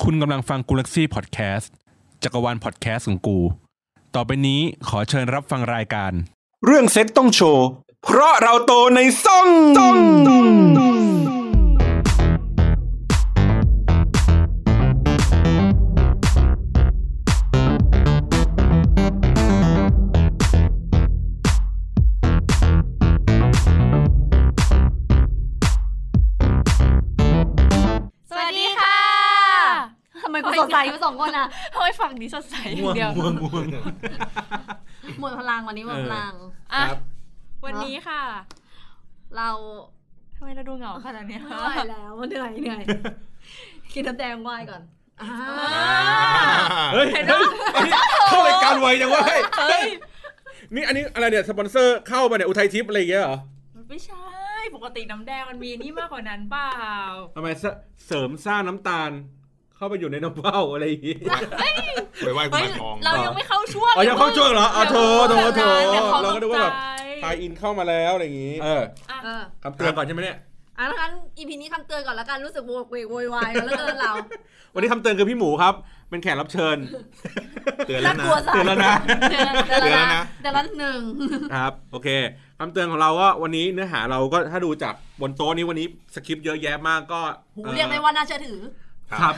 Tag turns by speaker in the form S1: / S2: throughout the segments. S1: คุณกำลังฟังกูลักซี่พอดแคสต์จักรวาลพอดแคสต์ของกู ต่อไปนี้ขอเชิญรับฟังรายการ
S2: เรื่องเซ็กต้องโชว์ เพราะเราโตในซ่อง
S3: สวัสดีค่ะ
S4: ทำไมกูสดใสกูสองคนอ่ะ
S3: เฮ้ยฝั่งนี้สดใสอย่างเดียว
S4: หมดพลังวันนี้หมดพลัง
S3: อ่ะ
S2: ครับ
S3: วันนี้ค่ะ
S4: เรา
S3: ทำไมเราดูเหงาขนาดเนี้ย
S4: เหนื่อยแล้วเหนื่อยเหนื่อยกินน้ำแดงไหวายก่อนอ่า
S3: อ่า
S2: เฮ้ยเฮ้ยเข้ารายการไวจังวะเฮ้ย
S3: เฮ้ย
S2: นี่อันนี้อะไรเนี่ย สปอนเซอร์เข้ามาเนี่ย อุทัยทิพย์อะไรอย่างเงี้ยเหรอ
S3: มันไม่ใช่ ปกติน้ำแดงมันมีนี่มากกว่านั้นเปล่า
S2: ทำไมเสเสริมสร้างน้ำตาล เข้าไปอยู่ในน้ำเป้าอะไรอย่างงี้
S5: ไปไหว้กุ
S3: เฮ้ย
S5: มารทอง
S3: เรายังไม่เข้าช่วง
S2: อ๋อยังเข้าช่วงเหรออ๋อโถโถโถ
S3: เดี๋ยวเขา
S2: เรา
S3: ต
S2: ก็
S3: ก
S2: นึก
S3: ใจ
S2: ว่าแบบ ทายอินเข้ามาแล้วอะไรอย่างงี้ เออ
S4: เออ
S2: คำเตือนก่อนใช่ไหมเนี่ย
S4: อ่ะงั้นอีพีนี้คำเตือนก่อนละกันรู้สึกโวกเวกโวยว ายกันแล้วเกินเรา
S2: วันนี้คำเตือนคือพี่หมูครับ เป็นแขกรับเชิญ
S5: เตือนแล้
S4: น่าว ก
S5: นะ
S4: ลัวสั
S2: เตือนแล้วนะ
S4: เตือน
S5: เตือน
S4: แล้วนะ
S5: แล้วนะ
S4: เตือนแล้วหนึ่ง
S2: ครับโอเคคำเตือนของเราก็วันนี้เนื้อหาเราก็ถ้าดูจากบนโต๊ะนี้วันนี้สคริปต์เยอะแยะมากก็
S4: หู
S2: อ่อ
S4: เรียกได้ว่าน่าเชื่อถือ
S2: ครับ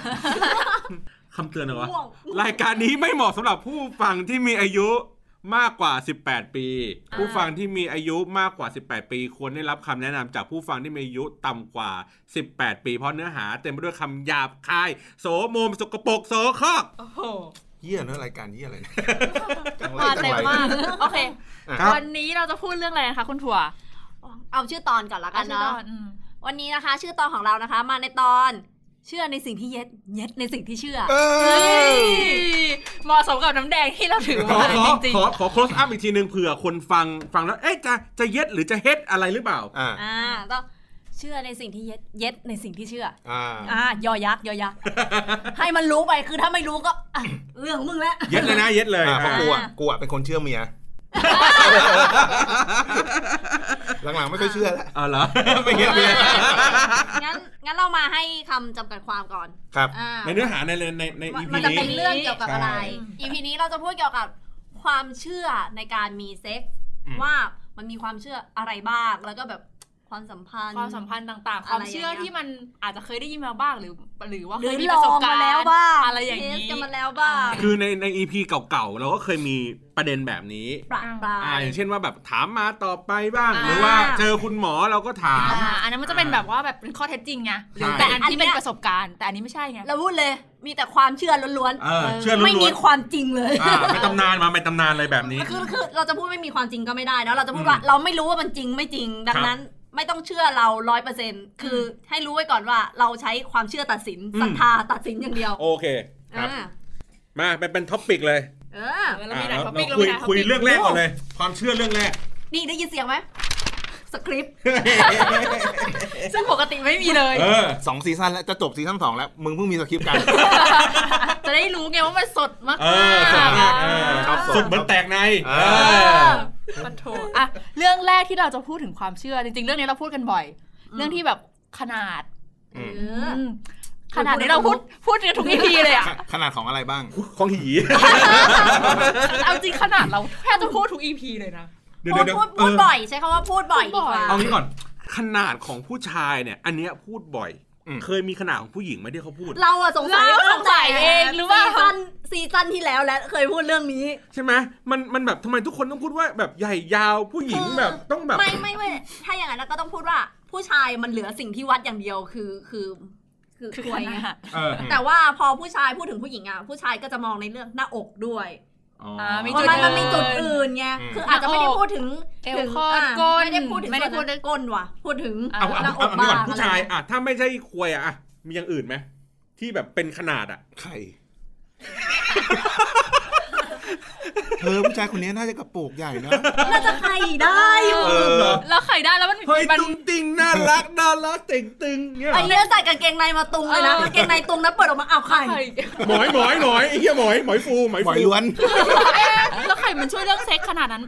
S2: คำเตือนเหรอวะ
S4: ม่วง
S2: รายการนี้ไม่เหมาะสำหรับผู้ฟังที่มีอายุมากกว่า 18 ปี
S3: อ่า
S2: ผู้ฟังที่มีอายุมากกว่า 18 ปี ควรได้รับคำแนะนำจากผู้ฟังที่มีอายุต่ำกว่า 18 ปี เพราะเนื้อหาเต็มไปด้วยคำหยาบคาย โสมมสกปรกโสคอก
S3: โอ้โห
S5: เยี่ยเนอะรายการเยี่ยอะไรเนี่ยจังไร
S3: มา
S5: จัง
S3: เต็ม
S5: ไร
S3: มาก โอเค
S2: ครับ
S3: วันนี้เราจะพูดเรื่องอะไรนะคะคุณถั่ว
S4: เอาชื่อตอนก่อนละกันเนาะ
S3: อืม
S4: วันนี้นะคะ ชื่อตอนของเรานะคะ มาในตอน เชื่อในสิ่งที่เย็ดเย็ดในสิ่งที่เชื่อ
S5: เอ
S3: เฮ้
S5: อย
S3: เหมาะสมกับน้ำแดงที่เราถือ
S2: ขอ
S3: มา
S2: ขอ
S3: จริง
S2: ขอขอ close up อีกทีหนึ่งเผื่อคนฟังฟังแล้วเอ๊ะจะจะเย็ดหรือจะเฮ็ดอะไรหรือเปล่า
S5: อ่า
S4: อ่าต้องเชื่อในสิ่งที่เย็ดเย็ดในสิ่งที่เชื่อ
S5: อ่า
S4: อ่ายอยักษ์ยอยักษ์ ให้มันรู้ไปคือถ้าไม่รู้ก็อ่ะเรื่องของมึงแล้ว
S2: เย็ดเลยนะเย็ดเลย
S5: อ่าเพราะ
S2: อ่ะ
S5: กูอ่ะ
S4: อ่า
S5: กูอ่ะเป็นคนเชื่อเมีย หลังๆไม่ค่อยเชื่อแล้ว
S2: เอาเหรอ ไม่เย็ดเมีย
S4: งั้นงั้นเรามาให้คำจำกัดความก่อน
S5: ครับ
S4: อ่า
S2: ในเนื้อหาในในในใน
S4: ว่า
S2: EP
S4: มันจะ
S2: นี้
S4: เป็นเรื่องเกี่ยวกับอะไร
S5: ใช่
S4: EP นี้เราจะพูดเกี่ยวกับความเชื่อในการมีเซ็กซ์
S2: อืม
S4: ว่ามันมีความเชื่ออะไรบ้างแล้วก็แบบความสัมพันธ์
S3: ความสัมพันธ์ต่างๆ
S4: อะไร
S3: ความเชื่อ
S4: อย่างเงี้ย
S3: ที่มันอาจจะเคยได้ยินมาบ้างหรือ หรือว่า
S4: ห
S3: เค
S4: รือย
S3: มี
S4: ล
S3: ประส
S4: อบ
S3: กาม
S4: งาร แล้ว
S3: ณ์
S4: บ้าง
S3: อะไรอย่าง
S4: เทส
S3: นี้
S4: กันมาแล้วบ้าง
S2: คือในใน EP เก่าๆ เราก็เคยมีประเด็นแบบนี้
S4: ประปราย
S2: อ่าอย่างเช่นว่าแบบถามมาตอบไปบ้าง
S3: อ่า
S2: หรือว่าเจอคุณหมอเราก็ถาม
S3: อ่าอันนั้นมันจะเป็น
S2: อ่า
S3: แบบว่าแบบเป็นข้อเท็จจริงไงหรือ
S2: ใช่
S3: แต่อันที่
S4: อันเนี้
S3: เป็น
S4: ย
S3: ประสบการณ์ แต่อันนี้ไม่ใช่ไง
S4: เราพูดเลย มีแต่ความเชื่อล้วน
S2: เออเชื่อล้วนๆ
S4: ไม่มีความจริงเลย
S2: อ่าไปตำนานมาไปตำนานอะไรแบบนี้
S4: คือคือเราจะพูดไม่มีความจริงก็ไม่ได้เนอะเราจะพูด
S2: อืม
S4: ว่าเราไม่รู้ว่ามันจริงไม่จริง ดั
S2: ค
S4: ง
S2: รับ
S4: นั้นไม่ต้องเชื่อเราร้อยเปอร์เซ็นต์คืออให้รู้ไว้ก่อนว่าเราใช้ความเชื่อตัดสิน
S2: อืม
S4: ศรัทธาตัดสินอย่างเดียว
S2: โอเคครับ
S4: อ่า
S2: มาเป็นเป็นท็อปปิกเลย
S4: เออ
S3: เออเรามีหลาย
S2: อ่ะ
S3: ท็อปิกเรา
S2: คุ
S3: มี
S2: ย
S3: หลายท็อ
S2: คุย
S3: ปิก
S2: เรื่องแรกก่อนเลย ความเชื่อเรื่องแรก
S4: นี่ได้ยินเสียงไหมสคริ ปต์
S3: ซึ่งปกติไม่มีเลย
S2: เออ
S5: สองซีซั่นแล้วจะจบซีซั่นสองแล้ว มึงเพิ่งมีสคริปต์กัน
S3: จะได้รู้ไงว่ามันสดมาก
S2: เออสดมากเออ
S5: ครับสด
S2: สุดเหมือนแตกใน
S5: เอ
S2: เอ
S3: เอ
S2: อ
S3: อมันโถอ่ะเรื่องแรกที่เราจะพูดถึงความเชื่อจริง ๆ เรื่องนี้เราพูดกันบ่อย เรื่องที่แบบขนาด
S4: เอ
S5: ม
S4: อ
S3: มขนาดนี้เราพูดพูดกันทุกอีพีเลยอ่ะ
S5: ขนาดของอะไรบ้าง
S2: ของหี
S3: เอาจริงขนาดเราแทบจะพูดทุกอีพีเลยนะ
S2: เดี๋ยว
S4: พูด
S2: เดี๋ยว
S4: พูด
S2: เอ
S4: พู
S2: อ
S4: ดบ่อยใช้คำว่าพูดบ่อยดีกว่า
S2: เอางี้ก่อน ขนาดของผู้ชายเนี่ย อันเนี้ยพูดบ่อย
S5: อืม
S2: เคยมีขนาดของผู้หญิงไหมที่เขาพูด
S4: เราอะสงสัย
S3: เราสงสัยเองหรือว่า
S4: ซีซั่นซีซั่นที่แล้วแล้วเคยพูดเรื่องนี้
S2: ใช่ไหมมันมันแบบทำไมทุกคนต้องพูดว่าแบบใหญ่ยาวผู้หญิงแบบต้องแบบ
S4: ไม่ไม่ไม่ถ้าอย่างนั้นเราก็ต้องพูดว่า ผู้ชายมันเหลือสิ่งที่วัดอย่างเดียวคือคือคือ
S3: คือข
S4: ควยไง
S3: นาด
S2: เออ
S4: แต่ว่าพอผู้ชายพูดถึงผู้หญิงอ่ะผู้ชายก็จะมองในเรื่องหน้าอกด้วย
S2: อ๋อ
S3: มี
S4: เพ
S3: จุด
S4: ราะมัน
S3: เดิน
S4: มันมีจุดอื่นไง
S5: อืม
S4: คืออาจจะไม่ได้พูดถึง
S3: เอว
S4: ถึง
S3: คอด
S4: ะ
S3: ก้น
S4: ไม่ได้พูดถึง
S3: ไม่ได้พูด
S4: ส่วนก้นว่ะ พูดถึง
S2: เอาเอา
S4: หน้าอ
S2: เอา
S4: ก
S2: เอา
S4: บ้า
S2: ก่อน
S4: ง
S2: ผู้ชายอ่ะถ้าไม่ใช่ควยอ่ะอ่ะมีอย่างอื่นไหมที่แบบเป็นขนาดอ่ะ
S5: ใคร เธอผู้ชายคนนี้น่าจะกระโปรงใหญ่นะ
S4: น่าจะใครได้อยู่
S2: เออเหรอ
S3: แล้วไข่ได้แล้วมัน
S2: เฮ้ย
S3: มัน
S2: ตุ้งติงน่ารักน่ารักเต่งตึงเงี้ยเหร
S4: ไอ้
S2: อ
S4: เนี่ยใส่กางเกงในมาตุงเลยนะ
S3: เออ
S4: กางเกงในตุงนะเปิดออกมาอ้าวใคร
S3: ไข่
S2: หมอยหมอยหมอยไอ้เหี้ยหมอยหมอยฟูหมอย
S5: หมอย
S2: ฟู
S5: ล้วน
S3: แล้วไข่มันช่วยเรื่องเซ็กขนาดนั้น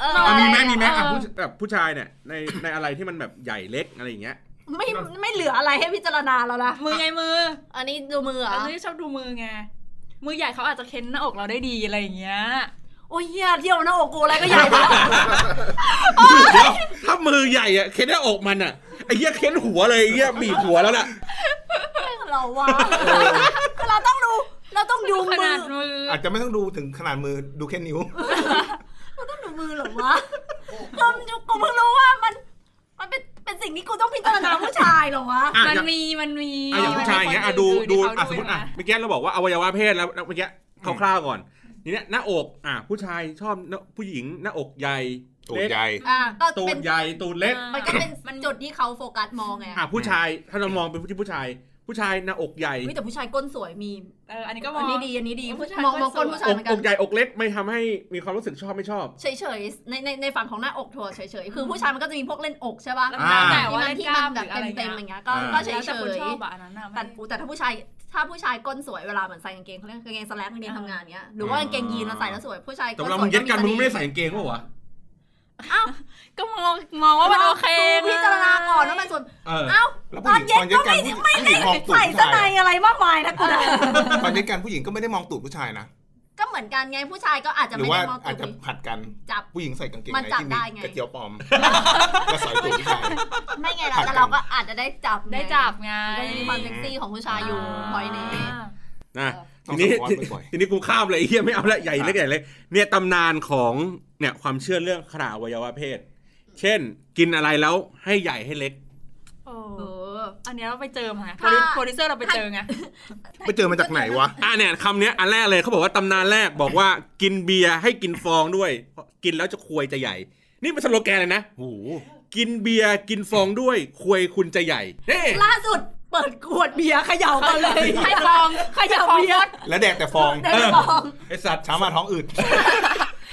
S4: เออ
S2: อ่ะมีไหม
S4: เออ
S2: มีไหมอ่ะ
S3: เออ
S2: ผู้แบบผู้ชายเนี่ยในในอะไรที่มันแบบใหญ่เล็กอะไรอย่างเงี้ย
S4: ไม่ไม่เหลืออะไรให้พิจารณาแล้วนะ
S3: มือไงมือ
S4: อันนี้ดูมือเหร
S3: อั
S4: อ่ะ
S3: นนี้ชอบดูมือไง มือใหญ่เขาอาจจะเค้นหน้าอกเราได้ดีอะไรอย่างเงี้ย
S4: โอ้ยเหี้ยเที่ยวหน้าอกกูอะไรก็ใหญ่แล้ว
S2: เดี๋ยวถ้ามือใหญ่อะเค้นหน้าอกมันอะไอ้เหี้ยเค้นหัวเลยไอ้เหี้ยบีบหัวแล้วน่ะ
S4: เราว่าเราต้องดู เราต้องดู
S3: ข
S4: มื
S3: นา
S4: อ
S3: ดมืออ
S5: อาจจะไม่ต้องดูถึงขนาดมือดูแค่นิ้ว
S4: เราต้องดูมือเหรอวะเรากูเพิ่งรู้ว่ามัน มันเป็นเป็นสิ่งที่กูต้องพิจารณาผู้ชายเหรอวะ
S2: อ่ะ
S3: มัน
S2: อย่าง
S3: มีมันมี
S2: อ่ะอย่างผู้ชายอย่างเงี้ยอ่ะดูดูอ่ะสมมติอ่ะเมื่อกี้เราบอกว่าอวัยวะเพศแล้วแล้วเมื่อกี้คร่าวๆก่อนทีเนี้ยหน้าอกอ่ะผู้ชายชอบหน้าผู้หญิงหน้าอกใหญ่
S5: ตูดใหญ่
S4: อ่ะก็
S2: ตู
S4: เป็
S2: ด
S4: น
S2: ใหญ่ตูดเล็ก
S4: มันก็เป็นจุดที่เขาโฟกัสมองไง
S2: อ่ะผู้ชายถ้าเรามองเป็นผู้ที่ผู้ชาย ผู้ชายหน้าอกใหญ่
S4: เฮ้ยแต่ผู้ชายก้นสวยมี
S3: เอออันนี้ก็มอ
S4: อั
S3: ง
S4: นนี้ดีอันนี้ดี
S3: ผู้ชาย
S4: มองมอง
S3: ก้
S4: ก้
S3: น
S4: น
S3: สวย
S4: ผู้ชาย
S2: อ
S4: เห
S2: ก
S4: มื
S2: อ
S4: อนกั
S2: ก
S4: น
S2: ใหญ่อกเล็กไม่ทำให้มีความรู้สึกชอบไม่ชอบ
S4: เฉยๆในในในฝั่งของหน้าอกถั่วเฉยๆคือผู้ชายมันก็จะมีพวกเล่นอกใช่ป่ะ
S3: แล้ว
S2: อ่า
S3: แต่ว่าเล่นก
S4: ที่มั
S3: ล้าม
S4: น
S3: ห
S4: แบบ
S3: รืออะไร
S4: เต็
S3: เงี้ย
S4: มๆอย่างเงี้ยก็
S2: อ่า
S4: ก็เฉ
S3: แล้วแต่คน
S4: ย
S3: ชอบอะอันนั้นน่ะ
S4: ๆ
S3: มั
S4: แต่
S3: น
S4: แต่ถ้าผู้ชายถ้าผู้ชายก้นสวยเวลาเหมือนใส่กางเกงเขาเรียกกางเกงสแลกกางเกง
S3: อ่า
S4: ทำงานเงี้ยหรือว่ากางเกงยีนเราใส่แล้วสวยผู้ชาย
S2: แต่
S4: ก้
S2: เวน
S4: ส
S2: ลา
S4: วย
S2: มึงเย็ดกันมึงไม่ได้
S4: ส
S2: ใส่กางเกงเปล่าวะ
S3: ก็มองมองว่ามันโอเค
S4: กูพิจารณาก่อนว่ามันส่วน
S2: เออ
S4: เอ้า
S5: แล้วผู้หญิ
S4: ต
S5: งต
S4: อ
S5: อน น
S4: เย็น
S5: เย็ด
S4: ก็
S5: กัน
S4: ไม่
S5: ผู้หญิงมองตูด
S4: ใส่
S5: ผู้
S4: ส
S5: ชาย
S4: ไนอะไรมากมายนะกูนะ
S5: ตอนเย็ดกันผู้หญิงก็ไม่ได้มองตูดผู้ชายนะ
S4: ก็เหมือนกันไงผู้ชายก็อาจจะ
S5: หรื
S4: ไม่
S5: อว่า
S4: ได้มอง
S5: อาจ
S4: ตั
S5: จะ
S4: ว
S5: ผัดกัน
S4: จับ
S5: ผู้หญิงใส่กางเกง
S4: มัน
S5: ใน
S4: จับ
S5: ที่
S4: ได้
S5: มี
S4: ไง
S5: กระเจียวป ลอมก็ใส่ตูดผู้ชาย
S4: ไม่ไง
S5: ผั
S4: เรา
S5: ดกัน
S4: แต่เราก็อาจจะได้จับง
S3: ได้จับไง
S4: ก็ยังมีความเซ็กซี่ของผู้ชายอยู่พอยนี้
S3: า
S2: นะ
S5: ต้
S2: ที
S5: อง
S2: นี้
S5: สปอร์ตบ่อย
S2: ทีนี้กูข้ามเลยไอ้เฮียไม่เอาละใหญ่เล็กใหญ่เล็กเนี่ยตำนานของเนี่ยความเชื่อเรื่องขนาดอวัยวะเพศ เช่นกินอะไรแล้วให้ใหญ่ให้เล็ก
S3: โอ้
S4: เออ
S3: อันเนี้ยเราไปเจอมาไง
S4: ถ้า
S3: โปรดิวเซอร์เราไปเจอไง
S5: ไปเจอมาจากไหนวะ
S2: อ่ะเนี่ยคำเนี้ยอันแรกเลยเขาบอกว่าตำนานแรกบอกว่ากินเบียร์ให้กินฟองด้วยเพราะกินแล้วจะควยจะใหญ่ นี่เป็นสโลแกนเลยนะโอ้โหกินเบียร์กินฟองด้วยควยคุณจะใหญ่เฮ้
S4: ล่าสุดเปิดขวดเบียร์เขย่ากันเลย
S3: ให้ฟอง
S4: เขย่าเบียร์
S5: และแดกแต่ฟอง
S4: เด็กฟอง
S2: ไอสัตว์
S5: เช้ามาท้องอืด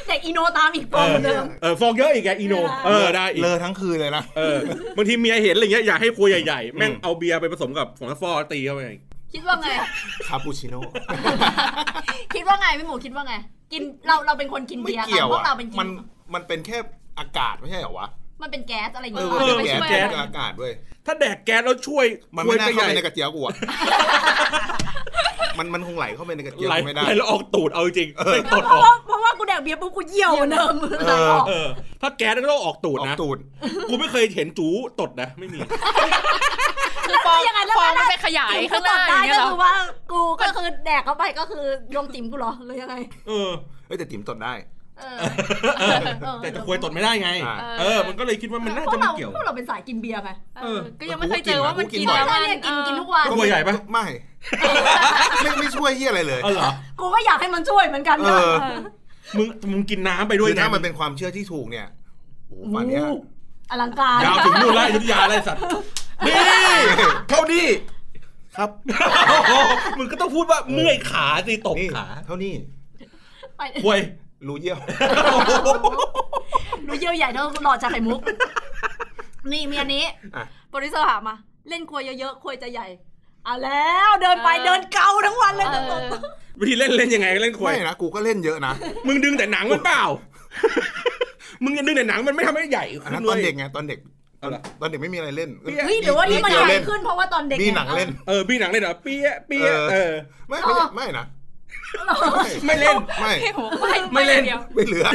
S4: เด็กอีโนตามอีกฟองหนึ่ง
S2: เออฟองเยอะอีกไงอีโนเออได้อีก
S5: เลอะทั้งคืนเลยนะ
S2: เออบางทีเมียเห็นอะไรเงี้ยอยากให้ครัวใหญ่ๆ แม่งเอาเบียร์ไปผสมกับผงซักฟอกแล้วตีเข้าไป
S4: คิดว่าไง
S5: คาปูชิโน่
S4: คิดว่าไงพี่หมูคิดว่าไง กินเราเราเป็นคนกิน
S5: ไม่
S4: เบียร์
S5: เกี่ยว
S4: พว
S5: อ่ะ
S4: กเราเป็นกิน
S5: มันมันเป็นแค่อากาศไม่ใช่เหรอวะ
S4: มันเป็นแก๊สอะไรอย่าง
S5: เอ
S4: เงี้
S5: อย มันเป็น
S3: ไม่
S5: แก๊
S3: ช่วย
S5: สแก๊สกับอากาศเว้ย
S2: ถ้าแดกแก๊สแล้วช่วย
S5: มัน
S2: ค
S5: ไม่
S2: ย
S5: น่า
S2: จะให
S5: เข้า
S2: ญ่
S5: ไปในกระเจียวกูอ่ะ มันมันคงไหลเข้าไปในกระเจียว
S2: ไหล
S5: กูไม่ได้
S2: ไหลแล้วออกตูดเอาจริงๆไม่ตด
S4: เพ
S2: ออก
S4: ราะว่าเพราะว่ากูแดกเบียร์ปุ๊บกูเยี่ยวเหมือนเดิมอะไรออก
S2: เออถ้าแก๊สก็ต้องออกตูด
S5: ออก
S2: นะ
S5: ตูด
S2: กูไม่เคยเห็นจูตดนะไม่มี
S3: คือฟอง
S4: ยังไงแล้ว
S3: ฟอง
S4: ก็
S3: มันไปขยายข้างหน้าอ
S4: ได้
S3: ย่างเงี้ย
S4: ก็
S3: เหร
S4: คือ
S3: อ
S4: ว่ากูก็คือแดกเข้าไปก็คือลงจิ๋มกูเหรอหรือยังไง
S2: เอ อ
S5: เอ้ยแต่ติ๋มตดได้
S4: เออ
S2: แต่จะควยตดไม่ได้ไง
S5: อ่า
S2: เออ มันก็เลยคิดว่ามันน่า
S4: พว
S2: จะ
S4: ก
S2: ไม่
S4: เรา
S2: เกี่ยว
S4: พวกเราเป็นสายกินเบียร์ไง
S3: เออก็ยังไม่เคยเจอว่ามันกิน
S5: บ่อย
S3: แล้ว
S4: ไม่
S3: มัน
S4: ได้เรียกกินกินทุก
S3: เออ
S4: วัน
S2: ก็ตัวใหญ่ปะ
S5: ไม่ ไม่ไม่ช่วยเฮียอะไรเลย
S2: เออเหรอ
S4: กูก็อยากให้มันช่วยเหมือนกัน
S5: เอ
S4: นะ
S5: อ
S3: เออ
S2: มึงมึงกินน้ำไปด้ว
S5: คื
S2: ย
S5: อถ้ามันเป็นความเชื่อที่ถูกเนี่ยโอ้โหป่านเนี้ย
S4: อลังการ
S2: ยาวถึงนู่นละอยุทธยาไรสัตว์นี่เท่านี้
S5: ครับ
S2: โอ้โหมึงก็ต้องพูดว่าเมื่อยขาสิตบ
S5: นี่
S2: ขา
S5: เท่านี้
S4: ไป
S2: ควย
S5: รูเยี่ยว
S4: หนูเยี่ยวใหญ่เท่าหลอดจากไข่มุก นี่มีอันนี้
S5: อ่ะ
S4: โปรดิวเซอร์หามา เล่นควยเยอะๆควยจะใหญ่เอาแล้วเดินไป
S3: เออ
S4: เดินเกาทั้งวันเลย
S3: เออ
S2: วิธีเล่นเล่นยังไงเล่นควย
S5: ไม่นะ กูก็เล่นเยอะนะ
S2: มึงดึงแต่หนังมันเปล่า มึงจะดึงแต่หนังมันไม่ทำให้ใหญ่
S5: อัน
S2: ขึ้
S5: นั้น น
S2: เล
S5: ตอน
S2: ย
S5: เด็กไงตอนเด็ก
S2: เอาล่ะ
S5: ตอนเด็กไม่มีอะไรเล่น
S2: เปี้ย
S4: เฮ้ยหรือว่านี่มัน
S5: เดี๋
S4: ให
S5: ยวเล่
S4: ญ่
S5: น
S4: ขึ้นเพราะว่าตอนเด็ก
S5: มีหนังเล่น
S2: เออบี้หนังเล่นเหรอเปี้ยเปี้ย
S5: เออ
S2: เออ
S5: ไม่ไม่ไม่นะไม่
S2: ไม่เล่น
S5: ไม่
S3: ให้หัวไม่
S2: ไม่เล่น
S3: ดียว
S5: ไม่เหลือ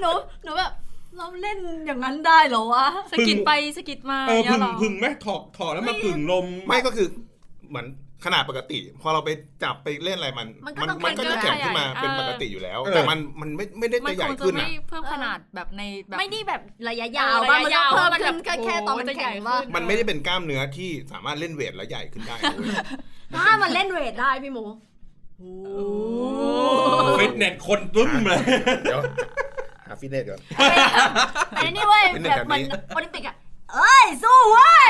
S4: หนูหนูแบบเราเล่นอย่างนั้นได้เหรอวะ
S3: สกิดไปสกิดมา
S2: เออ
S3: อย่าง
S2: พึ่ง
S3: เงี้ยเหรอ
S2: พึ่งไหมถอกถอดแล้วมาพึ่งลม
S5: ไม่ก็คือเหมือนขนาดปกติ พอเราไปจับไปเล่นอะไรมัน
S4: มันก็ต้อง
S5: มันก็จะ
S4: มันก็
S5: แข็งขึ้นมาเป็นปกติอยู่แล้ว
S2: เออ
S5: แต่มันมันไม่ไม่ได้
S3: มั
S5: จะ
S3: น
S5: ให
S3: ค
S5: ญ่
S3: งจะ
S5: ขึ้น
S3: ไม่
S5: อ่ะ
S3: เพิ่มขนาดแบบในแบบ
S4: ไม่ได้แบบระยะยาว
S3: เออ
S4: ว่ามัน
S3: ระยะยาว
S4: เพิ่ม
S3: มัน
S4: ขึ้
S3: จะ
S4: นแค่แค่
S3: โอ้โห
S4: ตอนมัน
S3: มันจะให
S4: แข็ง
S3: ญ่
S4: ว่า
S3: ขึ้น
S5: มันไม่ได้เป็นกล้ามเนื้อที่สามารถเล่นเวทแล้วใหญ่ขึ้นได้เว้ย
S4: ถ้ามันเล่นเวทได้พี่หมู
S2: ฟิตเนสคนตึ้มเลย
S5: เดี๋ยวหาฟิตเนสก่อน
S4: แต่นี่เว้ย
S5: เป็น
S4: แบ
S5: แบบบ
S4: เห
S5: นี้
S4: มันโอลิมปิกอะเอ้ย สู้เว้ย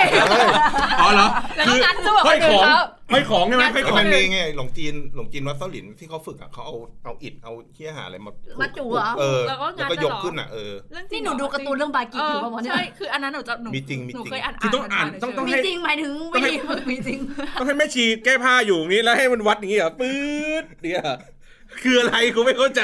S2: อ๋อเหรอ
S3: แล้ว
S2: คื
S3: ก็
S2: อ
S3: งัดสู้กับค
S2: ห้อน ยข
S3: อื่
S2: อนง
S3: เขา
S2: ห้อยของใช่ไหมห้อยข
S5: แล้ว
S2: อง
S5: มันมีไงหลงจีนหลงจีนวัดเส้าหลินที่เขาฝึกอ่ะเขาเอาเอาอิฐเอาเที่ยหาอะไรมาผูก
S4: มาจู่เหรอ
S5: เออ
S3: แล้วก็งัด
S5: แล้วก็ยกขึ้นอ่ะเออ
S3: เรื่องจริ
S4: นี่
S3: ง
S4: หนูดูการ์ตูนเรื่องบากิ
S3: เอ
S4: อ
S3: อยู่
S4: ป่าวะเนี่ย
S3: ใช่คืออันนั้นหนูจะหนู
S5: มีจริงมี
S3: หนู
S5: จริง
S3: เคยอ่าน
S2: คือต้องอ่าน
S3: ๆ
S2: ต้องต้อง
S4: มี
S2: ให้
S4: จริงหมายถึงไม่ดีมีจริง
S2: ต้องให้แม่ชีแก้ผ้าอยู่อย่างนี้แล้วให้มันวัดอย่างนี้เหรอปื๊ดเนี่ยคืออะไรกูไม่เข้าใจ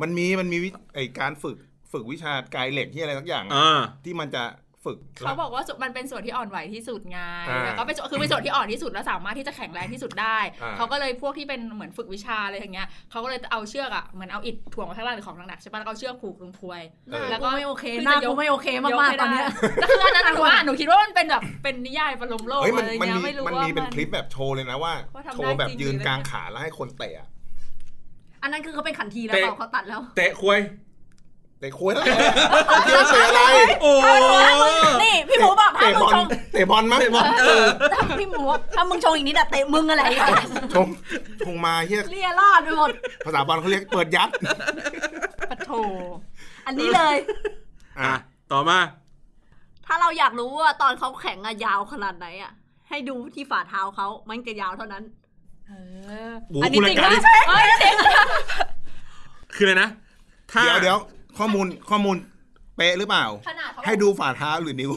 S5: มันมีมันมีวิไอการฝึกฝึกวิชากายเหล็กที่อะไรสักอย่างอะ
S2: อ่า
S5: ที่มันจะ ฝึก
S3: เขาบอกว่าส่วนมันเป็นส่วนที่อ่อนไหวที่สุดไง
S5: อ่า
S3: แล้วก็เป็นส่วนคือเป็นส่วนที่อ่อนที่สุดแล้วสามารถที่จะแข็งแรงที่สุดได้
S5: อ่า
S3: เขาก็เลยพวกที่เป็นเหมือนฝึกวิชาอะไรอย่างเงี้ยเขาก็เลยเอาเชือกอะเหมือนเอาอิฐถ่วงมาข้างล่างหรือของหนักๆใช่ปะแล้วก็เอาเชือกผูกลงพวย
S5: เออ
S4: แล้
S3: แล้ว ว
S4: ก็
S3: ก็
S4: ไม่โอเค
S3: ขึ้น
S4: หน้า
S3: จะยก
S4: กูไม่โอเคมากๆตอนเนี้ย
S3: แต่คืออันนั้นหนูว่าหนูคิดว่ามันเป็นแบบเป็นนิยายบรรลมโลก
S5: เฮ้ยมัน
S3: อะไร
S5: มัน
S3: เงี้ย
S5: มี
S3: ไม่รู้
S5: มัน
S3: ว่า
S5: มีเป็น
S3: มัน
S5: คลิปแบบโชว์เลยนะว่า
S3: ว่าทำ
S5: โชว์แบบ
S3: ได้จริง
S5: ยืน
S3: หรือ
S5: กลางขาแล้วให้คนเตะอะ
S4: อันนั้นคือเขาเป็นขันทีแล้ว
S2: เตะ
S4: เปล่าเขาตัดแล้ว
S2: เตะควย
S5: เตะคุยแล้วเตะเตะอะไร
S2: โอ้โห
S4: นี่พี่หมูบอกถ้า
S5: เตะบ
S4: มึ
S5: อง ล
S4: ชง
S5: เตะบอลมั้ง
S2: เตะบอลเออ
S4: ถ้าพี่หมูถ้ามึงชงอีกนิดอะเตะมึงอะไร
S5: ชงชงมาเฮีย
S4: เลียรอดไปหมด
S5: ภาษาบอลเขาเรียกเปิดยัด
S3: ปะโถ
S4: อันนี้เลย
S5: อ่ะ
S2: อ่ะ ต่อมา
S4: ถ้าเราอยากรู้ว่าตอนเขาแข็งอะยาวขนาดไหนอะให้ดูที่ฝ่าเท้าเขามันจะยาวเท่านั้น
S3: เออ
S5: โอ้โห
S3: อันนี้
S5: คุณ
S3: จ
S5: ราย
S3: ริง
S5: การ
S3: ปะเฮ้ยจริงปะ
S2: คืออะไรนะ ถ้า
S5: เดี๋ยวเดี๋ยวข้อมูลข้อมูลเป๊ะหรือเปล่า
S3: ขนาดเขา
S5: ให้ดูฝ่าเท้าหรือนิ้ว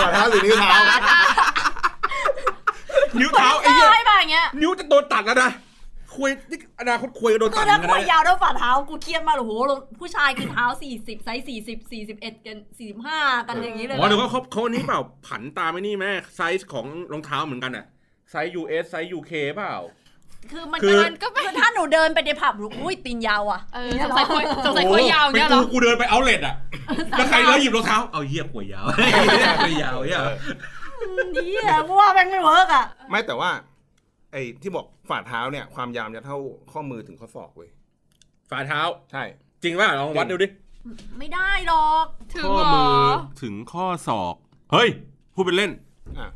S5: ฝ่าเท้าหรือนิ้วเท้า
S2: นิ้วเท้าไอ้
S3: เจ
S2: เหี้ย
S3: อให้มาอย่างเงี้ย
S2: นิ้วจะโดนตัดแล้วนะควยนี่อนาคตควยก็โดน
S4: กู
S2: ตัดเหมื
S4: ถ้า
S2: อน
S4: ค
S2: กัน
S4: น
S2: นะ
S4: ยาวเท่าฝ่าเท้ากูเครียดมากเลยโหผู้ชายคือเท้าสี่สิบไซส์สี่สิบสี่สิบเอ็ดกันสี่สิบห้ากันอย่างนี้เลย
S2: อ๋อเดี๋ยวเขาเขาเขาอันนี้เปล่า ผันตามไอ้นี่แม่ไซส์ของรองเท้าเหมือนกันอ่ะ ไซส์ US ไซส์ UK เปล่า
S4: คือมัน
S2: คือ
S4: ก็มันก็ไม่คือถ้าหนูเดินไปในผับหนูอุ้ยตีนยาวอ่ะ
S3: เออสงสัยควยสงสัยควยยาวอย่างเงี้ยเหร
S2: ป็
S3: อ
S2: นกูกูเดินไปเอาเลทอ่ะ แล้วใครแล้วหยิบรองเท้า เอาเหี้ยควยย าวควยยาวเหี้ย
S4: นี่แหละกูว่ามันไม่เวิร์กอ่ะ
S5: ไม่แต่ว่า ไอ้ที่บอกฝ่าเท้าเนี่ย ความยาวจะเท่าข้อมือถึงข้อศอกเว้ย
S2: ฝ่าเท้า
S5: ใช่
S2: จริงป่ะลองวัดดูดิ
S4: ไม่ได้หรอก
S3: ถึง
S2: ข้อ
S3: เหร
S2: มื
S3: อ
S2: อถึงข้อศอก เฮ้ย พูดเป็นเล่น
S5: อ่ะ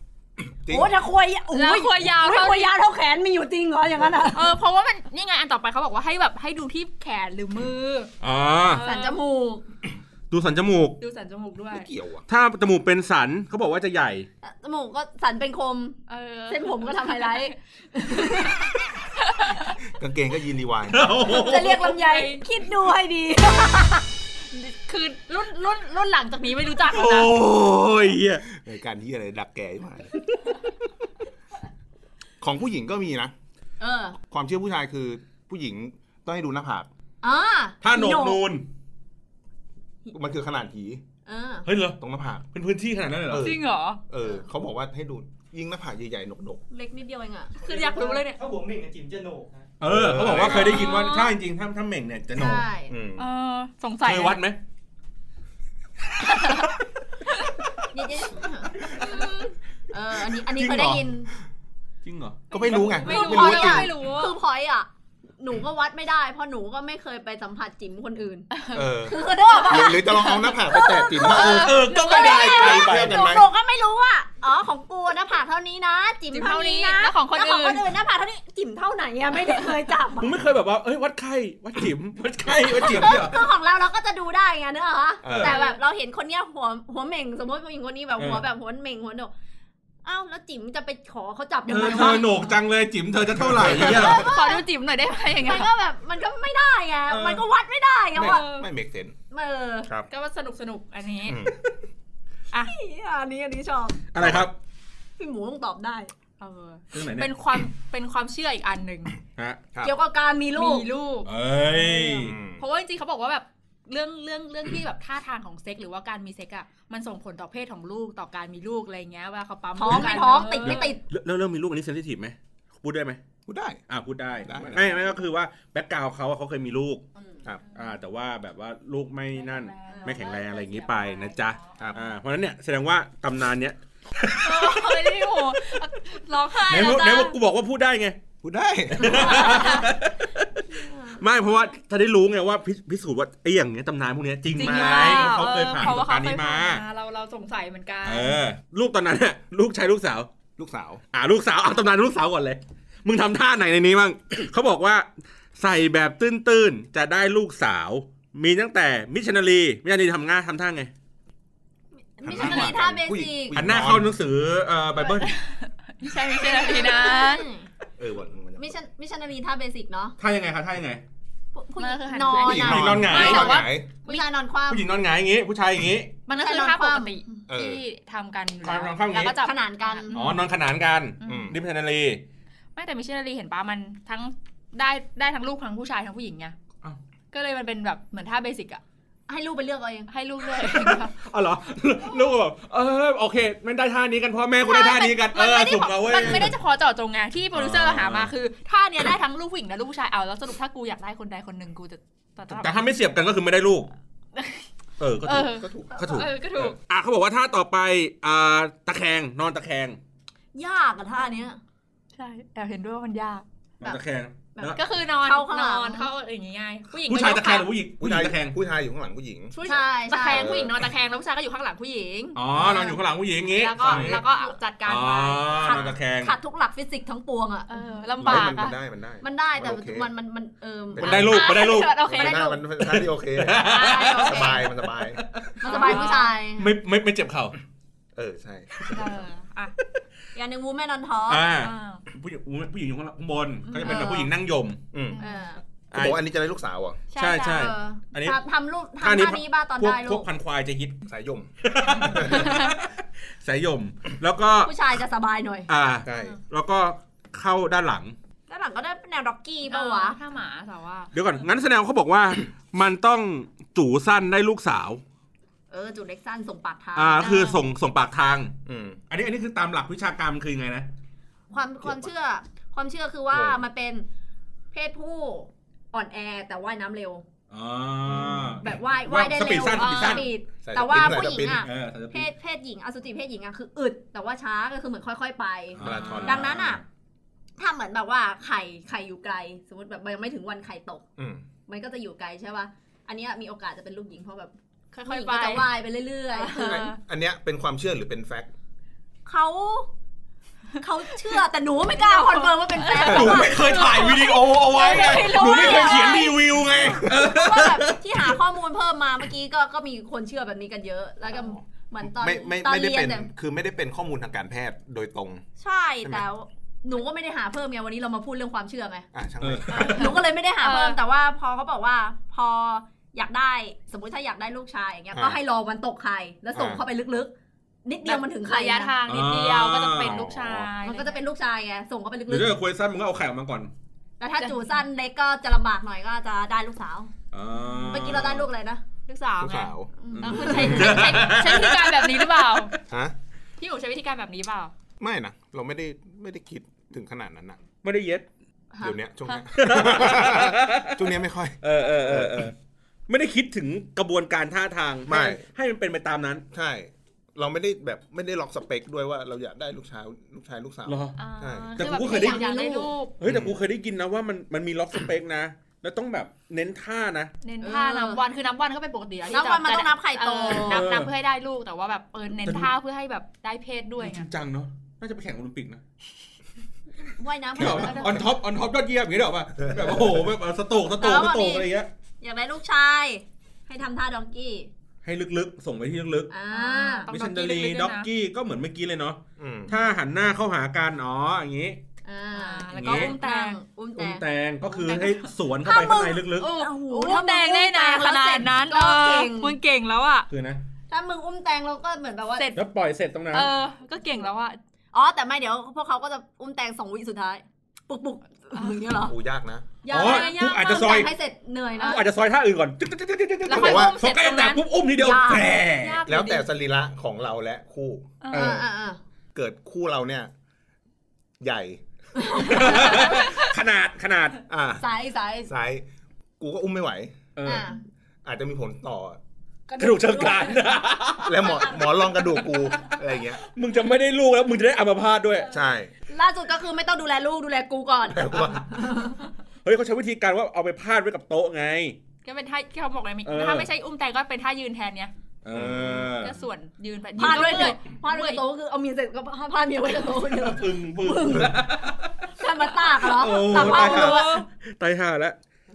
S5: จริง
S4: โอ้ถ้าควยอ่ะโอ้
S3: แล้ว
S4: ย
S3: ควยยาว
S4: ไม่
S3: เท่า
S4: ควยยาวเท่าแขนมีอยู่จริงเหรออย่างนั้นอ่ะ
S3: เออเพราะว่ามันนี่ไงอันต่อไปเขาบอกว่าให้แบบให้ดูที่แขนหรือมือ
S2: อ่า
S4: สันจมูก
S2: ดูสันจมูก
S3: ดูสันจมูกด้วย
S5: ไม่เกี่ยวอ่ะ
S2: ถ้าจมูกเป็นสันเขาบอกว่าจะใหญ่
S4: จมูกก็สันเป็นคม
S3: เออ
S4: เส้นผมก็ทำไฮไลท์
S5: กางเกงก็ยีนรีวาย
S4: จะเรียกลำไยคิดดูให้ดี
S3: คือรุ่นรุ่นรุ่นหลังจากนี้ไม่รู้จักแล้ว
S2: โอ้
S3: นะ
S2: ยเหี้ย
S5: รายการที่อะไรดักแกที่มาของผู้หญิงก็มีนะ
S4: เออ
S5: ความเชื่อผู้ชายคือผู้หญิงต้องให้ดูหน้าผาก
S4: อ่า
S2: ถ้าโหนกนูน
S5: มันคือขนาดผี
S4: เออ
S2: เฮ้ยเหรอ
S5: ตรงหน้าผาก
S2: เป็นพื้นที่ขนาดนั้นเลยเหรอ
S5: เออ
S3: จริงเหรอ
S5: เออเขาบอกว่าให้ดูยิ่งหน้าผากใหญ่ๆหนก
S4: เล็กนิดเดียวเองอ่ะ
S3: คืออยากรู้เลยเนี่ย
S6: ถ้าหัวเหม่งอะจิ๋มจะโหนกนะ
S2: เออเขาบอกว่าเคยได้ยินว่า
S3: อ๋อ
S2: ถ้าจริงๆถ้าถ้าเหม่งเนี่ยจะโหนก
S4: ใช่
S5: ๆ อืม
S3: เออสงสัย
S2: เคยวัดไหม
S4: เดี๋ยวๆเออ อันนี้ อันนี้
S2: จริง
S4: เค
S2: เหรอ
S4: ยได้ยิน
S2: จริงเหรอ
S5: ก็ไม่รู้ไง
S3: ไม่
S5: ไม่
S3: รู้
S5: รู้
S4: อะ
S5: จริง
S3: ไม่รู้
S4: คือพอยอ่ะ หนูก็วัดไม่ได้ เพราะหนูก็ไม่เคยไปสัมผัสจิ๋มคนอื่น
S5: เออ
S4: คือคือเด้อ
S5: หรือหรือจะลองเอาหน้าผากไปแตะติ่มว่าเออ
S2: เออ ก็ไม่ได้ไกลไป
S4: ห
S5: เที่ยวกัน
S4: นู
S5: ไหม
S4: หนูก็ไม่รู้อ่ะ อ๋อ ของกูหน้าผากเท่านี้นะ จิ๋ม
S3: จิ๋ม
S4: เท่า
S3: เท่านี้
S4: นี้นะ
S3: แล้วของคน
S4: แล้วของคน
S3: อื่น
S4: อื่นหน้าผากเท่านี้ จิ๋มเท่าไหนอ่ะ ไม่ได้เคยจับอะ
S2: มึงไม่เคยแบบว่า เอ้ย วัดไข้ วัดจิ๋ม วัดไข้ วัดจิ๋มเนี่ยเหรอ
S4: คือของเราเราก็จะดูได้ไงเนอะ
S5: เออ
S4: แต่แบบเราเห็นคนเนี้ยหัวหัวเหม่ง สมมติผู้หญิงคนนี้แบบหัว
S2: เออ
S4: แบบหัวเหม่งหัวโหนกอ้าวแล้วจิ๋มจะไปขอเขาจับยั
S2: เอง
S4: ไง
S2: อเธ
S4: วะ
S2: อโหนกจังเลยจิ๋มเธอจะเท่าไหร่เนี่ย
S3: ขอดูจิ๋มหน่อยได้ไหมอย่าง
S4: มั
S3: เงี้
S4: น
S3: ย
S4: ก็แบบมันก็ไม่ได้ไง
S2: เออ
S4: มันก็วัดไม่ได้ไง
S5: ไม่
S4: ว่า
S5: ไม่เมกเซน
S4: เออ
S5: ครับ
S3: ก็ว่าสนุกสนุกอันนี้
S5: อืม
S4: อันนี้อันนี้ชอบ
S2: อะไรครับ
S4: พี่หมูต้องตอบได้
S3: เออ
S2: เรื่องไหน
S3: เป็
S2: เนี่ย
S3: นความเป็นความเชื่ออีกอันหนึ่ง
S2: ฮะ
S5: ครับ
S4: เกี่ยวกับการมีลูก
S3: มีลูก
S2: เอ้ย
S5: อืม
S3: เพราะว่าจริงๆเขาบอกว่าแบบเรื่องเรื่องเรื่องที่แบบท่าทางของเซ็กหรือว่าการมีเซ็กอ่ะมันส่งผลต่อเพศของลูกต่อการมีลูกอะไรเงี้ยเวลาเขาปั๊ม
S4: ท้อง
S3: ลูก
S4: ไม่
S3: กัน
S4: ท้อง
S3: เ
S4: ติดไม่ติด
S2: เรื่องเรื่องมีลูกอันนี้เซนซิทีฟไหมพูดได้ไหม
S5: พูดได้
S2: อ่าพูดได้
S5: ได้ได้
S2: ไม่ไม่ก็คือว่าแบ็กกราวเขาอะเขาเคยมีลูก
S5: ครับ
S2: อ่า แต่ว่าแบบว่าลูกไม่นั่น ไม่แข็งแรงอะไรอย่างนี้ไปนะจ๊ะ
S5: ครับ
S2: อ่าเพราะฉะนั้นเนี่ยแสดงว่าตำนานเนี้ย
S3: เออเฮ้ยนี่โหร้องไห้
S2: ไหน
S3: แล้ว
S2: บอกไหนบอก
S3: จ้า
S2: กูบอกว่าพูดได้ไง
S5: พูดได้
S2: ไม่เพราะว่าถ้าได้รู้ไงว่าพิพิสูจน์ว่าไอ้อย่างเงี้ยตำนานพวกเนี้ยจริง
S3: จริง
S2: ไหม
S3: หรือเปล่า
S2: เขาเคยผ่าน
S3: เพ
S2: ป
S3: ราะ
S2: ระสบการณ์
S3: ว่าเขาเคยผ่าม
S2: นี้าน
S3: มาเราเราสงสัยเหมือนกัน
S2: เออ ลูกตอนนั้นเนี่ยลูกชายลูกสาว
S5: ลูกสาว
S2: อ่าลูกสาวเอาตำนานลูกสาวก่อนเลย มึงทำท่าไหนในนี้บ้าง เขาบอกว่า ใส่แบบตื้นๆจะได้ลูกสาว มีตั้งแต่มิชชันนารีมิชชันนารีทำง่าทำท่าไง
S4: ไม่ใช่การีท่าเบ
S5: ผู้หญิง
S4: สิก
S5: ผู้ญิง
S2: หันหน้าเข้าหนังสือเอ่อไบเบิล
S3: ไม่ใช่ไม่ใช่นาทีนั้น
S5: เออวันวัน
S4: มิ
S5: นี้
S4: ชันมิชันนารีท่าเบสิกเนาะ
S2: ท่ายังไงคะท่ายังไง
S4: ผู้ผู้หญิง
S3: มัก็คื
S4: นอน
S5: ผู้
S4: อะ
S5: หญิง
S2: นอนหงาย
S5: ตอนไหน
S4: ผู้ชายนอนคว่
S2: ผู้หญิงนอนหงายอย่างงี้ ผู้ชายอย่างงี้
S3: มันก็คือท่าปกติ
S5: เออ
S3: ที่ทำกันอยู่
S2: ความความอย่างนี้
S3: แล้วก็จับ
S4: ขนานกัน
S2: อ๋อนอนขนานกัน
S5: อืม
S2: นี่มิชชันนารี
S3: ไม่แต่มิชชันนารีเห็นปะมันทั้งได้ได้ทั้งลูกทั้งผู้ชายทั้งผู้หญิงไงก็เลยมันเป็นแบบเหมือนท่าเบสิกอะ
S4: ให้ลูกไปเลือกเอาเอง
S3: ให้ลูกเลือก
S2: อ๋อเหรอ ลูกก็แบบเออโอเคมันได้ท่านี้กันพ่อแม่กูได้ท่านี้กัน เออ
S3: มันไม่ได้
S2: สุ่ มเอาเว้ย
S3: มันไม่ได้เฉพาะเจาะจงไงที่โปรดิวเซอร์
S2: อ๋อ
S3: หามาคือท่าเนี้ยได้ทั้งลูกผู้หญิงและลูกผู้ชายเอาแล้วสรุปถ้ากูอยากได้คนใดคนหนึ่งกูจะจะทำ
S2: แต่ถ้าไม่เสียบกันก็คือไม่ได้ลูก เออ ก็
S3: เอ
S2: ถูก
S3: อ
S5: ก็
S2: ก็
S5: ถูก
S2: ถูก
S3: เออก็ถูก
S2: อ่ะเขาบอกว่าท่าต่อไปอ่าตะแคงนอนตะแคง
S4: ยากอะท่าเนี้ย
S3: ใช่แอบเห็นด้วยว่ามันยาก
S2: นอนตะแคง
S4: แบบ
S2: นะ
S3: ก็คือนอน
S4: เข้าข้างห
S3: น
S4: ลัง
S3: อนเข้าอย่างงี้ไง่ายผู้หญิง
S2: ผู้ชายตะแคงหรือ
S3: ก็
S2: ก ผู้หญิงผู้ห
S5: ผู้
S2: ญิงตะ
S5: ชาย
S2: แคง
S5: ผู้ชายอยู่ข้างหลังผู้หญิง
S3: ผู้
S4: ใช่
S3: ชาย
S4: ใช่
S3: ตะแคงผู้หญิงนอนตะแคงแล้วผู้ชายก็อยู่ข้างหลังผู้หญิง
S2: อ๋อนอนอยู่ข้างหลังผู้หญิงอย่างงี้
S3: แล้วก็แล้วก็จัดการ
S2: อ๋อ
S3: ไป
S2: นอนตะแคง
S4: ขัดทุกหลักฟิสิกส์ทั้งปวงอะ
S3: เออลำ
S5: เฮ้
S3: บาย ก
S5: มั
S3: อะ
S5: นมันได้มันได้
S4: มันได้แต่
S5: มันโอเค
S4: มันมันมันเออ
S2: มันได้ลูกมันได้ลูก
S3: โอเค
S5: มันได้มันเป็นท่าที่โอเค
S3: ได้โอ
S5: ส
S3: เค
S5: บายมันสบาย
S4: มันสบายผู้ชาย
S2: ไม่ไม่ไม่เจ็บเข่า
S5: เออใช่
S3: เอออ่ะ
S4: อย่างหนึ่งวูแม่นอนท้อง
S2: อ่า
S3: อ่า
S2: ผู้หญิงอุ้ยผู้หญิงอยู่ข้างหลังข้างบนก็จะเป็น
S3: เออ
S2: แบบผู้หญิงนั่งยม
S5: อืม
S4: เออ
S5: เขาบอกว่าอันนี้จะได้ลูกสาวเหรอ่ะ
S2: ใช่ใช่
S4: เอออน
S2: นี้
S4: ทำทำลูก
S2: ท่า
S4: ทำ
S2: นี้
S4: ท่านี้บ้าตอน
S2: พวก
S4: ได้
S2: พ
S4: ลู
S2: วก
S4: ก
S2: พันควายจะฮิต
S5: สายยม
S2: สายยม แล้วก็
S4: ผู้ชายจะสบายหน่อย
S2: อ่า
S5: ใช่
S2: แล้วก็เข้าด้านหลัง
S4: ด้านหลังก็ได้เป็นแนวด็อกกี้
S3: มี
S4: ป่า
S3: ปะ
S4: วะ
S3: วะถ้าหมาแต่ว่า
S2: เดี๋ยวก่อน งั้นแสดงเขาบอกว่า มันต้องจู่สั้นได้ลูกสาว
S4: เออจุดเล็กสั้นส่งปากทาง
S2: อ่า คือส่งส่งปากทาง
S5: อืม
S2: อันนี้อันนี้คือตามหลักวิชาการมันคือยังไงนะ
S4: ความความเชื่อ ความเชื่อคือว่า
S5: เออ
S4: มันเป็นเพศผู้อ่อนแอแต่ว่ายน้ำเร็ว
S2: อ๋อ
S4: แบบว่ายว่ายได้
S2: สปี
S4: เร็
S2: ด
S4: ว
S2: สั้นสปีดสั้น
S4: สปีด
S5: ใส่
S4: แต่ว่า
S5: ส
S4: ผู้ห
S5: ปิ
S4: ญิ
S5: น
S4: ง
S5: ใส่สปิน
S4: อ่ะ
S2: เออสปีด
S4: เพศเพศหญิงอสุจิเพศหญิงอ่ะคืออึด แต่ว่าช้าก็คือเหมือนค่อย ๆ ไป
S5: มาราธอน
S4: ดังนั้นอ่ะ ถ้าเหมือนแบบว่าไข่ไข่อยู่ไกล สมมติแบบยังไม่ถึงวันไข่ตก
S5: อืม
S4: มันก็จะอยู่ไกลใช่ป่ะอันเนี้ยมีโอกาสจะเป็นลูกหญิงเพราะแบบ
S3: ค่
S4: ผู้
S3: อ
S4: ห
S3: ย
S4: ญิ
S3: ๆ
S4: ง
S3: ไป
S4: ก็จะว่ายไปเรื่อย
S3: เออ
S5: อันเนี้ยเป็นความเชื่อหรือเป็นแฟกต์
S4: ๆเขาเขาเชื่อแต่หนูไม่กล้าคอนเฟิร์มว่าเป็นแฟน
S2: หนูไม่เคยถ่ายวิดีโอเอาไว้ไงหนูไม่เคยเขียนรีวิวไง เออ
S4: เพราะว่าแบบที่หาข้อมูลเพิ่มมาเมื่อกี้ก็ก็มีคนเชื่อแบบนี้กันเยอะ แล้วก็เหมือนตอน
S5: ไม่ไม่
S4: ตอน
S5: ไม่ได้
S4: เรีย
S5: เป็น น
S4: เนี่ย
S5: คือไม่ได้เป็นข้อมูลทางการแพทย์โดยตรง
S4: ใช่
S5: ใช่ไหม
S4: แต่หนูก็ไม่ได้หาเพิ่มไงวันนี้เรามาพูดเรื่องความเชื่อไง
S5: อ่ะช่าง
S2: เอ
S5: มั
S2: อ
S5: น
S4: หนูก็เลยไม่ได้หาเพิ่ม
S3: เออ
S4: แต่ว่าพอเขาบอกว่า พออยากได้ สมมุติถ้าอยากได้ลูกชายอย่างเงี้ยก็ให้รอวันตกไข่แล้วส่งเข้าไปลึกๆ นิดเดียวมันถึงไข่
S3: ระยะ
S4: นะ
S3: ทางนิดเดียวก็จะเป็นลูกชาย
S4: มันก็จะเป็นลูกชายไงส่งเข้าไปลึ
S2: เดี๋ยว
S4: ก
S2: ถ้าเกิดคุยสั้นมึงก็เอาไข่ออกมาก่อน
S4: ๆแต่ถ้าจูสั้นเล็กก็จะลำบากหน่อยก็จะได้ลูกสาว
S2: อ๋อ
S4: เมื่อกี้เราได้ลูกอะไรนะ
S3: ลูกสาว
S5: ลูก
S3: ไง
S5: สาว
S4: อืม
S3: แล้วคุณใช้ใช้ใช้ใช้วิธีการแบบนี้หรือเปล่า
S5: ฮะ
S3: พี่หมูใช้วิธีการแบบนี้เปล่า
S5: ไม่นะ เราไม่ได้ไม่ได้คิดถึงขนาดนั้นนะ
S2: ไม่ได้เย็ด
S5: เดี๋ยวเนี้ยช่วงเนี้ย ช่วงเนี้ยไม่ค่อย
S2: เออเออเออเออ ไม่ได้คิดถึงกระบวนการท่าทาง
S5: ไม่
S2: ให้ให้มันเป็นไปตามนั้น
S5: ใช่ เราไม่ได้แบบไม่ได้ล็อกสเปคด้วยว่าเราอยากได้ลูกชายลูกชายลูกสาว
S2: เหรอ
S3: อ่า
S5: ใช่
S2: แต่
S3: อแบบ
S2: กูก็เคยได้
S3: อยากได้ลูก
S2: เฮ้ยแต่กูเคยได้ยินนะว่ามันมันมีล็อกสเปคนะ แล้วต้องแบบเน้นท่านะ
S3: เน้นท่านับวันคือนับวันก็เป็นปกติแล้วที่
S4: นับวันมัน
S3: จะ
S4: ต้องนับไข่โต
S3: เออนับนับเพื่อให้ได้ลูกแต่ว่าแบบเออเน้นท่าเพื่อให้แบบได้เพศด้วย
S2: จ
S3: ไง
S2: ริงจังเนาะ น่าจะไปแข่งโอลิมปิกนะ
S4: ว่ายน้ำ
S2: ออนท็อปออนท็อปยอดเยี่ยมอย่างเงี้ยหรอป่ะแบบโอ้โหแบบสโตกสโตกสโตกอะไรเงี้ย
S4: อยากได้ลูกชาย ให้ทำท่าดองกี้
S2: ให้ลึกๆ ส่งไปที่ลึก
S4: อ่า
S3: ต้
S2: ๆ
S3: อง
S2: มิชันดา
S3: doggy
S2: รี
S3: ลึกๆด้วยนะ
S2: ด็อกกี้ก็เหมือนเมื่อกี้เลยเนาะ
S5: อืม
S2: ถ้าหันหน้าเข้าหากัน อ๋อ อย่างงี้
S4: อ่า
S3: อ่า
S2: อ
S3: แล้ว
S2: ย่างงี้
S3: ก็อุ้มแตง
S4: อุ้ม
S2: อุ้
S4: แต่
S2: มแตงก็คือให้สวนเข้าไปข้างในลึก
S3: อุ้
S4: โอ้โห
S3: มแตงได้นะขนาดนั้น
S4: ก็
S3: เออ
S4: เก่
S3: ง มึงเก่งแล้วอ่ะ
S2: ๆ คือนะ
S4: ถ้ามึงอุ้มแตงเราก็เหมือนแบบว่า
S3: เสร็จ
S2: แล้วปล่อยเสร็จตรงนั้น
S3: เออ ก็เก่งแล้วอ่ะ
S4: อ๋อ แต่ไม่เดี๋ยวพวกเขาก็จะอุ้มแตงสองวิสุดท้าย ปุกปุกอย่างเงี้ยเหรอ
S5: โอ้ยากนะ
S4: อย่า
S2: อ๋อ
S4: อย่า
S2: กูอาจจะ
S4: ม
S2: ซอย
S4: ให้เสร็จเหนื่อยนะ
S2: กูอาจจะซอยท่าอื่นก่อนจึ๊กๆๆๆๆ
S3: แล้วค่อย
S5: แต่ว่า
S2: พ
S3: อุ้ม
S2: อ
S3: เสร็จ
S2: ใกล้
S3: ตรง
S2: แต
S3: นั้
S2: ก
S3: น
S2: ปุ๊บอุ้มทีเดียว
S4: จ้า
S2: แปร
S3: ยากอยู่
S5: แล้วแต่
S3: ดิ
S5: สรีระของเราและคู่
S2: เอ
S3: เอ
S2: อ
S3: อ
S4: อ่าอ่า
S5: เกิดคู่เราเนี่ย ใหญ่
S2: ขนาดขนาด
S5: อ่า
S4: สายสาย
S5: ซ้ายกูก็อุ้มไม่ไหว
S2: เออ
S4: อ่า
S5: อาจจะมีผลต่อ
S2: กระดูกเชิงกราน
S5: และหมอหมอลองกระดูกกู อะไรอย่างเงี้ย
S2: มึงจะไม่ได้ลูกแล้ว มึงจะได้อัมพาตด้วย
S5: ใช่
S4: ล่าสุดก็คือไม่ต้องดูแลลูกดูแลกูก่อน
S5: แต่ว่า
S2: เฮ้ยเขาใช้วิธีการว่าเอาไปพาดไว้กับโต๊ะไง
S3: ก็เป็นท่าที่เขาบอกเลยมี
S2: เออ
S3: ถ้าไม่ใช่อุ้มแตงก็เป็นท่ายืนแทนเนี่ย
S2: เออ
S3: ก็ส่วนยืนแบบ
S4: พาดด้วย
S3: เล
S4: เดี๋ย
S3: ยว
S4: พาดด้วยกับโตะก็คือเอาเมียเสร็จก็พาดเมียไว้กับโตะคนเดียว
S2: พึ่งพึ่ง
S4: ทำมาตากเหรอ
S2: โอ้
S4: ตากผ้าคุณรู้อะ
S2: ตายห่าแล้ว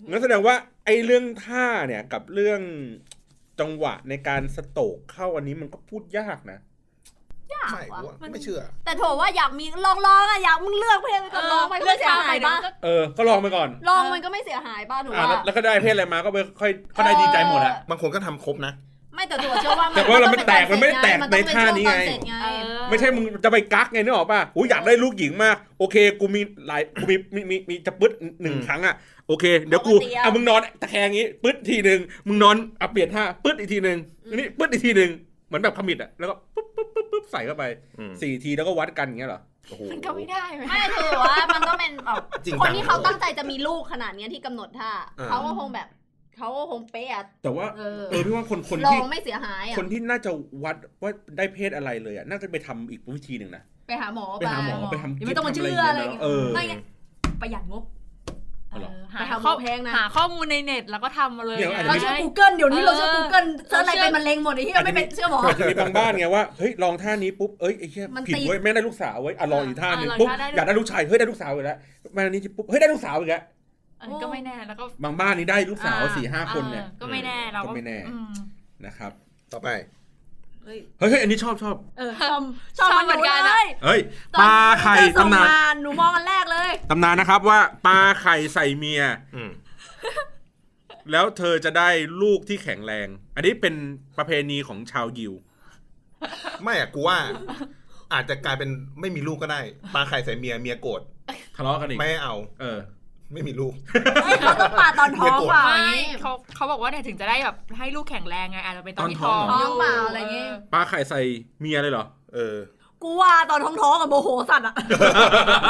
S2: งั้นแสดงว่าไอ้เรื่องท่าเนี่ยกับเรื่องจังหวะในการสโตกเข้าอันนี้มันก็พูดยากนะ
S4: ยาก
S5: ไม่กู
S4: ว่ะ
S5: ว่าไม่เชื่อ
S4: แต่โถว่าอยากมีลองลองอะอยากมึงเลือกเพลงไปก่อนลองไป
S3: เลื
S4: เลือ
S3: อก ก
S4: เสีย
S3: ท่า
S4: หาย
S3: ไหน
S4: ปะ
S3: ก็
S2: เออ ก็ลองไปก่อน
S4: ลองมันก็ไม่เสียหายปะหนู
S2: อ่า
S4: ว่า
S2: แล้วก็ได้เพศอะไรมาก็ไปค่อยก็ได้ดีใจหมดอะ
S5: บางคนก็ทำครบนะ
S4: ไม่แต่ตัวเชื่อว่า
S2: แต่ว่าเรามันแตกมันไม่ได้แตก
S4: อง
S2: ในท่านี้ไง
S4: เป็ช่วงตอเสร็จไง
S3: เออ
S2: ไม่ใช่มึงจะไปกักไงนึกออกป่ะโอ้ยอยากได้ลูกหญิงมาก โอเค กูมีหลายกูมีมีมีมีจะปึ๊ดหนึ่ง
S5: อืม
S2: ครั้งอ่ะโอเค เดี๋ยวกู
S4: เอา
S2: อ่ะมึ
S4: มาเตรียม
S2: งนอนตะแคงงี้ปึ๊ดทีหนึ่งมึงนอนอ่ะเปลี่ยนท่าปึ๊ดอีกทีหนึ่งอันนี้ปึ๊ดอีกทีหนึ่งเหมือนแบบขมิดอ่ะแล้วก็ปึ๊บปึ๊บปึ๊บปึ๊บใส่เข้าไป
S5: อืม
S2: สี่ทีแล้วก็วัดกันอย่างเงี้ยเหรอโอ้โห
S3: มันก็ไม่ได้ไหม
S4: ไม่คือว่ามันต้องเป็นแบบ
S5: จริง
S4: ค
S5: จั
S4: น
S5: ง
S4: ที่เขาตั้งใจจะมีลูกขนาดเนี้ยที่กำหนดท่า
S5: อ่า
S4: เขาก็คงแบบเขาก็คงเป๊ะอะ
S2: แต่ว่า
S4: เออ
S2: เออพี่ว่าคนคน
S4: ลอ
S2: ที่
S4: งไม่เสียหายอ่ะ
S2: คนที่น่าจะวัดว่าได้เพศอะไรเลยอ่ะน่าจะไปทำอีกวิธีหนึ่งนะ
S4: ไปหาหมอ
S2: ไปหาหมอไปทำ
S4: เดี๋ยวไม่ต้องมาเชื่ออะไรอย่างเงี้ย
S2: เออ
S4: ไม่งั้นประหยัดงบ
S2: เอาเหรอ
S3: เออ
S4: ไปหาหมอ
S3: ข้อ
S4: แพงนะ
S3: หาข้อมูลในเน็ตแล้วก็ทำมาเลย
S2: เดี๋ยวอาจจะ
S4: เรา
S2: มี
S4: เชื่อ
S3: ไง
S4: Google เดี๋ยวนี้เราเชื่อ
S3: เออ
S4: Google เชื่ออะไรเป็นมะเร็งหมดไอ้ที่เราไม่เป็นเชื่อหมอ
S2: อาจจะมีบางบ้านไงว่าเฮ้ยลองท่านี้ปุ๊บเอ้ยไอ้เหี้ย
S4: มัน
S2: ผิด
S4: ติด
S2: เว้ยแม่งได้ลูกสาวเว้ยอ่ะลองอีกท่าหนึ่ง
S3: อ่ะลอง
S2: ปุ๊บ
S3: ท่าได้ด้วย
S2: อยากได้ลูกชายเฮ้ยได้ลูกสาวอีกแล้วมาอันนี้ปุ๊บเฮ้ยได้ลูกสาวอีกแล้ว
S3: อันนี้ก็ไม่แน่แล้วก็
S2: บางบ้านนี่ได้ลูกสาว
S3: อ่
S2: สี่ห้าคนเนี่ย
S3: ออก็ไม่แน่เรา
S2: ก็ไม่แน่
S3: อืม
S2: นะครับ
S5: ต่อไป
S2: เฮ้ยเฮ้ยอันนี้ชอบชอบ
S4: เออ
S3: ชอบเหมือนกันอะ
S2: เฮ้ยป
S4: ตอน
S2: ลาไข่
S4: ที่เธอส่ง
S2: ตำนาน
S4: มาหนูมองอันแรกเลย
S2: ตำนานนะครับว่าปลาไข่ใส่เมีย
S5: อืม
S2: แล้วเธอจะได้ลูกที่แข็งแรง อันนี้เป็นประเพณีของชาวยิว
S5: ไม่อะกูว่า อาจจะกลายเป็นไม่มีลูกก็ได้ปลาไข่ใส่เมียเมียโกรธ
S2: ทะเลาะกันอีก
S5: ไม่ให้เอา
S2: เออ
S5: ไม่มี ลูก
S4: เฮ้ยเขาต้องปาดตอนท้องเปล่าอย่าง
S3: ไม่
S4: งี้
S3: เขาเขาบอกว่าเนี่ยถึงจะได้แบบให้ลูกแข็งแรงไงอาจจะเป็นตอนที่
S2: ต
S3: ท้
S2: อ
S3: อน ง
S2: ท้อง
S4: ท้องเปล่าอะไรอย่างงี้
S2: ปลาไข่ใส่เมียเลยเหรอ
S5: เออ
S4: กูว่าตอนท้องท้องกับโมโหสัตว์อ่ะ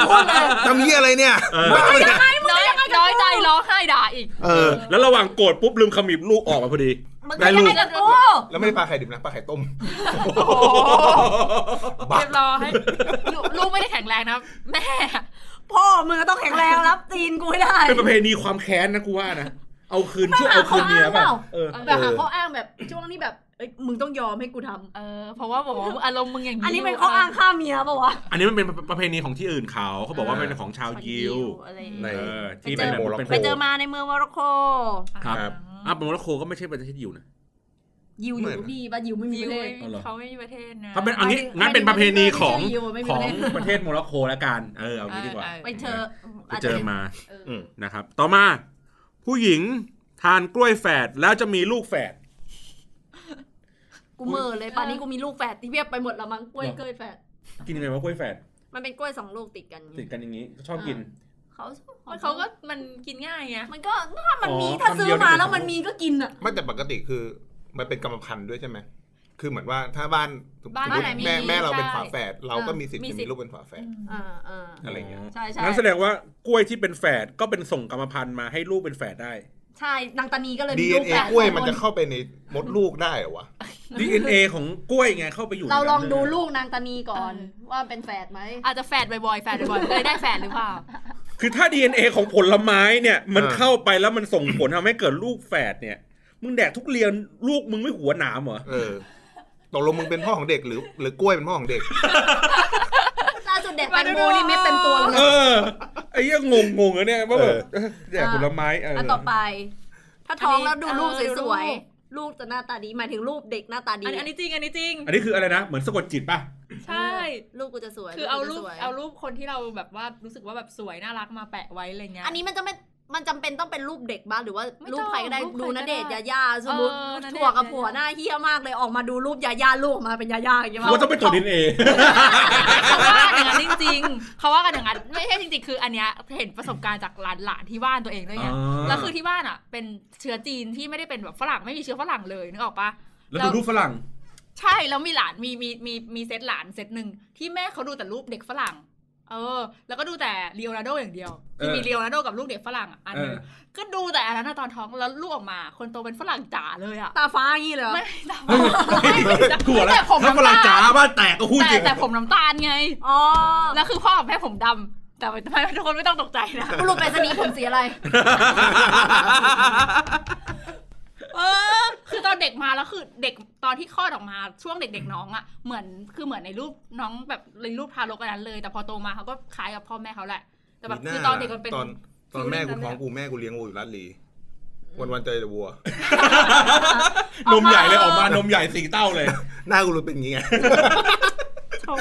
S4: พูดเลย
S5: ทำเหี้ยอะไรเนี่ยบ้าปะเนี่ย
S3: น้อยน้อยใจร้องไห้ด่าอีก
S5: เออ
S2: แล้วระหว่างโกรธปุ๊บลืมขมิบลูกออกมาพอดี
S4: มัน
S2: ได้
S4: ก็
S2: ลูก
S4: ยังไงกับกู
S5: แล้วไม่ได้ปลาไข่ดิบนะปลาไข่ต้มบ้า
S3: เรียบร้อยลูกลูกไม่ได้แข็งแรงนะแม่
S4: พ่อมึงก็ต้องแข็งแรงรับตีนกูให้ได้
S2: เป็นประเพณีความแค้นนะกูว่านะ เอาคืน
S4: ไม่
S2: ช่วงเอาคืนเมีย
S4: หาข้อ
S2: ป่ะ
S4: อ้างเปล่า
S2: เออ
S4: แบบหาข้ออ้างแบบช่วงนี้แบบเอ้ยมึงต้องยอมให้กูทำ
S3: เออเพราะว่าบอกว่าอารมณ์มึงอย่างนี้
S4: อันนี้เป็นข้ออ้างฆ่าเมียปะวะ
S2: อันนี้มันเป็นประเพณีของที่อื่นเขาเขาบอกว่า
S5: เออ
S2: เป็นของชาวยิว
S4: อะไรอย่าง
S2: เอ
S4: เงี้
S2: อ
S4: ย
S2: ที่เป็นแบบ
S5: ไปเจอ
S2: เป็น
S4: ไปเจอมาในเมืองโมร็อกโก
S2: ครับ
S5: ครับ
S2: อ่ะโมร็อกโกก็ไม่ใช่ประเทศยิวนะ
S4: ยิวอยู่ทุกที่ปะยิวไม่มี
S3: ยิ
S4: ป
S3: ว
S4: ระเทศ
S2: เอาเหรอ
S3: เขาไม่มีประเทศนะ
S2: ถ้าเป็นอันนี้
S4: ไม่
S2: งั้นเป็นประเพณีของ
S4: ไม่ใช่ยิวไม่มี
S2: ของ
S4: ประเทศ
S2: ประเทศโมร็อกโกแล้วกันเออเอางี้ดีกว่า
S3: เออ
S4: ไปเจอ
S2: ไปเจอมา
S4: เออ
S5: อืม
S2: นะครับ ต่อมา ผู้หญิงทานกล้วยแฝดแล้วจะมีลูกแฝด
S4: กูเหมื่อเลยป่านนี้กูมีลูกแฝดที่เวียบไปหมดแล้วมั้งกล้วยเกยแฝด
S2: กินยังไงวะกล้วยแฝด
S4: มันเป็นกล้วยสองลูกติดกันไง
S2: ติดกันอย่างนี้ชอบกิน
S4: เขา
S3: มันเขาก็มันกินง่ายไง
S4: มันก็ถ้ามันมี
S2: อ๋อ
S4: ถ้าซื้อ
S2: คำ
S4: มา
S2: เดียว
S4: แล้วมันมีก็กินอ่ะ
S5: ไม่แต่ปกติคือ มันเป็นกรรมพันธุ์ด้วยใช่ไหมคือเหมือนว่าถ้าบ้าน
S4: บ้าน
S5: สมมุติ
S4: ไหนมี
S5: แม่แม่เราเป็น
S4: ใช่
S5: ฝาแฝดเราก็มีสิทธิ์
S4: มี
S5: จะ
S4: สิท
S5: มี
S4: ธิ์
S5: ลูกเป็นฝาแฝด
S4: อ่าอ่า
S5: อะไรอย่างเงี้ย
S4: ใช่ใช่
S2: งั้นแสดงว่ากล้วยที่เป็นแฝดก็เป็นส่งกรรมพันธุ์มาให้ลูกเป็นแฝดได้
S4: ใช่นางตานีก็เลยมีลูก
S5: DNA
S4: แฝด
S5: กล้วยมัน
S4: ส
S5: จะ
S4: องค
S5: เข้าไปในมดลูกได้เหรอวะ
S2: DNA ของกล้วยไงเข้าไปอยู่ใน
S4: เรา
S2: นั้น
S4: ลองดู
S2: ใช่ไหม
S4: ลูกนางตานีก่อน ว่าเป็นแฝดไหม
S3: อาจจะแฝดบ่อยๆแฝดบ่อยๆเลยได้แฝดหรือเปล่า
S2: คือถ้า DNA ของผลไม้เนี่ย มัน
S5: อ่า
S2: เข้าไปแล้วมันส่งผลทำให้เกิดลูกแฝดเนี่ย มึงแดกทุกเรียนลูกมึงไม่หัวหนามเหรอ
S5: เออตกลงมึงเป็นพ่อของเด็กหรือหรือกล้วยเป็นพ่อของเด็ก
S4: ล่าสุดเด็กแตงโมนี่เม็ดเต็มตัวเลย
S2: เอ
S4: นะ
S2: อ ไอ้เหี้ยังงงงงอะเนี่ยว่าแบบ
S5: เออ
S2: แดกผลไม้เออ
S4: อันต่อไป ถ้าท้อง
S3: อันนี้
S4: แล้วดูรูป
S3: เออ
S4: ส
S3: ดูรู
S4: วย
S3: ป
S4: ๆ ลูกจะหน้าตาดีหมายถึงรูปเด็กหน้าตาดี
S3: อันนี้อันนี้จริงอันนี้จริง
S2: อันนี้คืออะไรนะ เหมือนสะกดจิตป่ะ
S3: ใช่
S4: ลูกกูจะสวย
S3: คือเอารูป
S4: กูจะสวย
S3: เอารูปคนที่เราแบบว่ารู้สึกว่าแบบสวยน่ารักมาแปะไว้อะไรเงี้ย
S4: อันนี้มันจะไม่มันจำเป็นต้องเป็นรูปเด็กบ้างหรือว่า
S3: ไม่
S4: รูปใครก็ได้
S3: ต้องรูปใคร
S4: ดู
S3: ก็
S4: น
S3: ได้
S4: เดชน์ยาย่าสมมติ
S3: เออณเดชน์
S4: ถั่วกับผัวย
S3: าย่า
S4: หน้าเฮี้ยมากเลยออกมาดูรูปยาย่าลูกออกมาเป็นยาย่าอย่างเงี้ย
S2: กูว่าต้องไปตรวจ DNA
S3: เขาว่ากันอย่างนั้นจริงๆ เขาว่ากันอย่างนั้นไม่ใช่จริงๆ คืออันเนี้ยเห็นประสบการณ์จากหลานหลานๆที่บ้านตัวเองด้วยไง
S2: อ่า
S3: แล้วคือที่บ้านอ่ะ เป็นเชื้อจีนที่ไม่ได้เป็นแบบฝรั่งไม่มีเชื้อฝรั่งเลยนึกออกปะ
S2: แล้วดูรูปฝรั่ง
S3: ใช่แล้วมีหลานมีมีมีมีเซตหลานเซตหนึ่งที่แม่เขาดูแต่รูปเด็กฝรั่ง เออ แล้วก็ดูแต่เรียวนาโดอย่างเดียวคือ
S2: เออ
S3: มีเรียวนาโดกับลูกเด็กฝรั่งอ่ะอันหนึง
S2: เออ
S3: ก็ดูแต่อันนั้นนะตอนท้องแล้วลูกออกมา คนโตเป็นฝรั่งจ๋าเลยอ่ะ
S4: ตาฟ้าอย่างงี้เลยเหรอ
S3: ไม่ตาไม่
S2: ถั่วแล้ว
S3: แต่ผม
S2: ถ้าฝ
S3: น้ำ
S2: รั่ง
S3: ตา
S2: จ๋า
S3: ล
S2: บ้านแตกก็พูดจ
S3: แต่
S2: ริง
S3: แต่ผมน้ำตาลไง
S4: อ๋อ
S3: แล้วคือพ่อกับแม่ผมดำแต่ไม่ทุกคนไม่ต้องตกใจนะ
S4: กูรูปไปสนีย์ผมสีอะไร
S3: เออ คือตอนเด็กมาแล้วคือเด็กตอนที่คลอดออกมาช่วงเด็กๆน้องอะ่ะเหมือนคือเหมือนในรูปน้องแบบในรูปทารกอันนั้นเลย แต่พอโตมาเขาก็คล้ายกับพ่อแม่เขาแหละ แต่แบบ
S5: มีห
S3: คือตอนเด็กมันเป็น
S5: ตอนตอนแม่กูท้อง
S3: ฟิลลิ่งนั้นเลยอะ
S5: กูแม่กูเลี้ยงวัวอยู่รัดลีวันวันๆเจอแต่วัว
S2: นมใหญ่เลยออกมานมใหญ่สีเต้าเลย
S5: หน้ากูรู้เป็นอย่างงี้ไง
S3: โธ่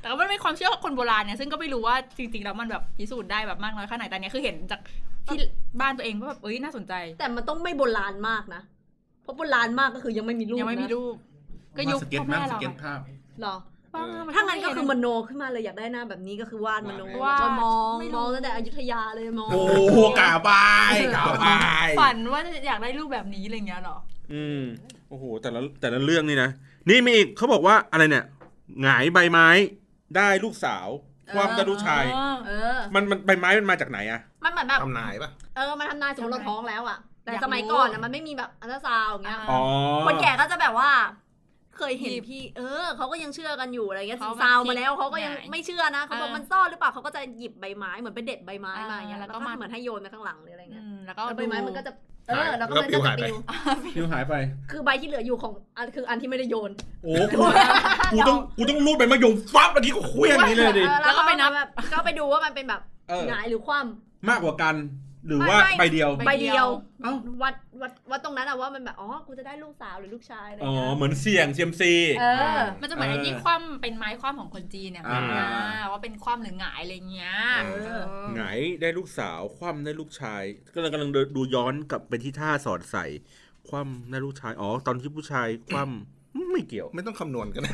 S3: แต่ก็มันเป็นความเชื่อของคนโบราณเนี่ยซึ่งก็ไม่รู้ว่าจริงๆแล้วมันแบบพิสูจน์ได้แบบมากน้อยแค่ไหนแต่เนี้ยคือเห็นจากที่บ้านตัวเองว่าแบบเอ้ยน่าสนใจ
S4: แต่มันต้องไม่โบราณมากนะ เพราะโบราณมากก็คือยังไม่มีลูก
S3: ยังไม่มี
S4: นะ
S3: รูป ก็ยุค
S2: สเก็ต
S3: พ่อ
S2: มากส
S3: แม่เรา
S2: เก็ต
S3: อะ
S2: ภาพ
S4: หรอ
S3: ว่ามั
S4: ถ้างั้นก็คือม
S3: ไเห็
S4: โนขึ้นมาเลยอยากได้หน้าแบบนี้ก็คือวาดมโน
S3: วาด
S4: ก็มอง
S3: ไม่รู้
S4: มองตั้งแต่อยุธยาเลยมอง
S2: โอ้โหกาบายกาบาย
S3: ฝันว่าอยากได้รูปแบบนี้อะไรอย่างเงี้ยเหรอ
S2: อืมโอ้โห แต่ละแต่ละเรื่องนี่นะ นี่มีอีกเขาบอกว่าอะไรเนี่ยหงายใบไม้ได้ลูกสาวความได้ลูกชาย
S4: เออ
S2: มันมันใบไม้มันมาจากไหนอะ
S3: มันเหมือนแบบ
S5: ทำนายปะ
S4: เออ มาทำนายสมมติเราท้องแล้วอ่ะ แต่
S3: อยากรู้
S4: สมัยก่อนอะมันไม่มีแบบอันตราซาวน์อย่างเงี้ย
S3: อ่า
S4: คนแก่ก็จะแบบว่า เคยเห็น
S3: หยิบ
S4: พี่ เออเขาก็ยังเชื่อกันอยู่อะไรเงี้ย
S3: เขา
S4: ซาวน์
S3: มา
S4: มาแล้วเขาก็ยัง
S3: หงาย
S4: ไม่เชื่อนะเขาบอก
S3: เออ
S4: มันซ่อนหรือเปล่าเขาก็จะหยิบใบไม้เหมือนไปเด็ดใบไม้มาอย่างเงี้ย
S3: อ่า
S4: แล้วก็
S3: แล้วก็มา
S4: เหมือนให้โยนไปข้างหลังหรืออะไร
S3: อื
S4: เงี้ย
S3: มแล้วก็
S4: แล้วใบไม้มันก็จะเออแล้วก็
S5: ก็
S4: มัน
S5: ปิ
S4: ก็
S5: ว
S4: จะ
S5: หายไป
S4: ปิว
S2: ฟิวหายไป
S4: คือใบที่เหลืออยู่ของอันคืออันที่ไม่ได้โยน
S2: โอ้กูกูต้องกูต้องรูดไปมะยมฟับเมื่อกี้ก็เคว้งอย่างนี้เลยดิ
S4: ออ
S3: แล้วก็ไปนับ
S4: แบบก็ไปดูว่ามันเป็นแบบ
S2: เออ
S4: หงายหรือคว่
S2: มากกว่ากัน หรือว่าใบเดียว
S4: ำ
S3: ใบ
S4: ใบ
S3: เดี
S4: เดี
S3: ย
S4: ยว ว
S2: เอ้า
S4: วัดวัดวัดตรงนั้นอะว่ามันแบบ อ๋อ กูจะได้ลูกสาวหรือลูกชายอะไร
S2: อ๋อ
S4: เงี้ย
S2: เหมือนเสี่ยงเซียมซี
S4: เออ
S3: มันจะเหมือนไอ้ที่คว่ำเป็นไม้คว่ำของคนจีนเนี่ย
S2: อ่า
S3: อ่าว่าเป็นคว่ำหรือหงายอะไรเงี้ย
S4: เออ
S2: หงายได้ลูกสาว คว่ำได้ลูกชายก็เลยกำลังดูย้อนกลับไปที่ท่าสอดใส่ คว่ำได้ลูกชาย อ๋อ ตอนที่ผู้ชายคว่ำไม่เกี่ยว
S5: ไม่ต้องคำนวณกันนะ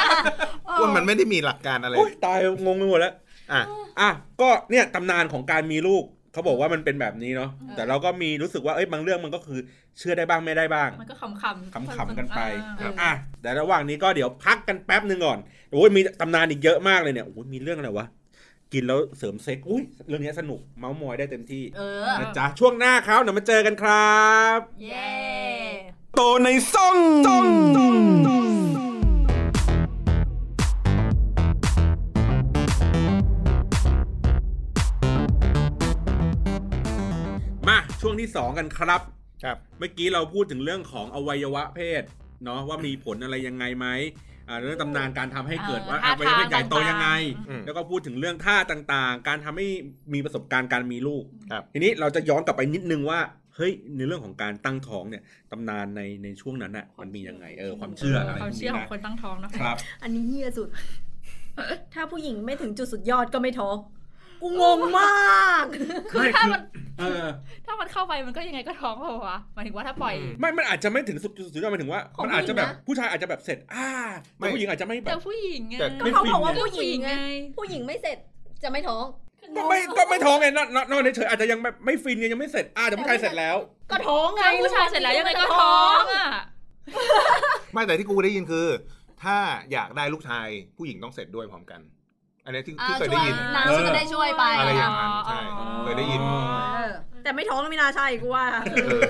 S5: ว่ามันไม่ได้มีหลักการอะไร
S2: โอ้ยตายงงไปหมดแล้ว
S5: อ่ะ
S2: อ่ะก็เนี่ยตำนานของการมีลูกเขาบอกว่ามันเป็นแบบนี้เนาะแต่เราก็มีรู้สึกว่าเอ้ยบางเรื่องมันก็คือเชื่อได้บ้างไม่ได้บ้าง
S3: มันก็ขำๆ
S2: ขำๆกันไป
S3: อ่า
S2: อ่ะแต่ระหว่างนี้ก็เดี๋ยวพักกันแป๊บหนึ่งก่อนโอ้ยมีตำนานอีกเยอะมากเลยเนี่ยโอ้ยมีเรื่องอะไรวะ กินแล้วเสริมเซ็กอุ้ยเรื่องเนี้ยสนุกเมาส์มอยได้เต็มที่
S4: เออ
S2: นะจ๊ะช่วงหน้าครับเดี๋ยวมาเจอกันครับ
S4: เย้
S2: โตในซ่องซ่องซ่องซ่องมาช่วงที่สองกันครับ
S5: ครับ
S2: เมื่อกี้เราพูดถึงเรื่องของอวัยวะเพศเนาะว่ามีผลอะไรยังไงไหมอ่าเรื่องตำนานการทำให้เกิดว่า
S3: เอ
S2: อ
S3: อ
S2: วัยวะเพศใหญ่โตยังไง
S5: อืม
S2: แล้วก็พูดถึงเรื่องท่าต่างๆ การทำให้มีประสบการณ์การมีลูก
S5: ครับ
S2: ทีนี้เราจะย้อนกลับไปนิดนึงว่าเฮ้ยในเรื่องของการตั้งท้องเนี่ยตำนานในในช่วงนั้นน่ะมันมียังไงเออความเชื่ออะไรพ
S3: คววาม
S2: ก
S3: เชื่
S2: นี้
S3: อขอ
S2: นะ
S3: งคนตั้งท้องนะ
S2: ค
S3: คะ
S2: รับ
S4: อันนี้เฮี้ยสุด ถ้าผู้หญิงไม่ถึงจุดสุดยอดก็ไม่ท้อง กูงงมาก
S2: ไม่
S3: ถ้า
S2: คือ
S3: มัน
S2: เออ
S3: ถ้ามันเข้าไปมันก็ยังไงก็ท้องเปล่าวะหมายถึงว่าถ้าปล่อย
S2: ไม่มันอาจจะไม่ถึงสุดสุดยอดหมายถึงว่า
S4: ของ
S2: มันอาจจะแบบ
S4: ผู้ห
S2: ผู้
S4: ญิงนะ
S2: ชายอาจจะแบบเสร็จอ่าแต่ผู้หญิงอาจจะไม่แบ
S3: แต่
S2: บ
S3: ผู้หญิงไง
S5: แต่
S4: ก็เขาบอกว่า
S3: ก็
S4: ผู้หญิงไง
S3: ไง
S4: ผู้หญิงไม่เสร็จจะไม่ท้อง
S2: ก็ไม่ก็ไม่ท้องไงนอนนอนนอนเฉยๆอาจจะยังแบบไม่ฟินไงยังไม่เสร็จอ่าแต่ผู้ชายเสร็จแล้ว
S4: ก็ท้องไง
S3: ถ้าผู้ชายเสร็จแล้วยังไงก็ท้องอ่ะ
S5: ไม่แต่ที่กูได้ยินคือ ถ้าอยากได้ลูกชายผู้หญิงต้องเสร็จด้วยพร้อมกัน อันนี้ที่
S4: อ่า
S5: ที่เคย
S4: ช่ว
S5: ได้
S4: ย
S5: ยิน
S4: น้ำก็จะได้ช่วยไป
S5: อะไรอย่างนั้นใช่
S3: อ๋อ
S5: เคยได้ยิน
S4: เออแต่ไม่ท้องก็ไม่น่าใช่กูว่า
S5: เออ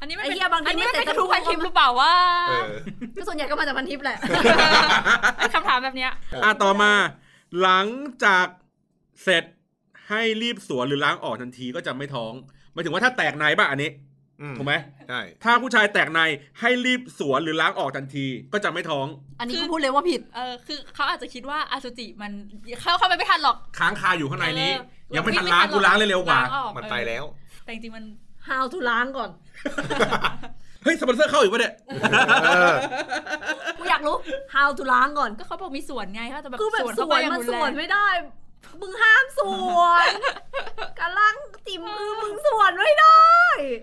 S3: อันนี้ไม่
S4: ไอ้
S3: เป็น
S4: เหี้ยบางที
S3: อันนี้ไม่
S4: ไม่
S3: เป็น
S4: เสร็จ
S3: กระทู้พันทิปหรือเปล่าว่า
S5: เออ
S4: ก็ส่วนใหญ่ก็มาจากพันทิปแหละ
S3: คำถามแบบเนี้ย
S2: อ่าต่อมา หลังจากเสร็จให้รีบสวนหรือล้างออกทันทีก็จะไม่ท้องหมายถึงว่าถ้าแตกในป่ะอันนี้
S5: อืม
S2: ถูกไหม
S5: ใช่
S2: ถ้าผู้ชายแตกในให้รีบสวนหรือล้างออกทันทีก็จะไม่ท้อง
S4: อันนี้กูพูดเลยว่าผิด
S3: เออคือเขาอาจจะคิดว่าอสุจิมันเข้าเข้าไปไม่ทันหรอก
S2: ค้างคาอยู่ข้างในนี้
S3: เออ
S2: ยังไม่ทันล้างกูล้างเร็วๆกว่า
S3: ล้งออ
S5: มันไปแล้ว
S3: แต่จริงๆมัน
S4: How to ล้างก่อน
S2: เฮ้ยสปอนเซอร์เข้าอีกปะเนี่ย
S5: เออ
S4: กูอยากรู้ how to ล้างก่อน
S3: ก็เขาบอกมีส่วนไงเขาจะแบบ
S4: คือแบบส
S3: เข้า
S4: ว
S3: ไป
S4: น
S3: อย่า
S4: มั
S3: ง
S4: น
S3: รุ
S4: ส
S3: แรง
S4: วนไม่ได้ มึงห้ามสวนการล้างติ่มคือมึงสวนไม่ได้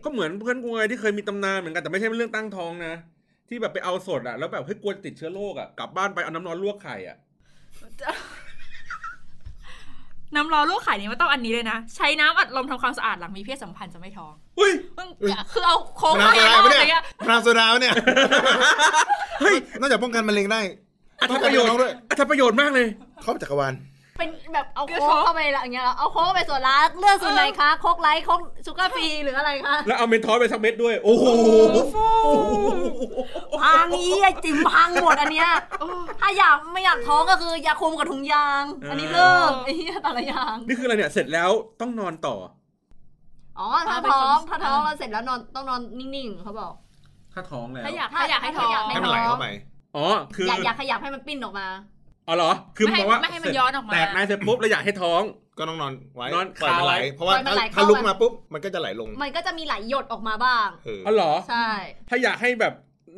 S2: ก็เหมือนเพื่อนกูไงที่เคยมีตำนานเหมือนกันแต่ไม่ใช่เรื่องตั้งท้องนะ ที่แบบไปเอาสดอะแล้วแบบเฮ้ยกลัวติดเชื้อโรคอะกลับบ้านไปเอาน้ำร้อนลวกไข่อะ
S3: น้ำร้อนลวกไข่นี่มันต้องอันนี้เลยนะ ใช้น้ำอัดลมทำความสะอาดหลังมีเพศสัมพันธ์จะไม่ท้อง
S2: เฮ้ย
S3: มึงคือเอาโค้ง
S5: มัน
S3: มาอ
S5: เอา
S3: ย่าง
S5: ไป
S3: นี้
S5: ได้ปะ
S3: อะไร
S5: เนี่ย
S3: เงี้ย
S5: พรางโซดาวะเนี่ย
S2: เฮ้ย
S5: นอกจากป้องกันมะเร็งได้
S2: อัตประโยชน์ด้วยอัตประโยชน์มากเลย
S5: ครอบจักรวาล
S4: เป็นแบบเอาโค้กเข้าไปละอย่างเงี้ยเหรอเอาโค้กเข้าไปสวนล้างเลือกสูตรไหนคะโค้กไลท์โค้กชูการ์ฟรีหรืออะไรคะ
S2: แล้วเอาเมนทอสไปสักเม็ดด้วย โอ้โห
S4: พังอี้ยจิ๋มพังหมดอันเนี้ยถ้าอยากไม่อยากท้องก็คือ ยาคุมกับถุงยาง อันนี้เลิกไอ้เหี้ยแต่ละอย่าง
S2: นี่คืออะไรเนี่ย เสร็จแล้วต้องนอนต่อ
S4: อ๋อถ้าท้องถ้าท้องแล้วเสร็จแล้วนอนต้องนอนนิ่งๆเขาบอก
S2: ถ้าท้องแล้ว
S3: ถ้าอยากถ้าอยากให้ท้อง
S4: ไม่
S5: ให้
S4: ท้
S5: มัน
S4: อง
S5: ไหลเข้าไป
S2: อ๋อ คืออย
S4: อากอยากขยับให้มันปิ้นออกมา
S2: อ๋อเหรอ คือบ
S3: ไม่ให้
S2: อกว่า
S3: ไม่ให้มันย้อนออกมา
S2: แตกนายเสร็จปุ๊บแล้วอยากให้ท้อง
S5: ก็ต้องนอนไว้
S2: นอน
S5: ปล่อยมั
S2: คา
S5: ไห
S2: ไว้
S5: ลเพราะว่า
S4: ปล่อยมันไหล
S5: ถ้าลุก
S4: เข้ามา
S5: มาปุ๊บมันก็จะไหลลง
S4: มันก็จะมีไหลหยดออกมาบ้าง
S5: เออ
S2: อ๋อเหรอ
S4: ใช่
S2: ถ้าอยากให้แบบ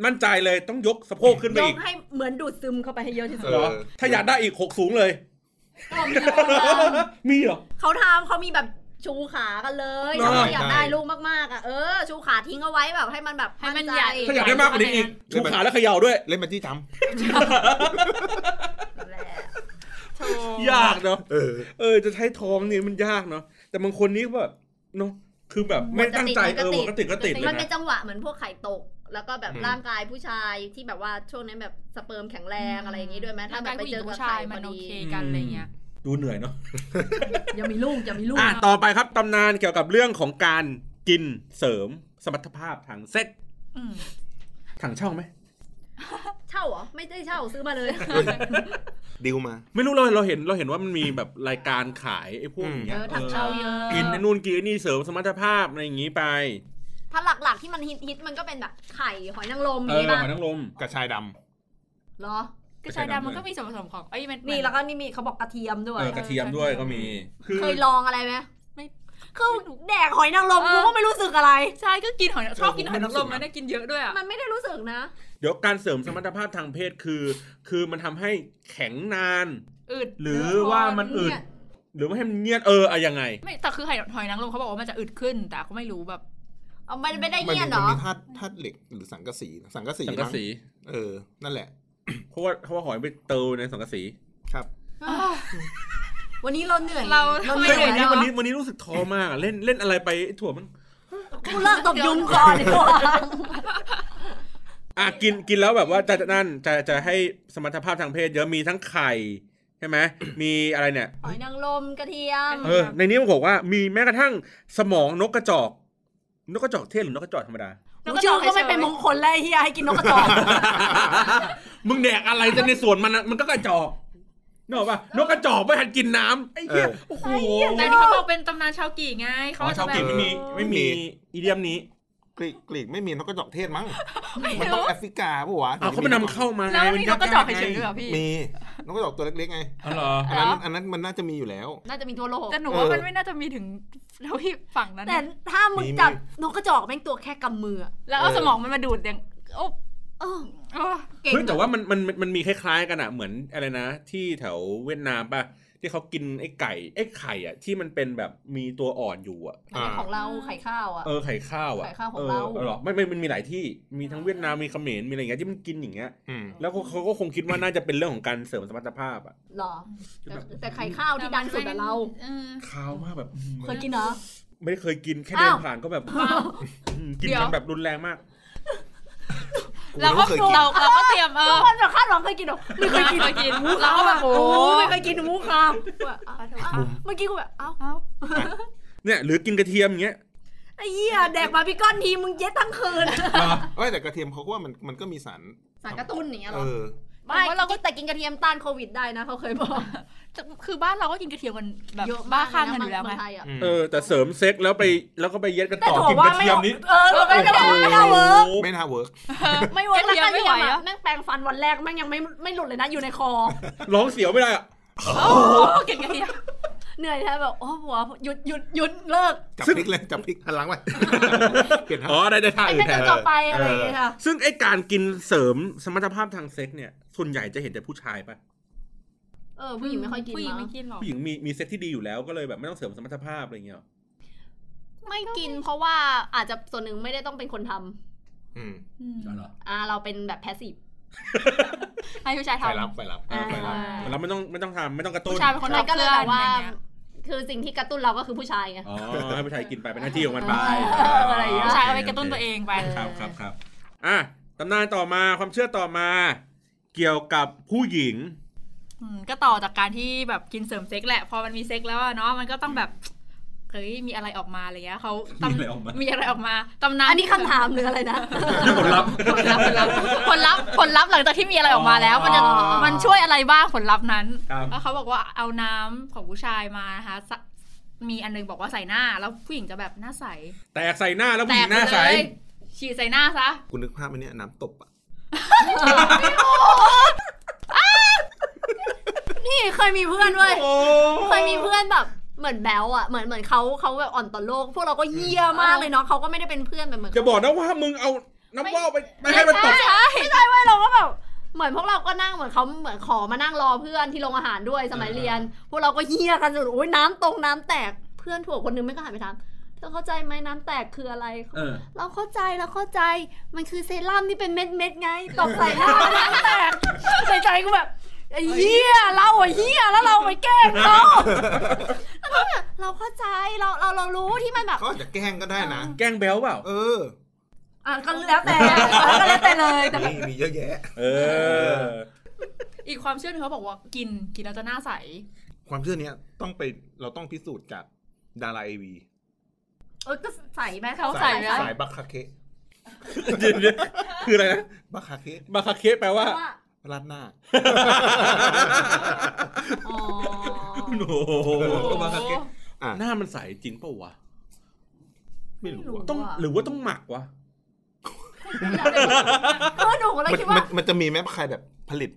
S2: มั่นใจเลยต้องยกสะโพกขึ้นไป
S4: ย
S2: อี
S4: ก
S2: ก
S4: ให้เหมือนดูดซึมเข้าไปให้เยอะที่สุด
S2: เหรอ ถ้าอยากได้อีกหกสูงเลย มีเหรอ
S4: เขาทำเขามีแบบ ชูขากันเลย
S2: ได้
S4: ถ้าเราอยาก
S5: ได้
S4: ได้ลูกมากๆอ่ะเออชูขาทิ้งเอาไว้แบบให้มันแบบ
S3: ให้มัน
S4: ใจ
S3: ใหญ่
S2: ถ้าอยากได้มากกว่านี้อีกชูขาแล้วเขย่าด้วย
S5: เล่นมันที่ท
S4: แหละโถ
S2: ยากเนาะ
S5: ำเออ
S2: เออจะใช้ท้องนี่มันยากเนาะแต่บางคนนี่แบบเนาะคือแบบไม่ตั้งใจเออหมดก็ติดก็ติดเล
S4: มัน
S2: ย
S4: เป็น
S2: นะ
S4: จังหวะเหมือนพวกไข่ตก แล้วก็แบบ
S2: อืม
S4: ร่างกายผู้ชายที่แบบว่าช่วงนั้นแบบสเปิร์มแข็งแรงอะไรอย่างงี้ด้วยไหมถ้าแบบไปเจอกับ
S3: ผู้ชา
S4: ไข่
S3: ย
S4: พ
S3: มั
S4: อน
S3: โอ
S4: ดี
S3: เคกันอะไรเงี้ย
S2: ดูเหนื่อยเนาะ
S4: ยังมีลูกยังมีลูก
S2: อ่ะต่อไปครับตำนานเกี่ยวกับเรื่องของการกินเสริมสมรรถภาพทางเซ็ก
S3: อืม
S2: ถังเช่าไหม
S4: เช่าเหรอไม่ได้เช่าซื้อมาเลย
S5: ดิวมา
S2: ไม่รู้เราเราเห็นเราเห็นว่ามันมีแบบรายการขายไอ้พวกอย่างเงี้ย
S4: เออถัง
S2: เอ
S4: เช่า
S2: อ
S4: เยอะ
S2: กินไอ้นู่นกินไอ้นี่เสริมสมรรถภาพอะไรอย่างงี้ไป
S4: ถ้าหลักๆที่มันฮิตๆมันก็เป็นแบบไข่หอยนางรม
S2: เออ
S4: นี่
S2: ห
S4: บ้าง
S2: อยนางรม
S5: กระชายดำ
S4: เหรอ
S3: กระชายดำมันก็มีส่วนผสมของเอ้ยมัน
S4: นี่แล้วก็นี่มีเขาบอกกระเทียมด้วย
S2: เออกระเทียมด้วยก็มี คือ
S4: เคยลองอะไรไหม
S3: ไม่
S4: คือแดกหอยนางรม
S3: เออ
S4: กูก็ไม่รู้สึกอะไร
S3: ใช่ก็กินหอยชอบกินหอยนางรมมันได้กินเยอะด้วยอ่ะ
S4: มันไม่ได้รู้สึกนะ
S2: เดี๋ยวการเสริมสมรรถภาพทางเพศคือ คือมันทำให้แข็งนาน
S3: อืด
S2: หรือว่ามันอึด
S4: เนี่ย
S2: หรือว่าให้มันเงียบเอออะยังไง
S3: ไม่แต่คือหอยหอยนางรมเขาบอกว่ามันจะอึดขึ้น แต่ก็ไม่รู้แบบ
S4: เอาไม่ไม่ได้
S5: มัน
S4: เงี้ย
S5: มี
S4: นเหร
S5: มัน
S4: อ
S5: มีธาตุธาตุเหล็กหรือสังกะสีนะสังกะสี
S2: สังกะ
S5: มั้ง
S2: สี
S5: เออ นั่นแหละ
S2: เพราะว่าเพราะว่าหอยไปเติมในสังกะสี
S5: ครับ
S4: วันนี้เราเหนื่อย
S3: เรา
S4: เห
S3: ไม่
S4: นื่
S3: เหนื่
S2: วั
S3: อย ย
S4: อ
S2: น
S3: เ
S2: นี้
S4: เนาะ
S2: วันนี้วันนี้รู้สึกท้อมากอะเล่นเล่นอะไรไปไอ้ถั่วมัน
S4: กูเลิกตบยุงก่อนดีกว่า
S2: อ่ะกินกินแล้วแบบว่าจะจะนั่นจะจะให้สมรรถภาพทางเพศ เยอะมีทั้งไข่ใช่ไหม มีอะไรเนี่ย
S4: หอยนางรมกระเทียม
S2: เออ ในนี้มันบอกว่ามีแม้กระทั่งสมองนกกระจอก นกกระจอกเทศหรือนกกระจอกธรรมดา
S4: กูเชื่อก็ไม่เป็นมงคลเลยไอ้เฮียให้กินนกกระจอก
S2: มึงแดกอะไรจะในสวนมันอะมันก็กระจอกนึกออกปะนกกระจอกไม่ทันกินน้ำไอ้เหี้ย
S5: เออ
S2: โอ้โห
S3: แต่นี่เขาบอกเป็นตำนานชาวกี่ไงเขาจะ
S2: ชาว
S3: แบบ
S2: กีไม่มีไม่มีอีเดียมนี้
S5: กรีกกรีกไม่มีนกกระจอกเทศมั้ง
S3: ไม่
S5: มันต้อง
S3: รู้
S5: แอฟริกาปะวะ
S2: อ้าวเขามานำเข้ามา
S3: แล้ว
S2: ไง
S3: นี่เขาก็เจาะเฉยๆด้วยเหรอพี่
S5: มีนกกระจอกตัวเล็กๆไง
S2: อ๋อเหรอ
S5: อันนั้นอันนั้นมันน่าจะมีอยู่แล้ว
S4: น่าจะมีทั่วโลก
S3: แต่หนูว่ามันไม่น่าจะมีถึงแล้วพี่ฝั่งนั้น
S4: แต่ถ้ามึงจับนกกระจอกแม่งตัวแค่กำมืออะ
S3: แล้วเอาสมองมันมาดูดอย่างโอ้
S4: เออ
S3: โอ้
S4: เก่ง
S2: เฮ้ยแต่ว่ามันมันมันมันมีคล้าย ๆ กันอะเหมือนอะไรนะ ที่แถวเวียดนามป่ะ ที่เขากินไอ้ไก่ไอ้ไข่อะที่มันเป็นแบบมีตัวอ่อนอยู่อะ
S4: อันนี้ของเราไข่ข้าวอ่ะ
S2: เออไข่ข้าวอะ
S4: ไข่ข้าวของเรา
S2: ออหรอไม่ไม่มันมีหลายที่มีทั้งเวียดนามมีเขมรมีอะไรอย่างเงี้ยที่มันกินอย่างเงี้ย
S5: อืม
S2: แล้วเขาเขาก็คงคิดว่าน่าจะเป็นเรื่องของการเสริมสมรรถภาพอะ
S4: หรอ แต่แต่ไข่ข้าวที่ดังสุดอะเรา
S3: ออ
S2: ข้าวมากแบบ
S4: เคยกินเหรอ
S2: ไม่เคยกินแค่เดิน
S4: อ้าว
S2: ผ่านก็แบบ
S3: อ้าว
S2: อื มกิน
S3: เดี๋ยว
S2: กันแบบรุนแรงมาก
S3: เราก็
S5: กูยังไม่เคยกิน
S3: เราเราก็เตรียมเอ
S4: ทุ
S3: อก
S4: คนแบบคาดหวังเคยกินเหรอไม่เคยกิน
S3: เคยกินเราก็แบบโอ้
S4: ไม่เคยกินหมูคามเมื่อกี้กูแบบเอ้า
S3: เอ้า
S2: เนี่ยหรือกินกระเทียมอย่างเงี้ย
S4: ไอ้เหี้ยแดกบาร์บีคอนทีมึงเย็ดทั้งคืน
S5: เอ้ยแต่กระเทียมเขาก็ว่ามันมันก็มีสาร
S4: สารกระตุ้นอย่างเงี้ยเหร
S5: เอ
S4: อ
S5: อ
S4: ไม่
S3: ผมว่า
S4: เรา
S3: เราก็
S4: ก็แต่กินกระเทียมต้านโควิดได้นะเขาเคยบอก
S3: คือบ้านเราก็กินกระเทียมกันแบบบ้าข้างกันอยู่แล้ว
S4: เมื
S3: ไง
S4: องไทยอ่ะ
S2: เออแต่เสริมเซ็กแล้วไปแล้วก็ไปเย็ดกัน
S4: แต่
S2: ต่อ
S4: ถั่ว
S2: กิน
S4: ว่าก
S2: ระ
S4: ไม่
S2: เทียมนี้
S4: เออถั่วว่าไม่ได้ไม่ได้เวิร์ก
S5: ไม่น่าเวิร์ก
S4: ไม่เวิร์กแล้วก
S3: ก
S4: ระ
S3: ระเที
S4: เทีย
S3: ยม
S4: ม
S3: ไม่ไหว
S4: อะ
S3: อะ
S4: แม่งแปรงฟันวันแรกแม่งยังไม่ไม่หลุดเลยนะอยู่ในคอ
S2: ร้องเสียวไม่ได้อะ
S3: โอ้กินกระเทียม
S4: เหนื่อยแท้แบบโอ้หัวหยุดหยุดหยุดเลิก
S5: จับพริกเลยจับพริกหันหลังไป เปลี่ยน
S2: อ๋
S5: ท่า
S2: อได้ได้ท่า
S4: ไอ้
S2: อื่น
S4: แม่ง
S2: แทน
S4: จะต่อไปอะไรอย่างเงี้ยค่ะ
S2: ซึ่งไอการกินเสริมสมรรถภาพทางเซ็กเนี่ย ส่วนใหญ่จะเห็นแต่ผู้ชายป่ะ
S4: เออผู้หญิงไม่ค่อยกิน
S3: ผู้หญิง
S4: มั้ง
S3: ไม่กินหรอก
S2: ผู้หญิงมีมีเซ็กที่ดีอยู่แล้วก็เลยแบบไม่ต้องเสริมสมรรถภาพอะไรเงี้ยหรอ
S4: ไม่กินเพราะว่าอาจจะส่วนหนึ่งไม่ได้ต้องเป็นคนทำ
S5: อืม
S4: อ่าเราเป็นแบบแพสซีฟ
S3: ให้ผู้ชาย
S5: ไป
S3: ทำ
S5: รับไปรับ
S4: อ่า
S2: ไปแล้วแล้วไม่ต้องไม่ต้องทำไม่ต้องกระตุ้น
S3: ผู้ชายเป็นคน
S4: มันก็เลยแบบว่า
S3: เสื้ออะไรอย่างเงี้ย
S4: คือสิ่งที่กระตุ้นเราก็คือผู้ชายไง
S2: อ๋อให้ผู้ชายกินไปเป็นหน้าที่ของมันไป
S4: เอออะไรอย่างเงี้
S3: ผู้ชายเอาไปกระตุ้นตัวเองไป
S2: ครับครับครับอ่ะตำนานต่อมาความเชื่อต่อมา เกี่ยวกับผู้หญิง
S3: อืมก็ต่อจากการที่แบบกินเสริมเซ็กแหละ พอมันมีเซ็กแล้วอะเนาะมันก็ต้องแบบเฮ้ยมีอะไรออกมาอะไรเงี้ยเขาตำ
S2: มีอะไรออกมามี
S3: อะไรออกมาตำนาน
S4: อันนี้คำถามหรืออะไรนะ
S2: ผลลัพธ์
S3: ผลลัพธ์ผลลัพธ์ผลลัพธ์ผลลัพธ์หลังจากที่มีอะไรออกมาแล้ว มันจะ
S2: อ๋อ
S3: มันช่วยอะไรบ้างผลลัพธ์นั้น
S2: ครับ
S3: แล้วเขาบอกว่าเอาน้ำของผู้ชายมานะคะสะมีอันหนึงบอกว่าใส่หน้า แล้วผู้หญิงจะแบบหน้าใส
S2: แตกใส่หน้าแล้ว
S3: แต
S2: ผู้หญิ
S3: ก
S2: ง
S3: ไป
S2: หน้าใส
S3: เลยฉีดใส่หน้าซะ
S5: คุณนึกภาพไหมเนี่ยน้ำตบอ่ะ
S4: นี่เคยมีเพื่อนเว้ย
S2: โอ้
S4: เคยมีเพื่อนแบบเหมือนแบลอะเหมือนเหมือนเขาเขาแบบอ่อนต่อโลก พวกเราก็เยี่ยมากเลยเนาะเขาก็ไม่ได้เป็นเพื่อนแบบเหมือน
S2: จะบอกนะว่ามึงเอาน้ำว่าวไปไปให้มันตก
S4: ใช่ไม่ใช่เว้ยเราก็แบบเหมือนพวกเราก็นั่งเหมือนเขาเหมือนขอมานั่งรอเพื่อนที่โรงอาหารด้วยสมัย
S2: เออ
S4: เรียน พวกเราก็เฮี้ยกันสุดโอ้ยน้ำตรงน้ำแตก
S6: เพื่อนถั่วคนนึงไม่ก็หันไปถามเธอเข้าใจไหมน้ำแตกคืออะไร
S2: เออ
S6: เราเข้าใจเราเข้าใจมันคือเซรั่มที่เป็นเม็ดเม็ดๆไงตอกใส่หน้าน้ำแตกในใจกูแบบไอ้เหี้ยเราไอ้เหี้ยแล้วเราไปแกล้งเขาแล้วก็แบบเราเข้าใจเราเราเรารู้ที่มันแบบ
S5: เขาอาจจะแกล้งก็ได้นะ
S2: แกล้งแบลเปล่า
S5: เออ
S4: อ่ะก็แล้วแต่ก็แล้วแต่เลยแต่
S5: มีมีเยอะแยะ
S2: เออ
S3: อีกความเชื่อหนึงเขาบอกว่ากินกินแล้วจะหน้าใส
S5: ความเชื่อเนี้ยต้องไปเราต้องพิสูจน์จากดาราเอวี
S4: เออก็ใส่ไหม
S3: เขาใส่ไหม
S5: สายบักคาเคะ
S2: เดี๋ยวเดี๋ยวคืออะไรนะ
S5: บักคาเคะ
S2: บาคาเคแปลว่า
S4: ว่า
S5: รัดหน้า
S4: อ๋อ
S2: โอ้โหบาคาเค
S5: อ่ะ
S2: หน้ามันใสจริงเปล่าวะ
S5: ไม่รู้อะ
S2: ต้องหรือว่าต้องหมักวะ
S4: ก็หนูก็เลย
S5: มัน
S4: คิด
S5: มั
S4: ว่าน
S5: มันจะมีแม้ใครแบบผลิต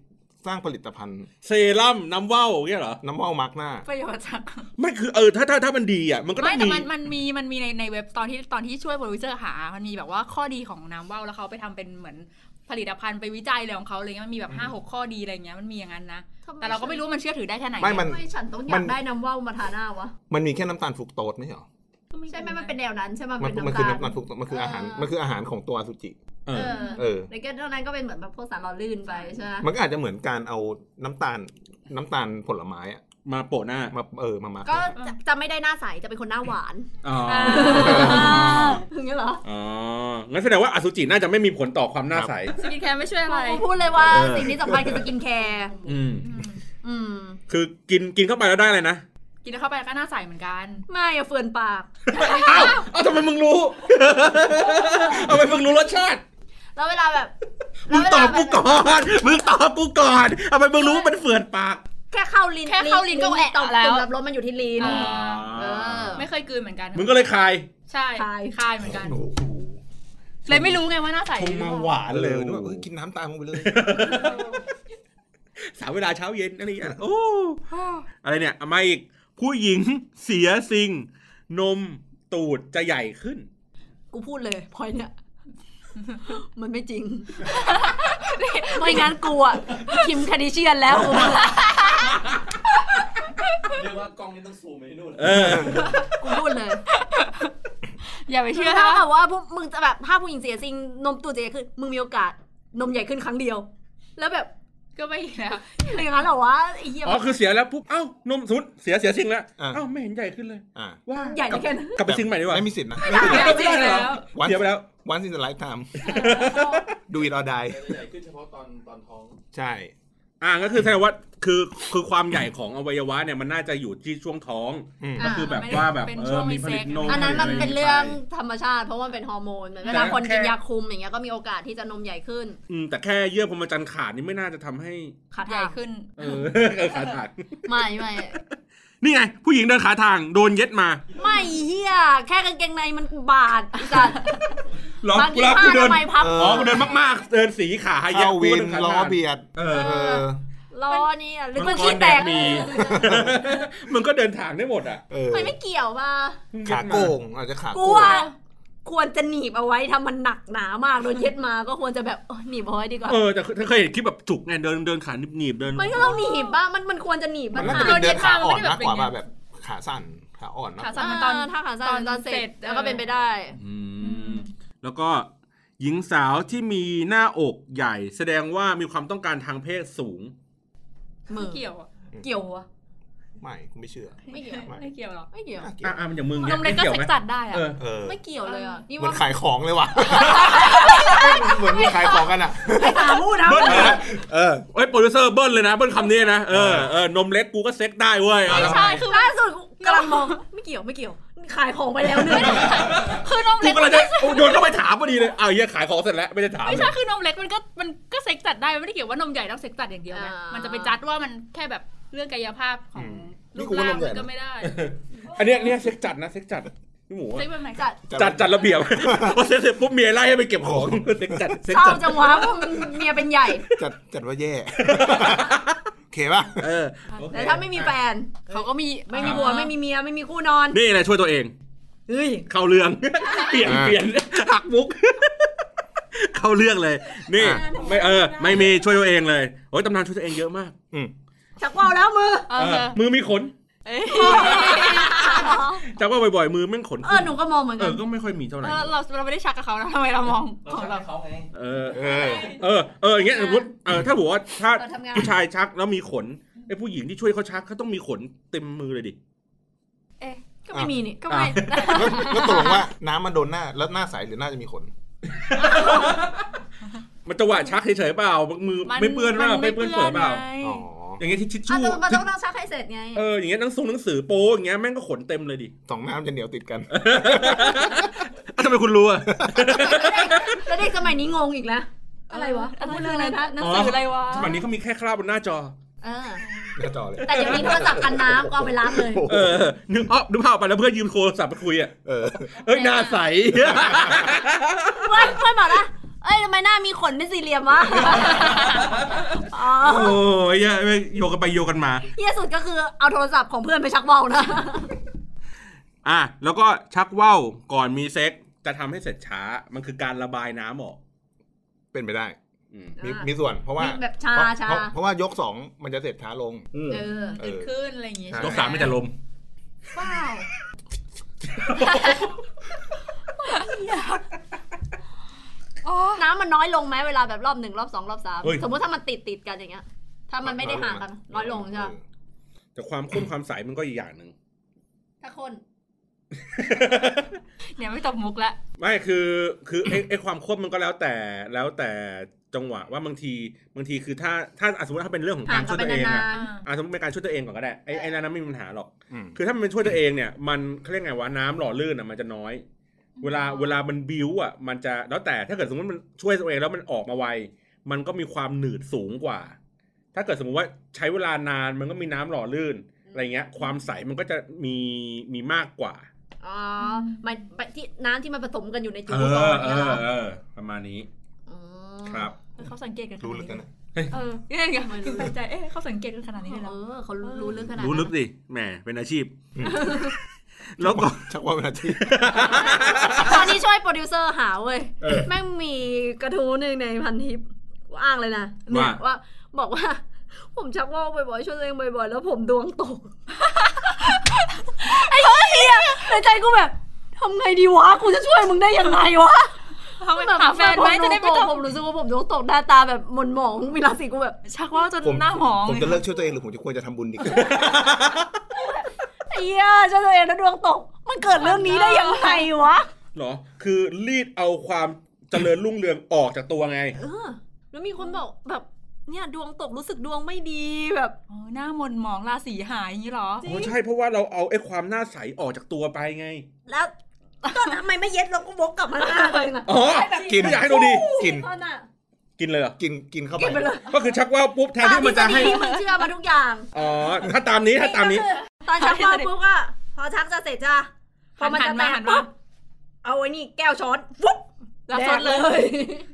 S5: สร้างผลิตภัณฑ์
S2: เซรั่มน้ำว่าวอย่างเงี้ยเหรอ
S5: น้ำเมามาร์กหน้า
S3: ประโยชน์จาก
S2: ไม่คือเออถ้าถ้าถ้ามันดีอ่ะ มันก็ต้
S3: ไม่
S2: อง
S3: แต่
S2: มี
S3: มันมันมีมันมีในในเว็บตอนที่ตอนที่ช่วยโปรดิวเซอร์หา มันมีแบบว่าข้อดีของน้ำว่าวแล้วเขาไปทำเป็นเหมือนผลิตภัณฑ์ไปวิจัยอะไรของเขาอะไรเงี้ยมันมีแบบห้าหกข้อดีอะไรเงี้ยมันมีอย่างนั้นนะแต่เราก็ไม่รู้ว่ามันเชื่อถือได้แค่ไหน
S5: ไม่มัน
S4: ทำไมฉันต้องอ
S5: มั
S4: ยาก
S5: น
S4: ได้น้ำว่าวมาทาหน้าวะ
S5: มันมีแค่น้ำตาลฟรุกโตสไม่ใช่เหรอ
S4: ใช่ไหมมันเป็นแนวนั้นใช่ไหม
S5: มั
S4: มัน น
S5: มั
S4: เป็นน
S5: คือน้ำ
S4: น้ำตา
S5: ตาล
S4: ล
S5: ฟรุกโตสมันคืออาหาร
S4: เออ
S5: มันคืออาหารของตัวอสุจิ
S2: เอ
S4: เอ
S2: อ
S4: อ
S5: เออ
S4: แล้วก็ตอนนั้นก็เป็นเหมือนแบบพวกสารหล่อลื่นไปใช่ไหม
S5: มันก็อาจจะเหมือนการเอาน้ำตาลน้ำตาลผลไม้อะ
S2: มาโปะหน้า
S5: มาเออมามาร์ก
S4: ก็จะจะไม่ได้หน้าใสจะเป็นคนหน้าหวาน
S2: อ๋อ
S3: อ่า
S4: อย่างเงี้ยเหรอ
S2: อ๋องั้นแสดงว่าอสุจิน่าจะไม่มีผลต่อความหน้าใส
S3: สกินแคร์ไม่ช่วยอะไร
S4: กูพูดเลยว่า
S2: เออ
S4: สิ่งที่สำคัญคือสกินแคร์
S2: อืม
S4: อืม
S2: คือกินกินเข้าไปแล้วได้อะไรนะ
S3: กินแล้วเข้าไปก็หน้าใสเหมือนกัน
S4: ไม่อะเฟื่อนปาก
S2: อ้าวเอาทำไมมึงรู้ เอาไปมึงรู้รสชาติ
S4: แล้วเวลาแบบ
S2: มึงตอบกูก่อน มึงตอบกูก่อน เอาไปมึงรู้ว่ามันเฟื่อนปาก
S4: แค่เข้าลิ้น
S3: แค่เข้าลิ้นก็แหวะ
S4: ต่อม
S3: แล้ว
S4: ตุ่มรับรสมันอยู่ที่ลิ้น
S3: อ่า
S4: เออ
S3: ไม่เคยกลืนเหมือนกัน
S2: มึงก็เลยคาย
S3: ใช่
S4: คาย
S3: คายเหมือนกัน
S5: โอ้โห
S3: เลยไม่รู้ไงว่าหน้าใส
S2: คงมาหวานเล
S5: เลย ยนึกว่าเอ้ยกินน้ำตาลลงไปเลย
S2: สามเวลาเช้าเย็นอะไรอย่างเงี้ยโอ้อะไรเนี่ยเอามาอีก ผู้หญิงเสียสิ่ง นมตูดจะใหญ่ขึ้น
S4: กูพูดเลยพอย เนี่ย มันไม่จริง ไม่ งั้นกูอะคิมคาดิเชียนแล้วกู
S7: เรียกว่ากล้องนี่ต้องซูมไปที่นู่น
S2: เออ
S4: กูพูดเลย
S3: อย่าไป
S4: คื
S3: เชื่อ
S4: อถ้าแบบว่าพวกมึงจะแบบถ้าผู้หญิงเสียซิงนมตัวจะใหญ่ขึ้นมึงมีโอกาส นมใหญ่ขึ้นครั้งเดียว แล้วแบบ
S3: ก็ไม่อีกแล้ว
S4: อะไรอย่างนั้นเหรอวะไอ้เหี้ย
S2: อ๋อคือเสียแล้วปุ๊บ เอ้านมสูดเสียเสียสิ่งแล้ว
S5: อ่ะ
S2: เอ้าไม่เห็นใหญ่ขึ้นเลย
S5: อ่า
S2: ว่า
S4: ใหญ่
S2: กลั
S4: ได้
S2: บ
S4: แค่นั้น
S2: กลับไปสิ่งใหม่ดีกว่า
S5: ไม่มีสิทธิ์นะ
S2: ไม่ได้แล้ว
S5: วัน
S2: เสียไปแล้ว
S5: วันสินไลฟ์ไทม์ดูอีดอได
S7: ใหญ่ขึ้นเฉพาะตอนตอนท้อง
S5: ใช่
S2: อ่าก็คือแสดงว่าคือคือความใหญ่ของอวัยวะเนี่ยมันน่าจะอยู่ที่ช่วงท้อง
S5: อืม
S2: ก็คือแบบว่าแบบ
S3: เป็น
S2: เอ
S3: ช่
S2: อ
S3: วง
S2: มีผลิตนม
S3: มีเซ็ก
S4: อันนั้นมันเป็น
S2: ะไย่า
S4: เรื่องธรรมชาติ เพราะว่ามันเป็นฮอร์โมนเหมือนเวลาคนกินยาคุมอย่างเงี้ยก็มีโอกาสที่จะนมใหญ่ขึ้น
S2: อืมแต่แค่เยื่อพรหมจรรย์ขาดนี่ไม่น่าจะทำให้
S4: ขา
S3: ใหญ่
S4: ถาก
S3: ขึ้น
S2: เออ เอ อขาดขาด
S4: ไม่ไม่
S2: นี่ไง ผู้หญิงเดินขาทางโดนเย็ดมา
S4: ไม่เฮียแค่กางเกงในมันบาดอีสัตว์
S2: หรอบ
S4: าง
S2: กู
S4: ยี่
S2: รัก
S4: ห้า
S2: กูเดิน
S4: ทำไมพับ
S5: เอ
S2: อ๋อกูเดินมากๆ เดินสีขาให้เย็ด
S5: เข้า
S2: กู
S5: วิ
S2: ก็
S5: น
S2: เดินขา
S5: ล้อ
S2: ทาง
S5: เบียด
S2: เออ
S5: เออ
S4: ล้อนี่อ่ะหรือมั
S2: มัง
S4: น
S2: ก
S4: ขี้
S2: ร
S4: แต
S2: แด
S4: ก
S2: ดมีมันก็เดินทาง ได้หมดอ่ะ
S5: เออ
S4: มันไม่เกี่ยวป่ะ
S5: ขาโก่งอาจจะขา
S4: กู
S5: โก่ง
S4: ว่าควรจะหนีบเอาไว้ถ้ามันหนักหนามากโดนเย็ดมาก็ควรจะแบบเออหนีบเอาไว้ดีกว่า
S2: เออแต่เคยเห็นคลิปแบบจุกไงเดินเดินขาหนีบๆเดิน
S4: มันก็ต้องหนีบบ้างมันมันควรจะหนีบ
S5: มั
S4: มัน น
S5: น่า
S4: หา
S5: จะ
S4: ก
S5: เป็นเดินขาอ่อน
S3: โดนเย็ดมาม
S5: ากก
S3: ไม่ได้แบบเป็นไง
S5: ว่าป่ะแบบขาสั้นขาอ่อนนะ
S3: ขา
S4: ต
S3: สั้น
S4: อน
S3: ต
S4: ตอ
S3: อน น
S4: ถ้าขาสั้นตอนเสร็จ
S3: เออ
S4: แล้วก็เป็นไปได้
S2: อืมแล้วก็หญิงสาวที่มีหน้าอกใหญ่ แสดงว่ามีความต้องการทางเพศสูง
S3: ไม่
S4: มือ
S3: เกี่ยวอะ
S4: เกี่ยวอะ
S5: ไม่กูไม่เชื่อ
S3: ไม่เกี่ยว
S5: ไม่
S3: ไม่เกี่ยวหรอก
S4: ไม่เกี่ยว
S5: น่าเกลีย
S2: อ่ะ
S5: ด
S2: อ่ะมันอย่างมึง
S3: น
S2: เนี่ย
S3: มเล็กก็
S2: กี่ยว
S3: เซ็
S2: ไห
S3: ก
S2: ม
S3: จัดได้อะ
S2: เออ
S5: เออ
S4: ไม่เกี่ยวเลยอ่ะนี่
S5: เหมือ
S4: ว่าน
S5: ขายของเลยว่ะ เหมือนมึงขายของกันอ่ะ
S4: ถามพูดนะ
S2: เบิ้ลเลยนะ
S5: เออ
S2: เอ้ยโปรดิวเซอร์เบิ้ลเลยนะ เบิ้ลคำนี้นะ เออเออนมเล็กกูก็เซ็กได้เว้ยเอาละ
S3: ใช่คือ
S4: ล่าสุดกำลังมองไม่เกี่ยวไม่เกี่ยว ขายของไปแล้วเนื้อ
S3: คือนม
S2: กู
S3: เล็ก
S2: กำลังจะโดนเข้าไปถามพอดีเลยอ้าวเฮียขายของเสร็จแล้ว ไม่ได้ถาม
S3: ไม่ใช่คือนมเล็กมันก็มันก็เซ็กจัดได้มันไม่ได้เกี่ยวว่านมใหญ่ต้องเซ็กจัดอย่างเดียวไง
S4: อ่ามั
S3: มันจะไปจัดว่ามันแค่แบบเรื่องกายภาพของ
S5: อืม
S3: รู
S5: นี่
S3: ป
S5: กูว่า
S3: ร่าง
S5: น
S3: มันก็
S5: มใหญ่นะ
S3: ไม่ได้
S2: อันเนี้ยเนี่ยเซ็กจัดนะเซ็กจัดพี่หมูอะ
S3: เซ็กแบบไหน
S4: จัด
S2: จัดจัดระเบี ยบพอเซ็กเสร็จปุ๊บเมียไล่ให้ไปเก็บของเซ็กจัดเซ็ก
S4: เศร้า
S2: จัด
S4: จังวะเพราะมันเมียเป็นใหญ่
S5: จัดจัดว่าแย่ โอเคป่ะ
S2: เออโอเค
S4: แต่ถ้าไม่มีแฟน เขาก็มีไม่มีบัวไม่มีเมียไม่มีคู่นอน
S2: นี่แหละช่วยตัวเอง
S4: เฮ้ย
S2: เข้าเรื่อง เปลี่ยน
S5: อ่า
S2: เปลี่ยนหักมุก เข้าเรื่องเลย นี่
S5: อ่า
S2: ไม่เออ ไม่มีช่วยตัวเองเลยโอ้ยตำนานช่วยตัวเองเยอะมาก
S5: อืม
S4: ชักว่าวแล้วมือ
S3: เออ
S2: มือมีขน แต่ว่าบ่อยๆมือแม่งขน
S4: เอ
S2: ขึ้
S4: อน หนูก็มองเหมือน
S2: เอ
S4: กั
S2: อน ก็ไม่ค่อยมีเท่าไหร่
S3: เออเราเราไม่ได้ชักกับเขานะทำไมเรามองข
S7: เรา
S3: อง
S7: ใช้
S3: เรา
S7: เขาไง
S2: เออ
S5: เออ
S2: เออ เออ อย่างเงี้ยสมมติเออ ถ้าบอกว่า ถ้า
S6: เราทำงาน
S2: ผู้ชายชักแล้วมีขน ไอ้ผู้หญิงที่ช่วยเขาชักเขาต้องมีขนเต็มมือเลยดิ
S4: เอ๊ะก็ไม่มีนี่ก็ไม่
S5: แล้วแล้วตกลงว่าน้ำมันโดนหน้า แล้วหน้าใสหรือหน้าจะมีขน
S2: มันจังหวะชักเฉยๆเปล่า มือไม่เปื้อนเปล่าไม่เปื้อนเปื้อนเปล่า
S5: อ๋อ
S2: อย่างเงี้ยที่ทิช
S4: อ่ะ
S2: ชู่ทิ
S4: แต่มันต้องนั่งชักให้เสร็จไง
S2: เออ อย่างเงี้ยหนังสงหนังสือโป๊อย่างเงี้ยแม่งก็ขนเต็มเลยดิ
S5: สองน้ำจะเหนียวติดกัน
S2: อ่ะทำไมคุณรู้อ่ะ
S4: แล้วเด็กสมัยนี้งงอีกแล้ว อะไรวะ
S3: อะไร
S4: พูดเรื่องอะไรนะหนัง
S2: อ๋อ
S4: สืออะไรวะ
S2: สมัยนี้เขามีแค่คราบบนหน้าจอ
S4: เออ
S5: หน้าจอเลย
S4: แต่เดี๋ยวนี้โทรศัพท์กันน้ำก็เอาไปล้างเลย
S2: เออ นึกออกนึกภาพออกไปแล้วเพื่อนยืมโทรศัพท์ไปคุยอ่ะ
S5: เออ
S2: เอ้ยหน้าใส
S4: เพื่อนเพื่อนบอกนะเอ้ยทำไมหน้ามีขนเป็นสี่เหลี่ยมวะ อ๋อ
S2: โอ้ยอย่าไปโยกกันไปโยกกันมา
S4: เยี่ยสุดก็คือเอาโทรศัพท์ของเพื่อนไปชักเบานะ
S2: อ่ะ แล้วก็ชักว่าวก่อนมีเซ็กจะทำให้เสร็จช้า มันคือการระบายน้ำออก
S5: เป็นไปได้
S2: อืม
S5: มี
S4: อ่ามี
S5: มีส่วน เพราะว่า
S4: แบบชา
S5: เพระ
S4: ชา
S5: เพระเพราะว่ายกสองมันจะเสร็จช้าลง
S4: เออ
S5: เอ
S3: ตื่น
S5: อ
S3: ขึ้นอะไรอย่างงี้
S5: ใช่
S2: ยกสามไม่แต่ลม
S4: เปล่า
S3: อ๋อ
S4: น้ำมันน้อยลงไหมเวลาแบบรอบหนึ่งรอบสองรอบสาม
S2: เฮ้ย
S4: สมมติถ้ามันติดติดกันอย่างเงี้ย ถ้ามันไม่ได้ห่างกันน้อยลงใช่ปะ
S5: เออ
S2: แต่ความข้นความใสมันก็อีกอย่างหนึ่ง
S4: ถ้าคน
S3: เนี่ยไม่ตบมุกละ
S2: ไม่คือ คือไอ้ไอ้ความข้นมันก็แล้วแต่แล้วแต่จังหวะว่าบางทีบางทีคือถ้าถ้าอ่ะสมมติถ้าเป็นเรื่องขอ
S4: ห่า
S2: งา
S4: ก
S2: ง ร
S4: กั
S2: ช่วน ย
S4: ไป
S2: ตัวเอง
S4: นา
S2: อะ
S4: น
S2: อ่ะสมมติเป็นการช่วยตัวเองก่อนก็ได้ไอ้ไอ้นั้นไม่มีปัญหาหรอก
S5: อืม
S2: คือถ้ามันเป็นช่วยตัวเองเนี่ยมันเขาเรียกไงวะน้ำหล่อลื่นอ่ะมันจะน้อย เวลาเวลามันบิ้วอ่ะมันจะแล้วแต่ถ้าเกิดสมมติมันช่วยตัวเองแล้วมันออกมาไวมันก็มีความหนืดสูงกว่า ถ้าเกิดสมมติว่าใช้เวลานานมันก็มีน้ำหล่อลื่นอะไรเงี้ย ความใสมันก็จะมีมีมากกว่า
S4: ๆอ๋อหมายไปที่น้ำที่มันผสมกันอยู่ในจุ
S2: เอ
S4: ดก่อ
S2: อน เอ
S4: เนี่ยเหร
S2: อ
S4: อ
S2: เออประมาณนี้
S4: อืม
S2: ครับ
S3: เออเขาสังเกตกัน
S5: รู้ลึกกันนะ
S3: เออเนี่ยไงใส่ใจเอ๊ะเขาสังเกตกันขนาดนี้เลยเหร
S4: เอ
S3: อ
S4: อเขารู้รู้ลึกขนาดนั้น
S2: รู้ลึกดิแหมเป็นอาชีพ
S5: อืม
S2: แล้วก็
S5: ชักว่าเป็นอาชีพ
S4: ตอนนี้ช่วยโปรดิวเซอร์หาเว้ย
S2: เออ
S4: แม่งมีกระทู้หนึ่งในพันทิปกูอ้างเลยนะเนี่ย
S2: ว่า
S4: ว่าบอกว่า ผมชักว่าวบ่อยๆช่วยตัวเองบ่อยๆ แล้วผมดวงตก ไอ้เหี้ยในใจกูแบบทำไงดีวะ กูจะช่วยมึงได้ยังไงวะ
S3: เขาเป็นหาแฟนไว้จะได้ไม่ต้อง
S4: ผมรู้สึกว่าผมดวงตกหน้าตาแบบหม่นหมองมีราศีกูแบบ
S3: ชักว่าวจน
S5: ผม
S3: หน้าหมอง
S5: ผมจะเลิกช่วยตัวเองหรือผมจะควรจะทำบุญดีกว่า
S4: ไอ้เหี้ยช่วยตัวเองแล้วดวงตก มันเกิดเรื่องนี้ได้ยังไงวะ
S2: เหรอ คือรีดเอาความเจริญรุ่งเรืองออกจากตัวไง
S4: เออ แล้วมีคนบอกแบบเนี่ยดวงตกรู้สึกดวงไม่ดีแบบ
S3: โอ้ยหน้าหมนหมองราศีหายอย่างงี้เหรอ
S2: โอ้ใช่เพราะว่าเราเอาไอ้ความหน้าใสออกจากตัวไปไง
S4: แล้ว ก็ทำไมไม่เย็ดเราก็วกกลับมาหน้าตัวเองอะ
S2: อ๋อ
S5: กิน
S2: ไม่อยากให้ดูดี
S5: กิน
S4: ตอนน่ะ
S2: กินเลยเหรอ
S5: กิน กินเข้าไป
S4: กินไปเลย
S2: ก็คือชักว่าวปุ๊บแทนที่มันจะให้
S4: ตามทฤษฎีมึงเชื่อมาทุกอย่าง
S2: อ๋อ ถ้าตามนี้ถ้าตามนี้
S4: ตอนชักว่าวปุ๊บก็พอชักจะเสร็จจ้ะพอมันจะแต
S3: หันมา
S4: ก
S3: หันมา
S4: ปุ๊บเอาไอ้นี่แก้วช้อนปุ๊บ
S3: รับซอสเลย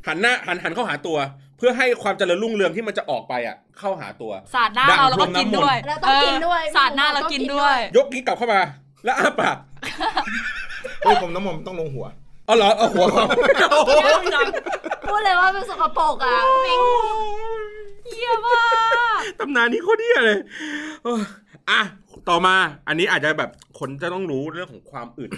S2: หันหน้าหันหันเข้าหาตัว เพื่อให้ความเจริญรุ่งเรืองที่มันจะออกไปอ่ะ เข้าหาตัว
S3: สาดหน้าเราแล้วก็กินด้วย
S4: แล้วต้องกินด้วย
S3: เออสาดหน้าเรากินด้วย
S2: ยกนี้กลับเข้ามา แล้วอ้าปาก
S5: เฮ้ยผมน้ำมันต้องลงหัว
S2: เอาเหรอเอาหัวเข้าโอ้โห
S4: พูดเลยว่าเป็นสกปรกอ่ะแม่งเยี่ยมมาก
S2: ตำนานนี้โคตรเดียเลยโอ้ยอ่ะ ต่อมา อันนี้อาจจะแบบคนจะต้องรู้เรื่องของความอึด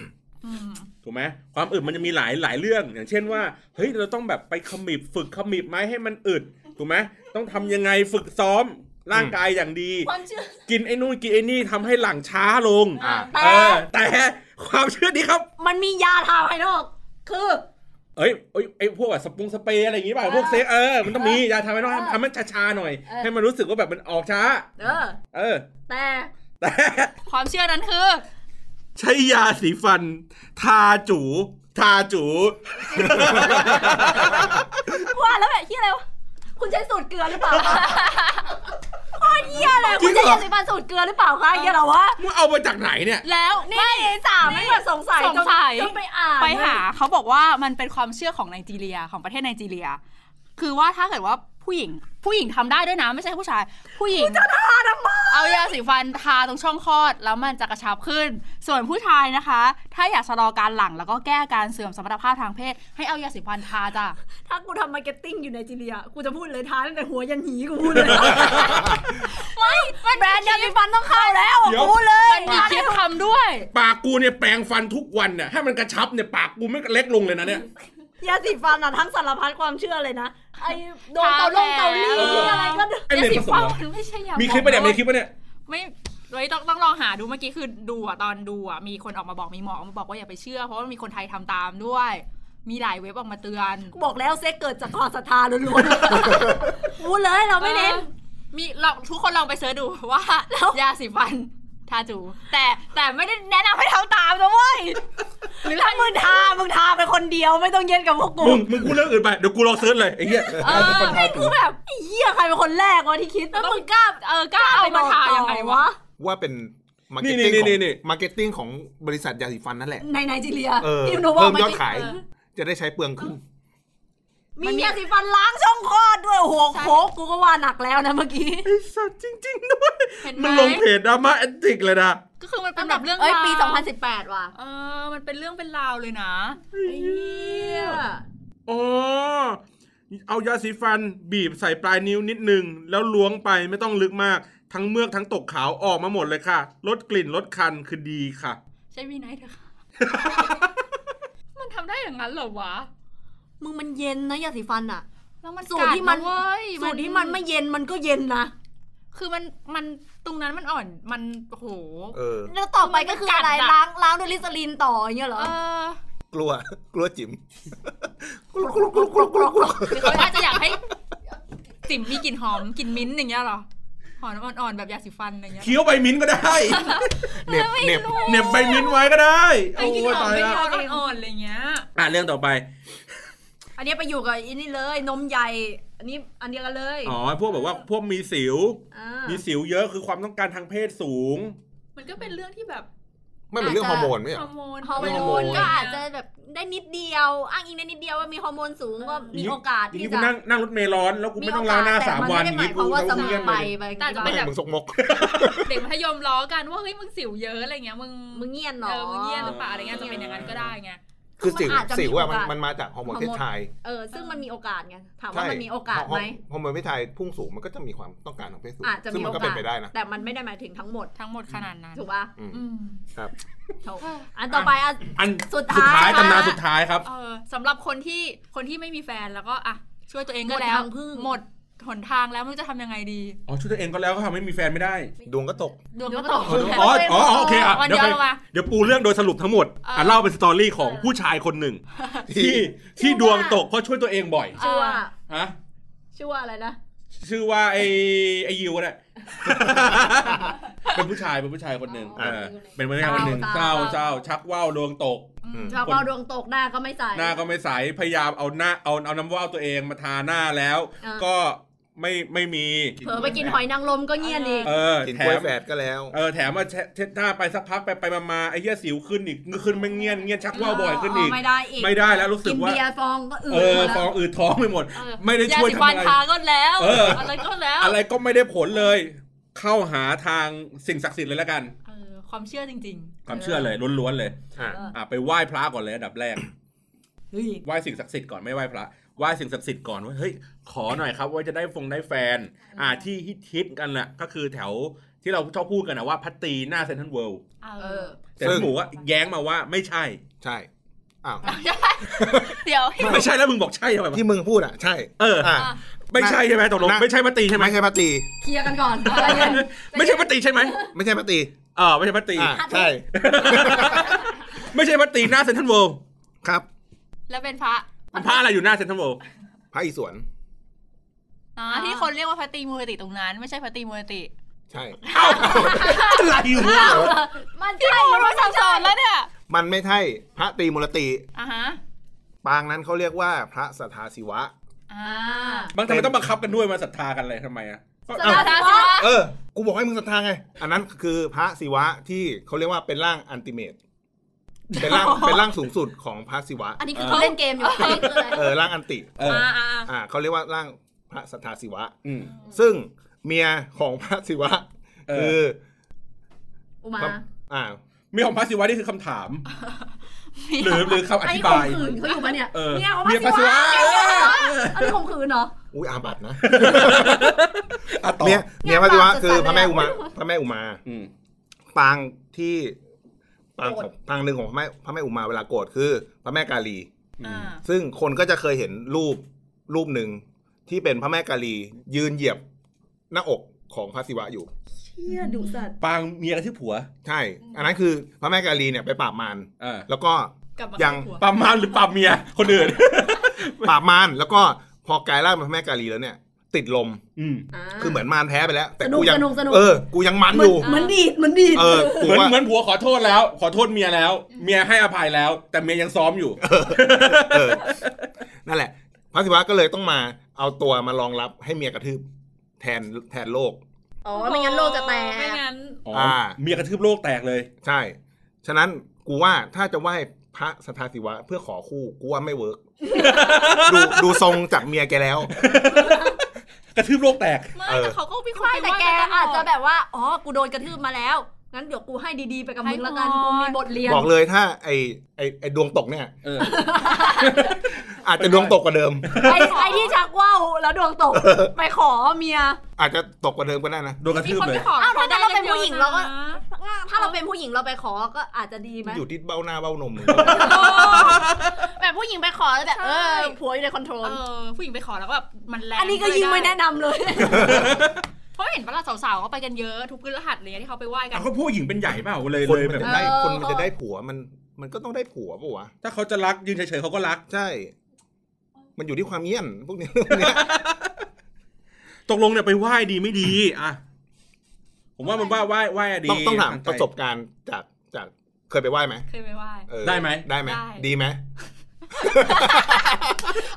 S3: อืม
S2: ถูกไหมความอึดมันจะมีหลายหลายเรื่อง อย่างเช่นว่าเฮ้ยเราต้องแบบไปขมิบฝึกขมิบไหมให้มันอึดถูกไหมต้องทำยังไงฝึกซ้อมร่างกายอย่างดี
S4: ความเชื่อ
S2: กินไอ้นู่นกินไอ้นี่ทำให้หลังช้าลง
S5: อ่า
S4: แต่
S2: เออแต่ความเชื่อนี้ครับ
S4: มันมียาทาภายนอก คือ
S2: เอ้ยเอ้ยไอ้พวกแบบสปรุงสเปรย์อะไรอย่างงี้ป่ะพวกเซ็กเออมันต้องมียาทำให้น้องทำให้มันช้าๆหน่อย
S4: เออ
S2: ให้มันรู้สึกว่าแบบมันออกช้า
S4: เออ
S2: เออ
S4: แต่
S2: แต่
S3: ความเชื่อนั้นคือ
S2: ใช้ยาสีฟัน ทาจูทาจู
S4: กว่าแล้วแบบเหียอะไรวะคุณใช้สูตรเกลือหรือเปล่าคะโคตรเยี่ยเลย
S2: จริ
S4: คุณ
S2: งเหร
S4: ใช้
S2: อ
S4: ยาสีฟันสูตรเกลือหรือเปล่าคะเยี่ยเหรอวะ
S2: มึงเอามาจากไหนเนี่ย
S3: แล้วนี่
S4: สามไม่แบบสงสัย
S3: สงสัย
S4: จนจนไปอ่าน
S3: ไปหาเขาบอกว่ามันเป็นความเชื่อของไนจีเรียของประเทศไนจีเรีย คือว่าถ้าเกิดว่า ผู้หญิง ผู้หญิงทำได้ด้วยนะ ไม่ใช่ผู้ชาย ผู้หญิงจะทาทำไมเอายาสีฟันทาตรงช่องคลอด แล้วมันจะกระชับขึ้น ส่วนผู้ชายนะคะ ถ้าอยากชะลอการหลังแล้วก็แก้อาการเสื่อมสมรรถภาพทางเพศ ให้เอายาสีฟันทาจ้ะ
S4: ถ้ากูทำมาร์เก็ตติ้งอยู่ในจีเรีย กูจะพูดเลยท้าตั้งแต่หัวยันหีกูพูดเลย
S6: แบรนด์ยาสีฟันต้องเข้าแล้ว
S2: เดี๋ยว
S6: กูเลย
S3: มันมีคลิปทำด้วย
S2: ปากกูเนี่ยแปรงฟันทุกวันน่ะให้มันกระชับเนี่ยปากกูไม่เล็กลงเลยนะเนี่ย
S4: ยาสีฟันอะทั้งสารพัดความเชื่อเลยนะ ไอ้โดนเตาลงเตาลี่
S3: เอออ
S4: อะไรก็
S2: ไอ้เน็ต
S3: ยาสี
S2: ผสม
S3: ฟั
S2: เหรอ
S3: มันไม่ใช่ยา
S2: มี
S3: มี
S2: คลิปปะเนี่ยมีคลิปปะเนี่ย
S3: ไม่ไว้ต้องต้องลองหาดูเมื่อกี้คือดูอ่ะตอนดูอ่ะมีคนออกมาบอกมีหมอออกมาบอกว่าอย่าไปเชื่อ เพราะว่ามีคนไทยทำตามด้วย มีหลายเว็บออกมาเตือน
S4: กูบอกแล้วเซ็กเกิดจากความศรัทธาล้วนๆ พูดเลยเราไม่เน้น
S3: ออมีลองทุกคนลองไปเสิร์ชดูว่า
S4: แล้ว
S3: ยาสีฟันทาจู แต่แต่ไม่ได้แนะนำให้ทำตามนะเว้ย
S4: หรือถ้ามึงทา มึงทาไปคนเดียวไม่ต้องเย็นกับพวกกู
S2: มึงมึงพูดเรื่องอื่นไปเดี๋ยวกูลองเซิร์ชเลยไอ้เหี้ย
S3: เออ
S2: ฟันทาตู
S4: กูแบบไอ้เหี้ยใครเป็นคนแรกวะที่คิด
S3: แล้วมึงกล้าเออกล้าเอามาทายังไงวะ
S5: ว่าเป็นมาร์
S2: นี่
S5: เก็ต
S2: นี่
S5: ติ้ง
S2: นี่
S5: ขอ
S2: นี่
S5: ง
S2: นี่
S5: มาร์เก็ตติ้งของบริษัทยาสีฟันนั่นแหละ
S4: ในไนจีเรีย
S5: เออ
S4: ที่หนูบอ
S5: เพิ่
S4: ก
S5: ม
S4: เมื่
S5: ย
S4: อ
S5: อด
S4: กี้
S5: ขาย จะได้ใช้เปลืองขึ้น
S4: มียาสีฟันล้างช่องคลอดด้วยโอ้โหโคกกูก็ว่าหนักแล้วนะเมื่อกี้
S2: ไอ้สัตว์จริงๆด้วย
S3: เห็นไหม
S2: มันลงเพจดราม่าแอดติกเลยนะ
S3: ก็คือมันเป็นแบบเรื่อง
S4: เอ้ย
S3: ราว
S4: ปี 2018 ว่ะ
S3: เออมันเป็นเรื่องเป็นราวเลยนะ
S4: ไอ้เหี้ย
S2: อ๋อ เอายาสีฟันบีบใส่ปลายนิ้วนิดนึง แล้วล้วงไปไม่ต้องลึกมาก ทั้งเมือกทั้งตกขาวออกมาหมดเลยค่ะ ลดกลิ่นลดคันคือดีค่ะ
S3: ใช่วีไนท์เถอะค่ะ มันทำได้อย่างนั้นเหรอวะ
S4: มึงมันเย็นนะยาสีฟันอะ
S3: แล้วมัน
S4: สูตรที่มัน
S3: กัดะเว้ย
S4: สูตรที่มันไม่เย็นมันก็เย็นนะ
S3: คือมันมันตรงนั้นมันอ่อนมันโอ้โห
S5: เออ
S4: แล้วต่อไปก็คืออะไร
S3: มันกัดอะ
S4: ล้างล้างด้วยลิสลีนต่ออย่างเงี้ยเหร
S3: เอ
S4: อ
S3: อ
S5: กลัว กลัวจิ๋มกลัวกลัวกลัวกลัวกลัวกลัว
S3: หรือเขาอาจจะอยากให้จิ๋มมีกลิ่นหอมกลิ่นมิ้นท์อย่างเงี้ยเหรอหอมอ่อนๆแบบยาสีฟันอะไรเงี้ย
S2: เคี้ยวใบมิ้นท์ก็ ได้
S5: เหน็บเหน็บ
S2: เหน็บใบมิ้นท์ไว้ก็ได้
S3: ไอ้
S2: โอ้
S3: กลิ่น
S2: ย
S3: หอม
S2: ตาย
S3: ไม่
S2: ละ
S3: หอมอ่อนๆอะไรเงี้ย
S2: อ่ะเรื่องต่อไป
S4: อันนี้ไปอยู่กับอันนี้เลยนมใหญ่ อันนี้อันเดียวกันเลย
S2: อ๋อ พวกแบบว่าพวกมีสิว
S4: อ่า
S2: มีสิวเยอะคือความต้องการทางเพศสูง
S3: มันก็เป็นเรื่องที่แบบ
S5: ไม่เป็นเรื่องฮอร์โมนไหมเหร
S3: ฮอ
S5: อ
S3: ร์โมน
S4: ฮอร์
S5: เรื่องฮอร์
S4: โม
S5: โม
S4: น
S5: น
S4: ก็อาจจะแบบได้นิดเดียว อ้างอิงได้นิดเดียวว่ามีฮอร์โมนสูงก็มีโอกาส
S2: อย่าง
S4: ที่
S2: นี้กู
S4: จะ
S2: นั่งนั่งรถเมล์ร้อน แล้วกู
S4: มี
S2: ไม่
S4: โอ
S2: ต้อง
S4: กา
S2: ล้างห
S4: ส
S2: น้า
S4: แต่
S2: สาม
S4: มัน
S2: วั
S4: ไม่
S2: นอ
S4: ได้
S2: ย่าง
S4: หมาย
S2: นี้
S4: ค
S2: กู
S4: วามว่าเส
S2: ต้อ
S4: ม
S2: ง
S4: อ
S2: เลี่ยง
S4: ไป
S2: เลย
S4: ไปกิน
S3: แต่
S4: บ้าง
S3: จะเป็นแบบ
S5: มึงสกมก
S3: เด็กมัธยมล้อกันว่าเฮ้ยมึงสิวเยอะอะไรเงี้ยมึง
S4: มึงเงียนหรอ
S3: เออมึงเยี่ยนหรือเปล่าอะไรเงี้ยจะเป็นอย่างนั้นก็ได้ไง
S5: คือสิว
S4: มันอาจจะมี
S5: สิวอะมัน
S4: โอกาส
S5: มันมาจากฮอร์โมนเพศชาย
S4: เออซึ่งมันมีโอกาสไงถาม
S5: ใช่
S4: ว่ามันมีโอกาส
S5: ฮอ
S4: ไหม
S5: ร์ฮอร์โมนเพศชายพุ่งสูงมันก็จะมีความต้องการของเพศสูง
S4: อาจจะ
S5: ซึ่
S4: มี
S5: งมั
S4: โอน
S5: ก็
S4: กา
S5: เป็น
S4: ส
S5: ไปได้นะ
S4: แต่มันไม่ได้หมายถึงทั้งหมด
S3: ทั้งหมดขนาดนั้น
S4: ถูกป่ะ
S5: อืม
S3: อืม
S4: ถูกอันต่อไปอัน
S2: อัน
S4: สุ
S2: สุ
S4: ด
S2: ด
S4: ท้าย
S2: ท้ายตำนานสุดท้ายครับ
S3: เออสำหรับคนที่คนที่ไม่มีแฟนแล้วก็อ่ะช่วยตัวเอง
S4: หม
S3: ก็
S4: ด
S3: แล้ว
S4: ทางพึ่ง
S3: หมดหนทางแล้วมึงจะทำยังไงดี
S2: อ๋อช่วยตัวเองก็แล้วก็ทำให้มีแฟนไม่ได้
S5: ดวงก็ตก
S3: ดวงก็ตก
S2: อ๋ออ๋ออ๋อโอเคอ่ะ
S3: วัน
S2: เดี๋ยว
S3: เดียว
S2: ค่อย
S3: ลงมา
S2: เดี๋ยวปูเรื่องโดยสรุปทั้งหมด
S3: เอ
S2: อ่ะ
S3: อ
S2: เล่าเป็นสตอรี่ของผู้ชายคน หนึ่ง ที่ที่ดวงตกเพราะช่วยตัวเองบ่อย
S4: ชั่ว
S3: อ่า
S2: ฮะ
S4: ชั่วอะไรนะ
S2: ชื่อว่าไอไอยิวก็ได้ เป็นผู้ชายเป็นผู้ชายคนหนึ่ง
S5: อ๋อ
S2: เออเป็นผู้ชายคนหนึ่ง
S4: เศ
S2: เศ
S4: ร้า
S2: ร้า
S4: เศ
S2: เศ
S4: ร้า
S2: ร้าชักว่าวดวงตก
S5: อืม
S4: ชาวบ้านดวงตกหน้าก็ไม่ใส่
S2: หน้าก็ไม่ใสพยายามเอาหน้าเอาเอาน้ำว่าวตัวเองมาทาหน้าแล้ว
S4: อ่า
S2: ก็ไม่ไม่มี
S4: เผลอไปกินหอยนางรมก็เงียนอีก
S2: เออ
S5: กิน
S2: แถ
S5: กล้วย
S2: ม
S5: แฝดก็แล้ว
S2: เออแถมมาเช็ดเช็ดหน้าไปสักพักไปไปมามาไอ้เหี้ยสิวขึ้นอีกขึ้นไม่เงียนเงียนชักว่าวบ่อยขึ้นอีก
S4: ไม่ได้อีก
S2: ไม่ได้แล้วรู้สึ
S4: กิ
S2: ก
S4: น
S2: ว่า
S4: เบียร์ฟองก็อืด
S2: เออ
S4: หม
S2: ฟ
S4: ดแล้ว
S2: องอืดท้องไปหมด
S3: เออ
S2: ไม่ได้ช่วย
S3: ยาสี
S2: ทำ
S3: ฟัน
S2: อะไร
S3: ทาก็แล้ว
S2: เอออ
S3: อะไรก็แล้ว
S2: อะไรก็ไม่ได้ผลเลย เข้าหาทางสิ่งศักดิ์สิทธิ์เลยแล้วกัน
S3: เออความเชื่อจริง
S2: ความเชื่อเลยล้วนๆเลย
S5: อ่ะ
S2: อ่ะไปไหว้พระก่อนเลยอันดับแรก
S4: เฮ้ย
S2: ไหว้สิ่งศักดิ์สิทธิ์ก่อนไม่ไหว้พระไหว้สิ่งศักดิ์สิทธิ์ก่อนว่าเฮ้ยขอหน่อยครับว่าจะได้ฟงได้แฟน อ่าที่ฮิตๆกันแหละก็คือแถวที่เราชอบพูดกันนะว่าพัตตีหน้าเซนทรัลเวิลด์
S3: ๆ เอ
S4: เอ
S3: อ
S4: อ
S2: แต่พี่หมูก็แย้งมาว่าไม่ใช่
S5: ใช่อ้าว
S3: เดี๋ยว
S2: ไม่ใช่แล้วมึงบอกใช่ทำไมวะ
S5: ที่มึงพูดอ่ะ ใช่
S2: เออ
S5: อ่ะ
S2: ไม่ใช่ใช่ไหมตกลง
S5: นะ
S2: ไม่ใช่พัตตีใช่ไหม
S5: ไม่ใช่ปาตี
S4: เคลียร์กันก่อนอะไรเงี้ย
S2: ไม่ใช่พัตตีใช่ไหม
S5: ไม่ใช่ปาตี
S2: เออไม่ใช่พัตตี
S5: อ่ะใช่
S2: ไม่ใช่พัตตีหน้าเซนทรัลเวิลด์
S5: ครับ
S3: แล้วเป็นพระ
S2: มันพระอะไรอยู่หน้าเซนทรัลเวิลด์
S5: พระอิศวร
S3: อ่าที่คนเรียกว่าพระตรีมูรติตรงนั้น ไม่ใช่พระตรีมูรติ
S5: ใช่
S2: เอ้าอะไรอยู่วะ
S4: มัน
S3: ที่
S4: ใช่
S3: พูดมาสับสนแล้วเนี่ย
S5: มันไม่ใช่พระตรีมูลติ
S3: อ่าฮะ
S5: ปางนั้นเขาเรียกว่าพระสัทธาศิวะ
S3: อ่า
S2: บางทำไมต้องบังคับกันด้วยมาศรัทธากันเลยทำไมอ่ะก็
S3: สา
S2: เอ้า
S3: ธุสาธุ
S5: เออ กูบอกให้มึงศรัทธาไง อันนั้นคือพระศิวะที่เขาเรียกว่าเป็นร่างอันติเมตเป็น ร่าง เป็นร่างสูงสุดของพระศิวะ
S4: อันนี้คือเขาเล่นเกมอยู่
S5: เออร่างอันติ
S2: เออ
S3: อ่าอ่า
S5: อ่าเขาเรียกว่าร่าง พระสัทธาศิวะ
S2: อืม
S5: ซึ่งเมียของพระศิวะ
S2: เออ
S5: คือ
S4: อุมา
S5: พระอ่า
S2: มีของพระศิวะนี่คือคำถาม หรือหรือคำอ
S4: อัน
S2: ธิ
S4: นี้ข่
S2: บาม ย
S4: ขืนเขาอยู่ปะเนี่ย
S2: เออ
S8: เนี่ยของพระ
S2: เมียพระศิวะเออ
S4: อันนี้ข่มขืนเหรอ
S5: อุ้ยอาบัตนะ
S2: อ่ะต่อ
S5: เมียเมียพระศิวะคือพระแม่อุมา
S4: เนี่ย
S5: พระแม่อุมา
S2: อืม
S5: ปางที่ปางของปางหนึ่งของพระแม่พระแม่อุมาเวลาโกรธคือ พระแม่กาลี
S3: อ่า
S5: ซึ่งคนก็จะเคยเห็นรูปรูปหนึ่งที่เป็นพระแม่กาลี ยืนเหยียบหน้าอกของพระศิวะอยู่
S4: เชี่ยดุสัตว์
S2: ปางเมียกระทืบผัว
S5: ใช่ อันนั้นคือพระแม่กาลีเนี่ยไปปราบมาร
S2: เออ
S5: แล้วก็
S3: กลับมา
S5: ยัง
S3: ครอบครัว
S2: ปางมารหรือปางเมียคนอื่น
S5: ปราบมารแล้วก็พอกลายร่างเป็นพระแม่กาลีแล้วเนี่ย ติดลม
S2: อืม
S4: า
S5: คือเหมือนมารแท้ไปแล้ว แต่
S4: สนุก
S5: กูยัง
S4: สนุกสนุก
S5: เออกูยังมัน
S4: เหมื
S5: อ
S4: อน
S5: ยู่
S4: เหมือนดีดเหมือนดีด
S5: เออกู
S2: เหมือน
S5: ว่า
S2: เหมือนผัวขอโทษแล้ว ขอโทษเมียแล้ว เมียให้อภัยแล้ว แต่เมียยังซ้อมอยู่
S5: เออนั่นแหละ พระศิวะก็เลยต้องมาเอาตัวมารองรับให้เมียกระทืบแทนแทนโลก
S4: อ๋อไม่งั้นโลกจะแต
S3: ไม่
S4: ก
S3: งั้น
S2: อ๋อ
S5: อ่า
S2: เมียกระทืบโลกแตกเลย
S5: ใช่ ฉะนั้นกูว่าถ้าจะไหว้พระสัทธาศิวะเพื่อขอคู่กูว่าไม่เวิ ร์ก ดูดูทรงจากเมียแกแล้ว
S2: กระทืบโลกแตก
S3: ไม่
S5: เออ
S3: แต่เขาก็มีคน
S4: ไม่
S3: ไป
S4: แต่
S3: ว่า
S4: แก
S3: น
S4: อาจจะ
S3: น
S4: แบบว่า อ๋อ กูโดนกระทืบมาแล้ว งั้นเดี๋ยวกูให้ดีๆไปกับมึงละกัน
S3: ให้พร
S4: กูมีบทเรียน
S5: บอกเลยถ้าไอไอไอดวงตกเนี่ย
S2: เออ
S5: อาจจะดวงตกกว่าเดิม
S4: ไอ้ไอ้ที่ชักว่าวแล้วดวงตก ไปขอเมีย
S5: อาจจะตกกว่าเดิมก็ได้นะ
S2: โดนกระ
S3: มี
S2: ทืบ
S3: คน
S2: เล
S3: ไป
S2: ย
S3: ขอ
S4: อ้าวถ้า
S3: ได้
S4: เราเป็นผู้หญิงเราก็
S3: ยอะนะ
S4: ถ้าเราเป็นผู้หญิงเราไปขอก็อาจจะดีไหม
S5: อยู่ที่เบ้าหน้าเบ้าน ม
S4: แบบผู้หญิงไปขอแล้วแบบเออผัวอยู่ในคอนโทรล
S3: เออผู้หญิงไปขอแล้วก็แบบมันแรง
S4: อันนี้ก็ยิ่งไม่แนะนำเลย
S3: เพราะเห็นปะล่ะสาวๆเขาไปกันเยอะทุกพื้นรหัสเลยที่เขาไปไหว้กัน
S2: เอาเขาผู้หญิงเป็นใหญ่เปล่าเลย
S5: คน
S2: เลย
S5: มัน
S2: แบบ
S5: จะได้
S4: เออ
S5: คนมันจะได้ผัวมัน มันก็ต้องได้ผัวปะวะ
S2: ถ้าเขาจะรักยืนเฉยๆเขาก็รัก
S5: ใช่ มันอยู่ที่ความเงี้ยนพวกเนี้ย เรื่องเนี้ย
S2: ตกลงเนี่ยไปไหว้ดีไม่ดี อ่ะ ผมว่ามันว่าไหว้ไหว้อะดี
S5: ต้องต้องถาม
S2: ทใจ
S5: ประสบการณ์จากจากเคยไปไหว้ไหม
S3: เคยไปไหว้
S5: เออ
S2: ได้ไหม
S5: ได้ไหม
S3: ได้
S5: ดีไหม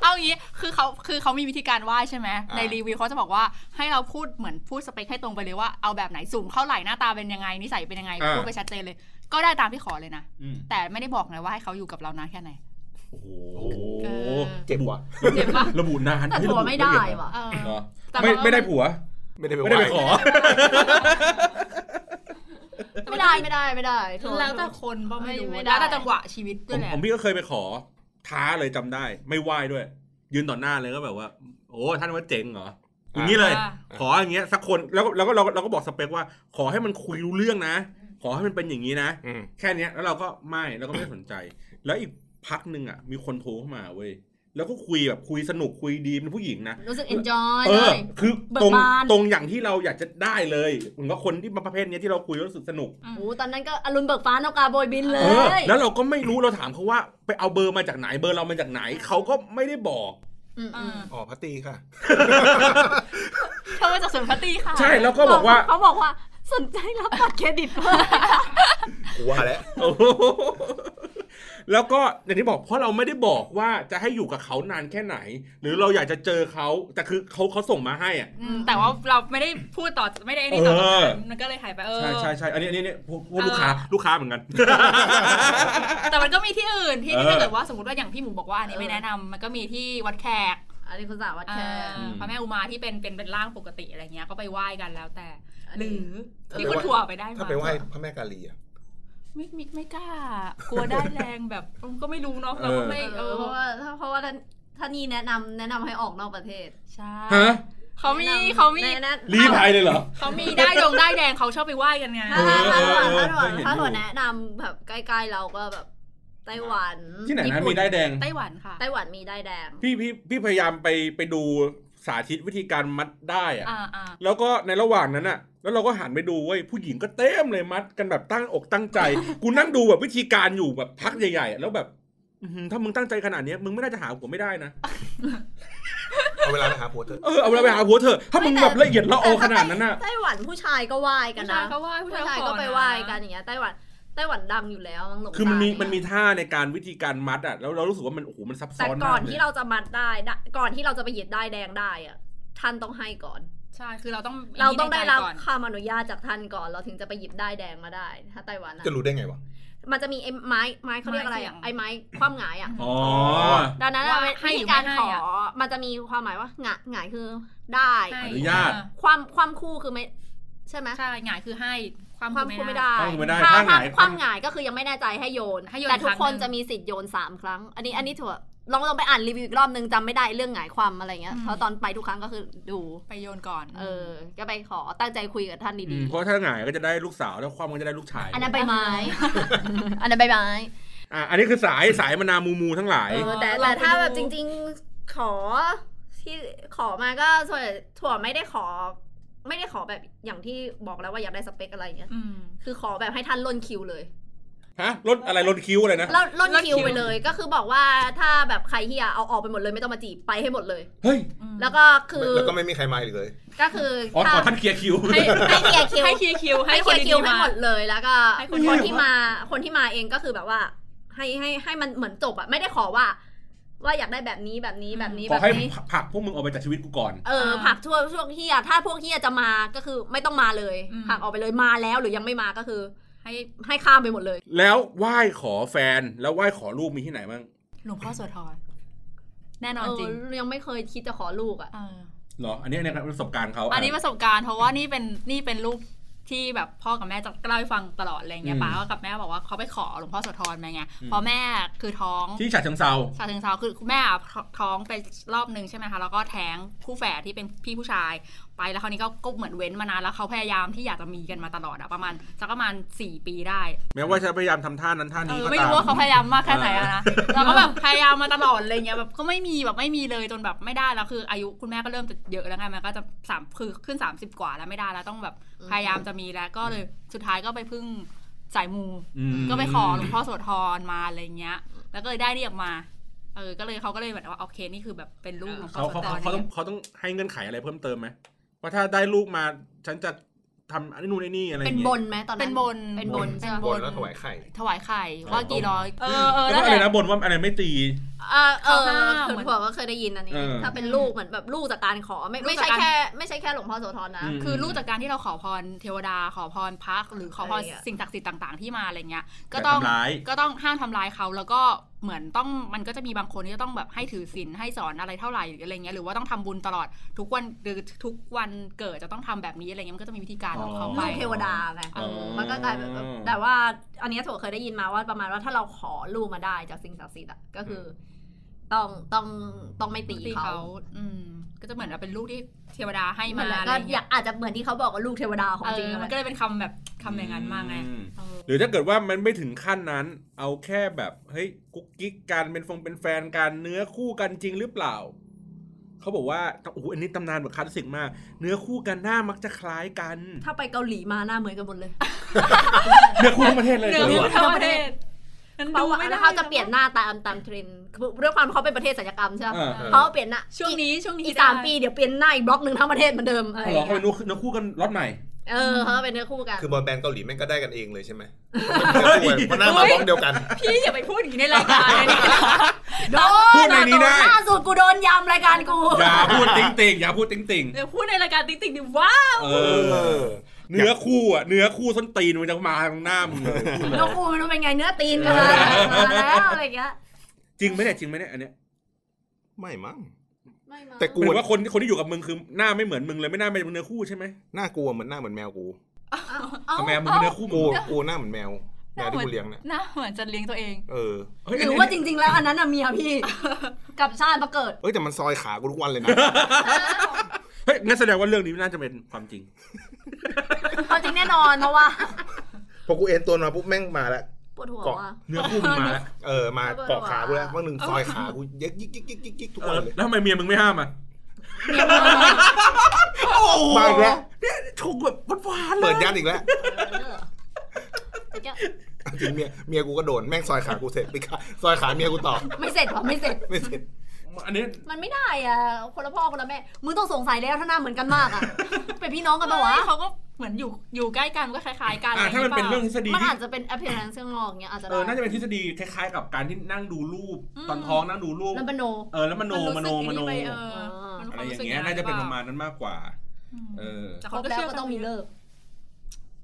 S3: เอางี้คือเขาคือเขามีวิธีการไหว้ใช่ไหม
S5: อ่า
S3: ในรีวิวเขาจะบอกว่าให้เราพูดเหมือนพูดสเปคให้ตรงไปเลยว่าเอาแบบไหนสูงเท่าไหร่หน้าตาเป็นยังไงนิสัยเป็นยังไง
S2: อ่า
S3: พูดไปชัดเจนเลย ก็ได้ตามที่ขอเลยนะ
S2: อืม
S3: แต่ไม่ได้บอกนะว่าให้เขาอยู่กับเรานานแค่ไหน
S2: โอ้โห
S3: เออ
S5: เจ็บวะ
S3: เจ็บปะ
S2: ระบุนาน
S4: แต่
S2: เฮ้ย
S4: ผัว
S2: ระบุ
S4: ไม่
S2: ละ
S4: ได้
S2: เอียเหรอ
S4: ว่ะ
S3: เออ
S2: เหรอ
S3: แต่
S2: ไม่
S3: ว่า
S2: ไม่ได้ผัว
S5: ไม่ได้ไปไห
S2: ไม่ได้
S5: ว้
S2: ไปขอ
S4: ไม่ได้ไม่ได้ไม่ได้โทษ
S3: แล้วแต่คนป่ะไม่รู้
S4: ไม่ได้
S3: แล้วแต่จังหวะชีวิต
S2: ผ
S3: ด้วย
S2: ม
S3: แหละ
S2: ผมพี่ก็เคยไปขอ ท้าเลยจำได้ ไม่ไหว้ด้วย ยืนต่อหน้าเลยก็แบบว่า โอ้ท่านว่าเจ๋งเหรออย่างนี้เลย
S3: อ่า
S2: ขออย่างเงี้ยสักคนแล้วก็แล้วก็เราเราก็บอกสเปคว่า ขอให้มันคุยรู้เรื่องนะ ขอให้มันเป็นอย่างนี้นะ
S5: อืม
S2: แค่เนี้ยแล้วเราก็ไม่เราก็ไม่สนใจ แล้วอีกพักหนึ่งอ่ะ มีคนโทรเข้ามาเว้ยแล้วก็คุยแบบคุยสนุกคุยดีเป็นผู้หญิงนะ
S4: รู้สึก enjoy
S2: เอ
S4: เล
S2: อ
S4: ย
S2: คือ
S4: เบิก
S2: ตรง
S4: บาน
S2: ตรงอย่างที่เราอยากจะได้เลยเหมือนกับคนที่มาประเภทเนี้ยที่เราคุยแล้วรู้สึกสนุก
S4: โอ้โหตอนนั้นก็อรุณเบิกฟ้านกกาโบยบินเล
S2: เออย แล้วเราก็ไม่รู้เราถามเขาว่าไปเอาเบอร์มาจากไหนเบอร์เรามาจากไหนเขาก็ไม่ได้บอก
S3: เออ
S5: อ๋อพัตตีค่ะ
S3: เธอมาจากสวนพัตตี้ค่ะ
S2: ใช่แล้วก็บอกว่า
S4: เขาบอกว่าสนใจรับบัตรเครดิตเพิ่ม
S5: กูว่าแล้ว
S2: โอ้โหแล้วก็อย่างที่บอกเพราะเราไม่ได้บอกว่าจะให้อยู่กับเขานานแค่ไหน หรือเราอยากจะเจอเขาแต่คือเขาเขาส่งมาให้อ่ะ
S3: อืมแต่ว่าเราไม่ได้พูดต่อไม่ได้ไอ้นี่ต่อ
S2: เออ
S3: มันก็เลยหายไปเออ
S2: ใช่ใช่ใช่อันนี้อันนี้เนี่ยพวกพวก
S3: เออ
S2: ลูกค้าลูกค้าเหมือนกัน
S3: แต่มันก็มีที่อื่นที่
S2: เออ
S3: ถ้าเกิดว่าสมมติว่าอย่างพี่หมูบอกว่าอันนี้
S4: เออ
S3: ไม่แนะนำมันก็มีที่วัดแขก
S4: อันนี้คุณสาวัด
S3: เอ่
S4: แค่
S3: ออ
S2: ม
S3: พระแม่อุมาที่เป็นเป็นเป็นร่างปกติอะไรเงี้ยก็ไปไหว้กันแล้วแต่ หรือ
S5: เออ
S3: ที่คุณถั่วไปได้มา
S5: ถ้าไปไหว้พระแม่กาลีอ่ะ
S3: ไม่ไม่ไม่กล้ากลัวได้แรงแบบก็ไม่รู้เนาะเราก็ไม่
S4: เอ
S3: เอ
S4: อ
S3: อ
S4: เพราะว่าถ้าเพราะว่าท่านท่านนี่แนะนำแนะนำให้ออกนอกประเทศ
S3: ใช่
S2: ฮะ
S3: เขามี
S4: แนะนำ
S3: เขามี
S4: แนะนำ
S2: รีภัยเลยเหรอ
S3: เขามีได้ดงได้แดงเขาชอบไปไหว้กันไง
S4: ถ้าถ้า
S2: เออเออเออ
S4: ถ้าถ้าถ้า
S2: เห็นอยู่
S4: ถ้าแนะนำแบบใกล้ๆเราก็แบบไต้หวัน
S2: ที่ไหนนะ
S4: ญี่ปุ่
S2: มีได้ายแดง
S3: ไต้หวันค่ะ
S4: ไต้หวันมีได้ายแดง
S2: พี่พี่พี่พยายามไปไปดูสาธิตวิธีการมัดได้อ่ะ
S3: อ่าอ่า
S2: แล้วก็ในระหว่างนั้นอะแล้วเราก็หันไปดูเว้ยผู้หญิงก็เต็มเลยมัดกันแบบตั้งอกตั้งใจ กูนั่งดูแบบวิธีการอยู่แบบพักใหญ่ๆอะแล้วแบบอื้อหือถ้ามึงตั้งใจขนาดเนี้ยมึงไม่น่าจะหาผัวไม่ได้นะ
S5: เอาเวลาไปหาผัวเธอะ
S2: เออเอาเวลาไปหาผัวเถอะถ้ามึงแบบละเอียดละออขนาดนั้นอะ
S4: ไต้หวันผู้ชายก็ไหว้กัน
S3: ผู้ชาย
S4: นะ
S3: ก็ไหว้ผู้
S4: ผู้
S3: ชาย
S4: ชาย
S3: ขอ
S4: ก็ไป
S3: นะ
S4: ไหว้กันอย่างเงี้ยไต้หวันไต้หวันดังอยู่แล้วมั้งหลง
S2: คือมันมี
S4: ใต้
S2: มันมีท่าในการวิธีการมัดอะแล้วเรารู้สึกว่ามันโอ้โหมันซับซ้
S4: แต่
S2: อน
S4: ก่
S2: มา
S4: อ
S2: ก
S4: น
S2: เลย
S4: ที่เราจะมัดได้ดะก่อนที่เราจะไปหยิบได้ายแดงได้อะท่านต้องให้ก่อน
S3: ใช่คือเราต้อง
S4: เราต้องได้รับ
S3: ก่อน
S4: คำอนุญาตจากท่านก่อน เราถึงจะไปหยิบได้ายแดงมาได้ ถ้าไต้หวันอะ
S5: จะรู้ได้ไงวะ
S4: มันจะมีไอ้ไม้ไม้เขาเรียกอะไร
S3: ไม้เสี่ย
S4: อะ
S3: ง
S4: ไอ้ไม้คว่ำหงายอ่ะ
S2: อ๋อ
S4: ดังนั้นอะ
S3: ว่าให้
S4: วิ
S3: หรือ
S4: ธี
S3: ไม่
S4: การขอ
S3: ให้อะ
S4: มันจะมีความหมายว่าหงายหงายคือได้
S3: ให้
S2: อนุญาต
S4: ความความคู่คือไม่ใช่ไหม
S3: ใช่หงายคือให้ความ
S4: ความ
S3: อ
S4: คู่ไม่ได้
S2: ต้องไม่ได้
S4: ถ้า
S2: ถ้า
S4: ถ้าง
S2: หาย
S4: ความหงายก็คือยังไม่แน่ใจให้โยน
S3: ให้โยน
S4: แต่ทุ
S3: รั้
S4: ก
S3: ง
S4: คน
S3: หง
S4: จะมีสิทธิ์โยน 3 ครั้ง อันนี้อันนี้ถือว่าลองลองไปอ่านรีวิวอีกรอบนึงจำไม่ได้เรื่องหงายความอะไรเงี้ย
S3: อืม
S4: เพราะตอนไปทุกครั้งก็คือดู
S3: ไปโยนก่อน
S4: เออ ก็ไปขอตั้งใจคุยกับท่าน
S2: อื
S4: ดี
S2: มเพราะถ้าหงายก็จะได้ลูกสาวแล้วความก็จะได้ลูกชาย
S4: ๆ อันนั้นใบไม้ อันนั้นใบไม้
S2: อ่ะอันนี้คือสายสายมนามูมูทั้งหลาย
S4: เออแต่
S3: ลองไป
S4: แต่ถ้าแบบ
S3: ดู
S4: จริง ๆขอที่ขอมาก็ส่วนใหญ่ถั่วไม่ได้ขอ ไม่ได้ขอแบบอย่างที่บอกแล้วว่าอยากได้สเปคอะไรเงี้ย
S3: ม
S4: คือขอแบบให้ท่านล้นคิวเลย
S2: ฮะลดอะไรลดคิ้วอะไรนะ
S4: เราล่น
S3: ล่นคิ
S4: คิ
S3: ว
S4: วไปเลยก็คือบอกว่าถ้าแบบใครเฮียเอาออกไปหมดเลยไม่ต้องมาจีบไปให้หมดเลย
S2: เฮ้ย
S3: อืม
S4: แล้วก็คือ
S5: แล้วก็ไม่มีใครมาอีกเลย
S4: ก็คือ
S2: อ๋อ
S4: ถ้า
S2: ขอท่านเคลียร์คิ้ว
S4: ให้ให้เคลียร์คิว
S3: ให้เคลียร์คิว ให้
S4: ให้
S3: ค
S4: เคนลียร์คิว
S3: ๆ
S4: ให้
S3: มา
S4: หมดเลยแล้วก็
S3: ให้
S4: ค
S3: คน น
S4: ที่มาคนที่มาเองก็คือแบบว่า ให้ให้ให้มันเหมือนจบอะไม่ได้ขอว่า ว่าอยากได้แบบนี้แบบนี้แบบนี้
S2: ข
S4: แบ
S2: อบ ให้
S4: นี้
S2: ผลักพวกมึงออกไปจากชีวิตกูก่อน
S4: เออผลักช่วงช่วงเฮียถ้าพวกเฮียจะมาก็คือไม่ต้องมาเลย
S3: อืม
S4: ผลักออกไปเลยมาแล้วหรือยังไม่มาก็คือ
S3: ให้
S4: ให้ข้ามไปหมดเลย
S2: แล้วไหว้ขอแฟนแล้วไหว้ขอลูกมีที่ไหนบ้าง
S3: หลวงพ่อโสธรแน่นอน
S4: เอ
S3: จริง
S4: อยังไม่เคยคิดจะขอลูกอะ
S3: เออ
S2: เหรออันนี้ในประสบการณ์เขา
S3: อันนี้ประสบการณ์เพราะว่านี่เป็นนี่เป็นรูปที่แบบพ่อกับแม่จะเล่าให้ฟังตลอดอะไรเงี้ยป้าก็กับแม่บอกว่าเขาไปขอหลวงพ่อโสธรมาไงเพราะแม่คือท้อง
S2: ที่ฉะเชิงเซา
S3: ชาเชิงเซาคือคุณแม่อะท้องไปรอบหนึ่งใช่ไหมคะแล้วก็แท้งคู่แฝดที่เป็นพี่ผู้ชาย ไปแล้วคราวนี้ก็ก็เหมือนเว้นมานานแล้วเขาพยายามที่อยากจะมีกันมาตลอดอะประมาณสักประมาณ 4 ปีได้
S2: แม้ว่าจะพยายามทำท่านั้นท่า
S3: เอ
S2: นี้
S3: อ
S2: ก็
S3: ไม่
S2: ตาม
S3: รู้ว่าเขาพยายามมากแค่ไหนอะนะเราก็แบบพยายามมาตลอดอะไรเงี้ยแบบก็ไม่มีแบบไม่มีเลยจนแบบไม่ได้แล้วคือ อายุคุณแม่ก็เริ่มจะเยอะแล้วไงมันก็จะสามคือขึ้น 30 กว่าแล้วไม่ได้แล้วต้องแบบพยายามจะมีแล้วก็เลยสุดท้ายก็ไปพึ่งสายมู
S2: อืม
S3: ก็ไปขอหลวงพ่อโสธรมาอะไรเงี้ย แล้วก็เลยได้เรียกมา เออ ก็เลยเขาก็เลยแบบว่าโอเคนี่คือแบบเป็นลูกหลวงพ่อ
S2: เขา
S3: โส
S2: เขา
S3: ธร
S2: เขาต้องเขาต้องให้เงื่อนไขอะไรเพิ่มเติมไหมว่าถ้าได้ลูกมาฉันจะทำอันนี้นู่นไอ้นี่อะไรอ
S4: เป็
S2: ย่าน ง
S4: บ
S2: เงี้ย
S4: นไหมตอนนั้น
S3: เป็นบน
S4: เป็นบนใช่ไหม
S5: บนแล้วถวายไข่
S3: ถวายไข่ว่ากี่ร้อย เออเออ
S2: แล้วก็
S3: นั่น
S2: อะไร
S3: แหละ
S2: นะบนว่าอะไรไม่ตี
S4: เออเออ
S3: ข้าวหน้า
S4: เผื่อๆก็เคยได้ยินอันนี้
S2: เออ
S4: ถ้าเป็นลูกเหมือนแบบลูกจากการขอไม่
S3: ลู
S4: ไม่
S3: กจาก
S4: ใช่
S3: การ
S4: แค่ไม่ใช่แค่หลวงพ่อโสธรนะ
S2: ม
S3: คือลูกจากการที่เราขอพรเทวดาขอพรพระหรือขอพร
S4: อะไรอะ
S3: สิ่งศักดิ์สิทธิ์ต่างๆที่มาอะไรเงี้ย ก็
S2: อย่า
S3: ต้อง
S2: ทำร้าย
S3: ก็ต้องห้ามทำร้ายเขาแล้วก็เหมือนต้องมันก็จะมีบางคนที่จะต้องแบบให้ถือศีลให้สอนอะไรเท่าไหร่หรืออะไรเงี้ยหรือว่าต้องทำบุญตลอดทุกวันหรือทุกวันเกิดจะต้องทำแบบนี้อะไรเงี้ยมันก็จะมีวิธีการของเขา
S2: อ๋อ
S3: ไป
S4: ลูกเทวดาไง
S3: อ๋อ
S4: มันก็กลายเป็นแบบแต่ว่าอันเนี้ยถั่วเคยได้ยินมาว่าประมาณว่าถ้าเราขอลูกมาได้จากสิ่งศักดิ์สิทธิ์อะก็คืออต้องต้องต้องไม่ตี
S3: ตี
S4: เขา
S3: เขาอืม ก็จะเหมือนกับเป็นลูกที่เทวดาให้
S4: เหมื
S3: มา
S4: อน
S3: อะไร
S4: ก็อ
S3: เงี้
S4: ยายกอาจจะเหมือนที่เขาบอกว่าลูกเทวดาของ
S3: เอ
S4: จริง
S3: อ
S4: อะ
S3: มันก็เลยเป็นคำแบบคำอย่างนั้นมาไง
S2: อืม
S4: เออ
S2: หรือถ้าเกิดว่ามันไม่ถึงขั้นนั้น เอาแค่แบบเฮ้ยกุ๊กกิ๊กกันเป็นฟงเป็นแฟนกันเนื้อคู่กันจริงหรือเปล่าเขาบอกว่าโอ้โหอันนี้ตำนานแบบคลาสสิกมาก เนื้อคู่กันหน้ามักจะคล้ายกัน
S4: ถ้าไปเกาหลีมาหน้าเหมือนกันหมดเลย
S2: เนื้อคู่ทั้งประเทศเลย
S3: เนื้อ
S2: ดี๋ยว
S3: คู่
S2: อะ
S3: ทั้งประเทศนั้น
S4: เพ
S3: ดู
S4: ราะว่า
S3: ไม่ได้
S4: เขาจะเปลี่ยนหน้าตามตามเทรนด์ด้วยความเขาเป็นประเทศศัลยกรรมใช่ไหม
S2: อ่า
S4: เขาเปลี่ยนหน้า
S3: ช่วงนี้ช่วงนี้
S4: อีกสาม
S3: ได้
S4: ปีเดี๋ยวเปลี่ยนหน้าอีกบล็อกหนึ่งทั้งประเทศเหมือนเดิมอะไรอ
S2: เอา
S4: ย่า
S2: เหรอง เขา
S4: เงี้
S2: เป็น
S4: ย
S2: เนื้อคู่กันล็อตใหม่
S4: เออเขาเป็นเนื้อคู่กัน
S5: คือบอลแบนด์เกาหลีแม่งก็ได้กันเองเลยใช่ไหมเพราะหน้ามาบล็อกเดียวกัน
S3: พี่อย่าไปพูดอย่างนี้ในรายการเลยนะ
S4: โด
S2: พูดในนี้ได้
S4: ล่าสุดกูโดนยำรายการกู
S2: อย่าพูดติ๊งติ่งอย่าพูดติ๊งติ่ง
S3: เดี๋ยวพูดในรายการติ๊กติ๊กดิว้า
S2: เออ เนื้อคู่อ่ะเนื้อคู่ส้นตีนมันจะมาทางหน้ามึงเลยพูดเลย
S4: เนื้อคู่ไม่รู้เป็นไงเนื้อตีนกันมาแล้วอะไรอย่างเงี้ย
S2: จริงไหมเนี่ยจริงไหมเนี่ยอันเนี้ย
S5: ไม่มั้ง
S4: ไม่มา
S5: แต่
S2: ห
S5: กู
S2: มายถึง
S5: อะ
S2: ว่าคนคนที่อยู่กับมึงคือหน้าไม่เหมือนมึงเลยไม่หน้าไม่เป็นเนื้อคู่ใช่ไหม
S5: หน้ากูอะเหมือนหน้าเหมือนแมวกู
S4: เอ้า
S2: ทำไมมึงเป็นเนื้อคู่มึ
S5: กู
S2: ง
S5: กูหน้าเหมือนแมวแมวที่กูเลี้ยงเนี่ย
S3: หน้าเหมือนจะเลี้ยงตัวเอง
S5: เออ
S2: เฮ้ย
S4: ห
S2: อัน
S4: รือ
S2: นี้
S4: ว่าจริง ๆ แล้วอันนั้นน่ะเมียพี่ กับชาติประเกิด
S5: เอ้ยแต่มันซอยขากูทุกวันเลยนะ
S2: เฮ้ยงั้นแสดงว่าเรื่องนี้น่าจะเป็นความจริง
S4: เขาจริงแน่นอนเพราะว่า
S5: พอกูเอ็นตัวมาปุ๊บแม่งมาแล้ว
S4: ปวดหัว
S5: ก่อน
S4: ว่ะ
S2: เนื้อคู่มึงมาแล้ว
S5: เออมาเกาะขากูแล้ววันหนึ่ง
S4: เออ
S5: ซอยขากูเย็กยิกยิกยิกยิกยิกทุก
S2: เอ
S5: วัน
S2: อ
S5: เลย
S2: แล้วทำไมเมียมึงไม่ห้ามอ่ะ
S5: มาอีกแล้ว
S2: เนี่ยถูกแบบหวานๆเล
S5: เปิ
S2: ย
S5: ดยัดอีกแล้ว
S4: เนี่ย
S5: จริงเมียเมียกูก็โดนแม่งซอยขากูเสร็จไปขาซอยขาเมียกูต่อ
S4: ไม่เสร็จว่ะไม่เสร็จ
S5: ไม่เสร็จ
S2: อันนี้
S4: มันไม่ได้อ่ะคนละพ่อคนละแม่มึงต้องสงสัยแล้วถ้าหน้าเหมือนกันมากอ่ะเป็นพี่น้องกันปะวะ
S3: เขาก็เหมือนอยู่อยู่ใกล้กันก็คล้ายๆกัน
S2: อ่ะถ้ามันเป็นเรื่องทฤษฎี
S4: มัน
S2: ที่
S4: อาจจะเป็น appearance เชิงงอกอย่างเงี้ยอาจจะ
S2: เอ
S4: ได้
S2: อ น่าจะเป็นทฤษฎีคล้ายๆกับการที่นั่งดูรูปตอนท้องนั่งดูรูป
S4: แล้วเป็นโน
S2: เออ แล้วมโน มโน มโน
S3: มัรู้สึ
S2: อะไรอย่า
S3: กอย่างนี้ไปเออมันควมรู้สึก
S4: อ
S2: งเงี้ย น่าจะเป็นประมาณ
S3: หรือ
S2: นั้นมากกว่า
S3: เปล่า
S2: เออ
S3: แต่
S4: คร
S3: เขา
S4: บ
S3: ก็
S4: แล้ว
S3: เชื่อ
S4: ก็ต้องมีเลิก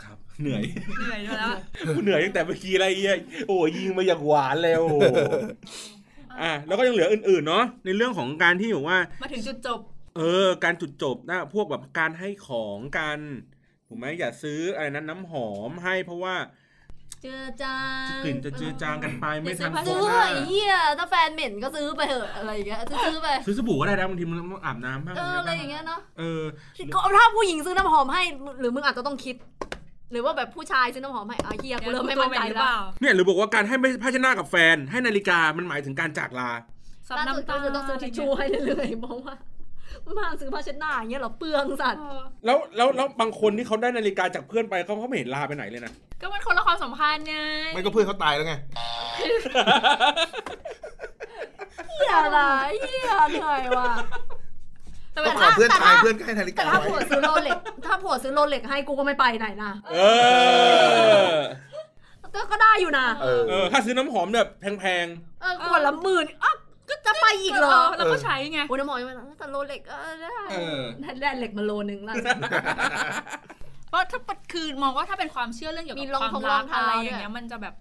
S2: ครับ เหนื่อย
S3: เหนื่อยแล้วอะ
S2: กูเหนื่อยตั้งแต่เมื่อกี้อะไรเงี้ยโอ้ยิงมาอย่างหวานเลยโอ้โหอ่ะแล้วก็ยังเหลืออื่นๆเนาะในเรื่องของการที่แบบว่า
S3: มาถึงจุดจบ
S2: เออ การจุดจบนะพวกแบบการให้ของกันถูกไหมอย่าซื้ออะไรนั้นน้ำหอมให้เพราะว่า
S4: เจอจาก
S2: ลิ่นจะเจือจางกันไปไม่ทัน
S4: ซื้อ
S2: ทั่วห
S4: เถ
S2: น้า
S4: อะไอ้เหี้ยถ้าแฟนเหม็นก็ซื้อไปเถอะอะไรอย่างเงี้ยซื้อไป
S2: ซื้อสบู่ก็ได้นะบางทีมันต้องอาบน้ำบ้าง
S4: เออ
S2: อะ
S4: อะไร ไร
S2: บ้าง
S4: อย่างเงี้ยเนาะ
S2: เออ
S4: ก็เอาถ้าผู้หญิงซื้อน้ำหอมให้ หรือมึงอาจจะต้องคิด หรือว่าแบบผู้ชายซื้อน้ำหอมให้อ่ะเหี้ยกูเริ่มไม่มั่นใจแล้ว
S2: เนี่ยหรือบอกว่าการให้ไม่ผ้าเชดหนากับแฟน ให้นาฬิกามันหมายถึงการจากลา
S3: ซับ
S4: ล่าสุด
S3: น้ำ
S4: ก็
S3: ตา
S4: คือต้องซื้อทิชชู่ให้เรื่อยๆเพราะว่ามาซื้อผ้าเช็ดหน้าอย่างเงี้ยเหรอเปลืองสัตว์
S3: เออ
S2: แล้วแล้วแล้วบางคนที่เขาได้นาฬิกาจากเพื่อนไปเขาเขาไม่เห็นลาไปไหนเลยนะ
S3: ก็มันคนละความสัมพันธ์ไง
S5: ไม่ก็เพื่อนเขาตายแล้วไง
S4: เหี้ยอะไรเหี้ยเหนื่อยว่ะ
S3: แต่
S5: ก็
S3: ว่า
S5: ขอเพื่อนชายเพื่อนใกล้นาฬิ
S4: แต่
S5: กา
S4: ถ้า
S5: ไว้
S4: ผัวซื้อโรเล็กถ้าผัวซื้อโรเล็กให้กูก็ไม่ไปไหนนะ
S2: เออ
S4: ก็ก็ได้อยู่นะ
S5: เออ
S2: เออ ถ้าซื้อน้ำหอมแบบแพง
S4: เออขวดละหมื่นอ่ะก็จะไปอีกเหรอ
S3: แล้วก็ใช้ไง
S4: โอ้ยน้ำหมอยังไม่แต่โรเล็กก็ได้
S2: ๆ เออ
S4: แลนเหล็กมาโลนึงละ
S3: เพราะถ้าปะคือมองว่าถ้าเป็นความเชื่อเรื่องเกี่ยว
S4: มี
S3: กับ
S4: รอง
S3: ความ
S4: ทง
S3: รัก
S4: รองเท้า
S3: อะไรอย่าง
S4: ด้วย
S3: เงี้ยมันจะแบบ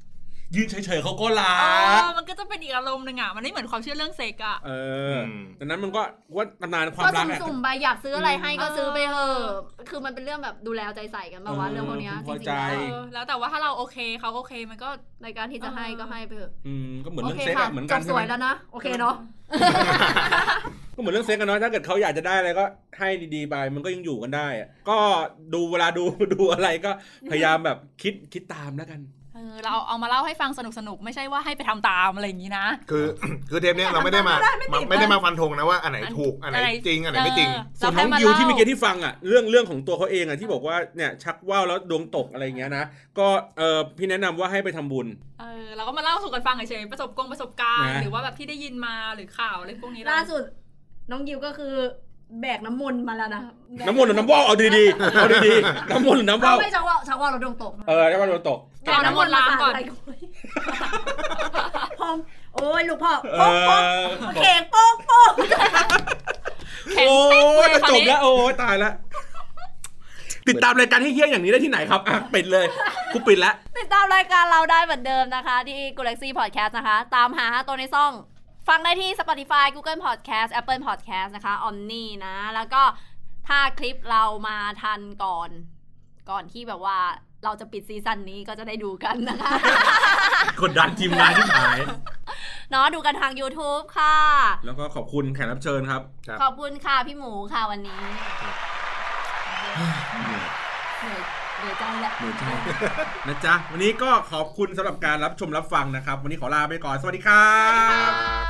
S2: ยืนเฉยๆเขาก็ลา
S3: เออมันก็จะเป็นอีกอารมณ์หนึ่งอ่ะมันไม่เหมือนความเชื่อเรื่องเซ็กอ่ะ
S2: เอออ
S5: ม
S2: ดังนั้นมันก็ว่าตำนานความ
S4: ก็
S2: รักอะ
S4: สุ่มๆไปอยากซื้ออะไรให้ก็
S3: เออ
S4: ซื้อไปเถอะคือมันเป็นเรื่องแบบดูแลเอาใจใส่กันมากว่า
S2: เออ
S4: เรื่องพวกเนี้ย
S2: พึงพ
S4: จ
S2: อ
S4: ริง
S2: ใจ
S4: ๆ
S3: เออ
S4: แล้ว
S3: แล้วแต่ว่าถ้าเราโอเคเขาโอเคมันก็
S4: ในการที่จะให้ก็ให้ไปเถอะ
S2: อืมก็เหมือน
S4: โอ
S2: เรื่อง
S4: เค
S2: เซ็ก
S4: ค่ะ
S2: อะเหมือน
S4: จ
S2: กัน
S4: บ
S2: ใช่
S4: ส
S2: ไห
S4: ว
S2: ม
S4: ยแล้วนะโอเคเนาะ
S2: ก็เหมือนเรื่องเซ็กกันเนาะถ้าเกิดเขาอยากจะได้อะไรก็ให้ดีๆไปมันก็ยังอยู่กันได้อะก็ดูเวลาดู ดูอะไรก็พยายามแบบคิดคิดตามแล้วกัน
S3: เออเราเอามาเล่าให้ฟังสนุกสนุกๆไม่ใช่ว่าให้ไปทำตามอะไรอย่างนี้นะ
S5: คือ คือเทปเนี้ยเราไม่ได้มามาไม่ได้มาฟันธงนะว่าอันไหนถูกอันไหน
S3: อะไร
S5: จริงอันไหนไม่จริง
S2: ส่วนน้องยิวที่เมื่อกี้ที่ฟังอ่ะเรื่องเรื่องของตัวเขาเองอ่ะที่บอกว่าเนี่ยชักว่าวแล้วดวงตกอะไรอย่างเงี้ยนะก็เออพี่แนะนำว่าให้ไปทำบุญ
S3: เออเราก็มาเล่าสู่กันฟังเฉยๆประสบกงประสบการณ์
S2: นะ
S3: หรือว่าแบบที่ได้ยินมาหรือข่าวอะไรพวกนี้
S4: ล่าสุด น้องยิวก็คือแบกน้ำมนต์มาแล้วนะ
S2: น้ำมนต์หรือน้ำว่าวเอาดีๆเอาดีๆน้ำมนต์หรือน้ำว่า
S4: เขา
S2: ว
S4: ไม่ชาวว่าชาวว่าเราดวงตก
S2: เออน้ำว่าวดวงตก
S3: แก่น้ำมนต์ล้างก่อน
S4: แบกำมนต์มาพร้อมโอ้ยลูกพ่อ
S2: เอ
S4: โป๊ะโป๊ะ
S2: อ
S4: โอเคโป๊ะโป๊ะ
S3: แข็ง
S2: โอ้
S3: เป๊กเลย ยคราว
S2: จบ
S3: นี้
S2: แล้วโอ้ยตายละติดตามรายการให้เฮี้ยอย่างนี้ได้ที่ไหนครับอ่ะปิดเลยกูปิดละ
S4: ติดตามรายการเราได้เหมือนเดิมนะคะ ที่ Galaxy Podcast นะคะ ตามหาตัวในซ่อง ฟังได้ที่ Spotify Google Podcast Apple Podcast นะคะ Omni นะ แล้วก็ถ้าคลิปเรามาทันก่อน ก่อนที่แบบว่าเราจะปิดซีซั่นนี้ก็จะได้ดูกันนะคะ
S2: กดดันทีมงานที่หาย
S4: เนาะดูกันทาง YouTube ค่ะ
S2: แล้วก็ขอบคุณแขกรับเชิญครับ
S5: ครับ
S4: ขอบคุณค่ะพี่หมูค่ะวันนี้ เหนื่อยเหนื่อยใจแหละ
S2: หนูใจนะจ๊ะวันนี้ก็ขอบคุณสำหรับการรับชมรับฟังนะครับ วันนี้ขอลาไปก่อนสวัสดีครับ
S4: ค่ะ